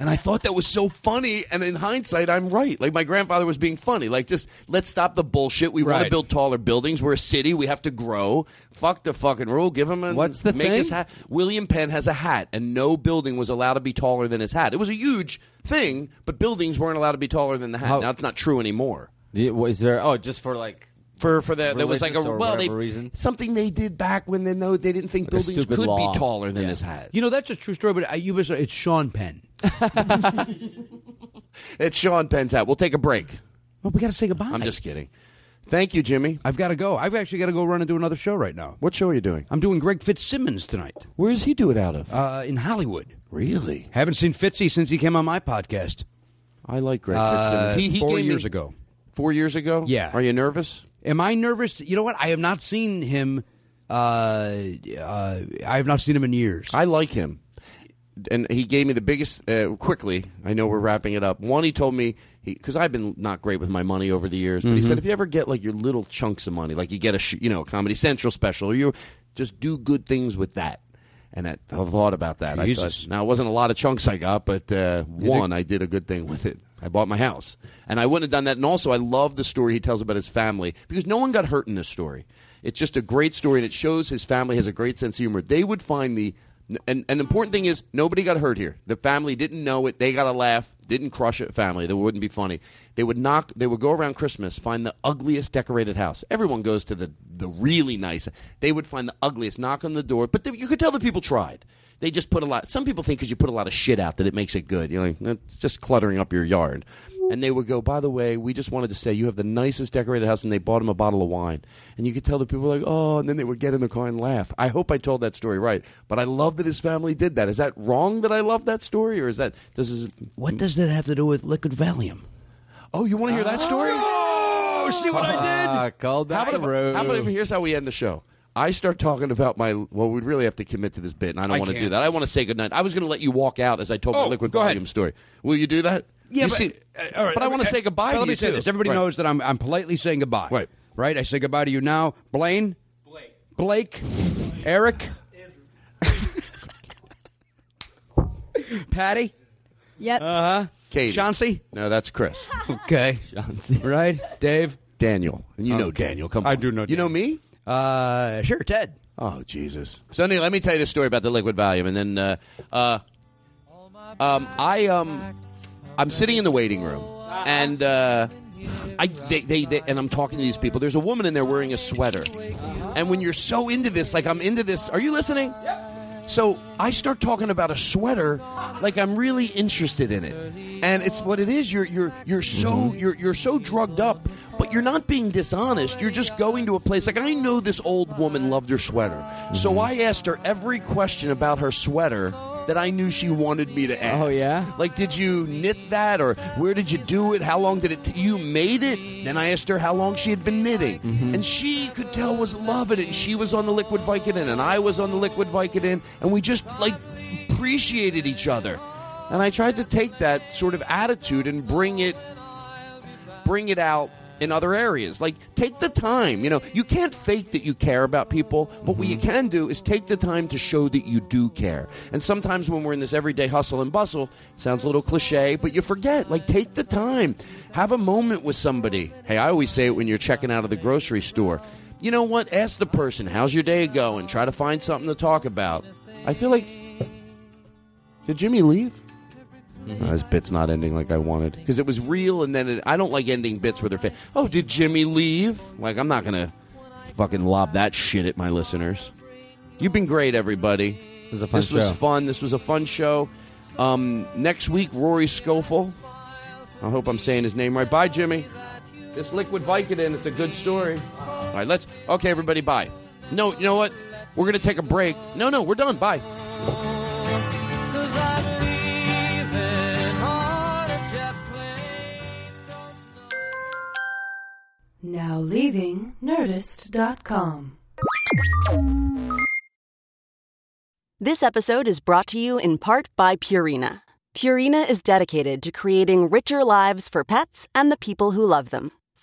Speaker 15: And I thought that was so funny. And in hindsight, I'm right. Like my grandfather was being funny. Like just let's stop the bullshit. We want to
Speaker 5: Right.
Speaker 15: build taller buildings. We're a city. We have to grow. Fuck the fucking rule. Give him a
Speaker 28: What's the
Speaker 15: make
Speaker 28: thing?
Speaker 15: his hat. William Penn has a hat, and no building was allowed to be taller than his hat. It was a huge thing, but buildings weren't allowed to be taller than the hat.
Speaker 28: How-
Speaker 15: now it's not true anymore.
Speaker 28: Yeah, what Is there? Oh, just for like
Speaker 15: For for the there was like a
Speaker 28: Religious or
Speaker 15: well they
Speaker 28: whatever reason.
Speaker 15: something they did back when they know they didn't think
Speaker 28: Like a
Speaker 15: buildings
Speaker 28: stupid
Speaker 15: could
Speaker 28: law.
Speaker 15: be taller than
Speaker 28: Yeah.
Speaker 15: his hat.
Speaker 5: You know, that's a true story, but I, you was, it's Sean Penn.
Speaker 15: It's Sean Penn's hat. We'll take a break.
Speaker 5: Well, we got to say goodbye.
Speaker 15: I'm just kidding. Thank you, Jimmy.
Speaker 5: I've got to go. I've actually got to go run and do another show right now.
Speaker 15: What show are you doing?
Speaker 5: I'm doing Greg Fitzsimmons tonight
Speaker 15: Where does he do it out of?
Speaker 5: uh, in Hollywood.
Speaker 15: really?
Speaker 5: Haven't seen Fitzy since he came on my podcast.
Speaker 15: I like Greg
Speaker 5: Uh,
Speaker 15: Fitzsimmons. He, he
Speaker 5: four
Speaker 15: gave me-
Speaker 5: years ago.
Speaker 15: Four years ago?
Speaker 5: Yeah.
Speaker 15: Are you nervous?
Speaker 5: Am I nervous? You know what? I have not seen him. Uh, uh, I have not seen him in years.
Speaker 15: I like him. and he gave me the biggest uh, quickly. I know we're wrapping it up. One, he told me because I've been not great with my money over the years, but he
Speaker 30: Mhm.
Speaker 15: said if you ever get like your little chunks of money, like you get a sh- you know a Comedy Central special, or you just do good things with that. And I I thought about that. I
Speaker 5: Jesus.
Speaker 15: thought, now it wasn't a lot of chunks I got, but uh,
Speaker 5: You
Speaker 15: one I did a good thing with it. I bought my house, and I wouldn't have done that. And also, I love the story he tells about his family because no one got hurt in this story. It's just a great story, and it shows his family has a great sense of humor. They would find the and an important thing is nobody got hurt here. The family didn't know it. They got a laugh. Didn't crush it. Family that wouldn't be funny. They would knock. They would go around Christmas, find the ugliest decorated house. Everyone goes to the the really nice. They would find the ugliest. Knock on the door, but they, you could tell the people tried. They just put a lot. Some people think because you put a lot of shit out that it makes it good. You're like, it's just cluttering up your yard. And they would go, by the way, we just wanted to say you have the nicest decorated house, and they bought him a bottle of wine. And you could tell the people were like, oh, and then they would get in the car and laugh. I hope I told that story right, but I love that his family did that. Is that wrong that I love that story, or is that this is
Speaker 5: What does that have to do with liquid Valium?
Speaker 15: Oh, you want to hear that story?
Speaker 5: Oh, see what
Speaker 15: Ah,
Speaker 5: I did?
Speaker 31: Called
Speaker 15: How about, if, how about if- here's how we end the show? I start talking about my. Well, we'd really have to commit to this bit, and I don't
Speaker 5: I
Speaker 15: want to do
Speaker 5: can't.
Speaker 15: that. I want to say goodnight. I was going to let you walk out as I told my
Speaker 5: Oh,
Speaker 15: liquid
Speaker 5: go ahead.
Speaker 15: volume story. Will you do that?
Speaker 5: Yeah,
Speaker 15: You
Speaker 5: but,
Speaker 15: see-
Speaker 5: uh, all right,
Speaker 15: but I want to
Speaker 5: uh,
Speaker 15: say goodbye.
Speaker 5: but
Speaker 15: to
Speaker 5: let me
Speaker 15: you
Speaker 5: say
Speaker 15: too.
Speaker 5: this: everybody
Speaker 15: Right.
Speaker 5: knows that I'm, I'm politely saying goodbye. Right, right. I say goodbye to you now, Blaine, Blake, Blake, Eric, Patty.
Speaker 32: Yep.
Speaker 5: Uh huh.
Speaker 15: Katie.
Speaker 5: Chauncey.
Speaker 15: No, that's Chris.
Speaker 5: Okay. Right? Dave? Oh,
Speaker 15: Daniel. And you know Daniel. Come on.
Speaker 5: I do know
Speaker 15: You know me?
Speaker 5: Uh, sure, Ted.
Speaker 15: Oh, Jesus. So anyway, let me tell you this story about the liquid volume, and then uh, uh, um, I um, I'm sitting in the waiting room, and uh, I they, they, they and I'm talking to these people. There's a woman in there wearing a sweater, and when you're so into this, like I'm into this. Are you listening? So I start talking about a sweater, like I'm really interested in it, and it's what it is. You're you're you're so you're you're so drugged up, but you're not being dishonest. You're just going to a place. Like I know this old woman loved her sweater, so I asked her every question about her sweater that I knew she wanted me to ask. Oh yeah, like did you knit that, or where did you do it? How long did it? T- you made it. Then I asked her how long she had been knitting, and she could tell was loving it. And she was on the liquid Vicodin, and I was on the liquid Vicodin, and we just like appreciated each other. And I tried to take that sort of attitude and bring it bring it out in other areas. Like, take the time. You know, you can't fake that you care about people, but what you can do is take the time to show that you do care. And sometimes when we're in this everyday hustle and bustle, sounds a little cliche, but you forget. Like, take the time. Have a moment with somebody. Hey, I always say it when you're checking out of the grocery store. You know what? Ask the person, how's your day going? Try to find something to talk about. I feel like. Did Jimmy leave?
Speaker 33: Mm-hmm.
Speaker 15: Uh, this bit's not ending like I wanted because it was real, and then it, I don't like ending bits where they're fake. Oh, did Jimmy leave? Like I'm not gonna fucking lob that shit at my listeners. You've been great, everybody. This was
Speaker 33: a fun
Speaker 15: This was
Speaker 33: show.
Speaker 15: fun. This was a fun show. Um, next week, Rory Scofel. I hope I'm saying his name right. Bye, Jimmy. This liquid Vicodin. It's a good story. All right, let's. Okay, everybody, bye. No, you know what? We're gonna take a break. No, no, we're done. Bye.
Speaker 34: Now leaving Nerdist.com.
Speaker 1: This episode is brought to you in part by Purina. Purina is dedicated to creating richer lives for pets and the people who love them.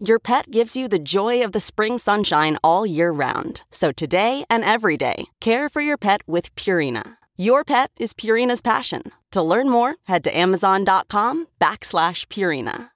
Speaker 1: Your pet gives you the joy of the spring sunshine all year round. So today and every day, care for your pet with Purina. Your pet is Purina's passion. To learn more, head to amazon.com backslash Purina.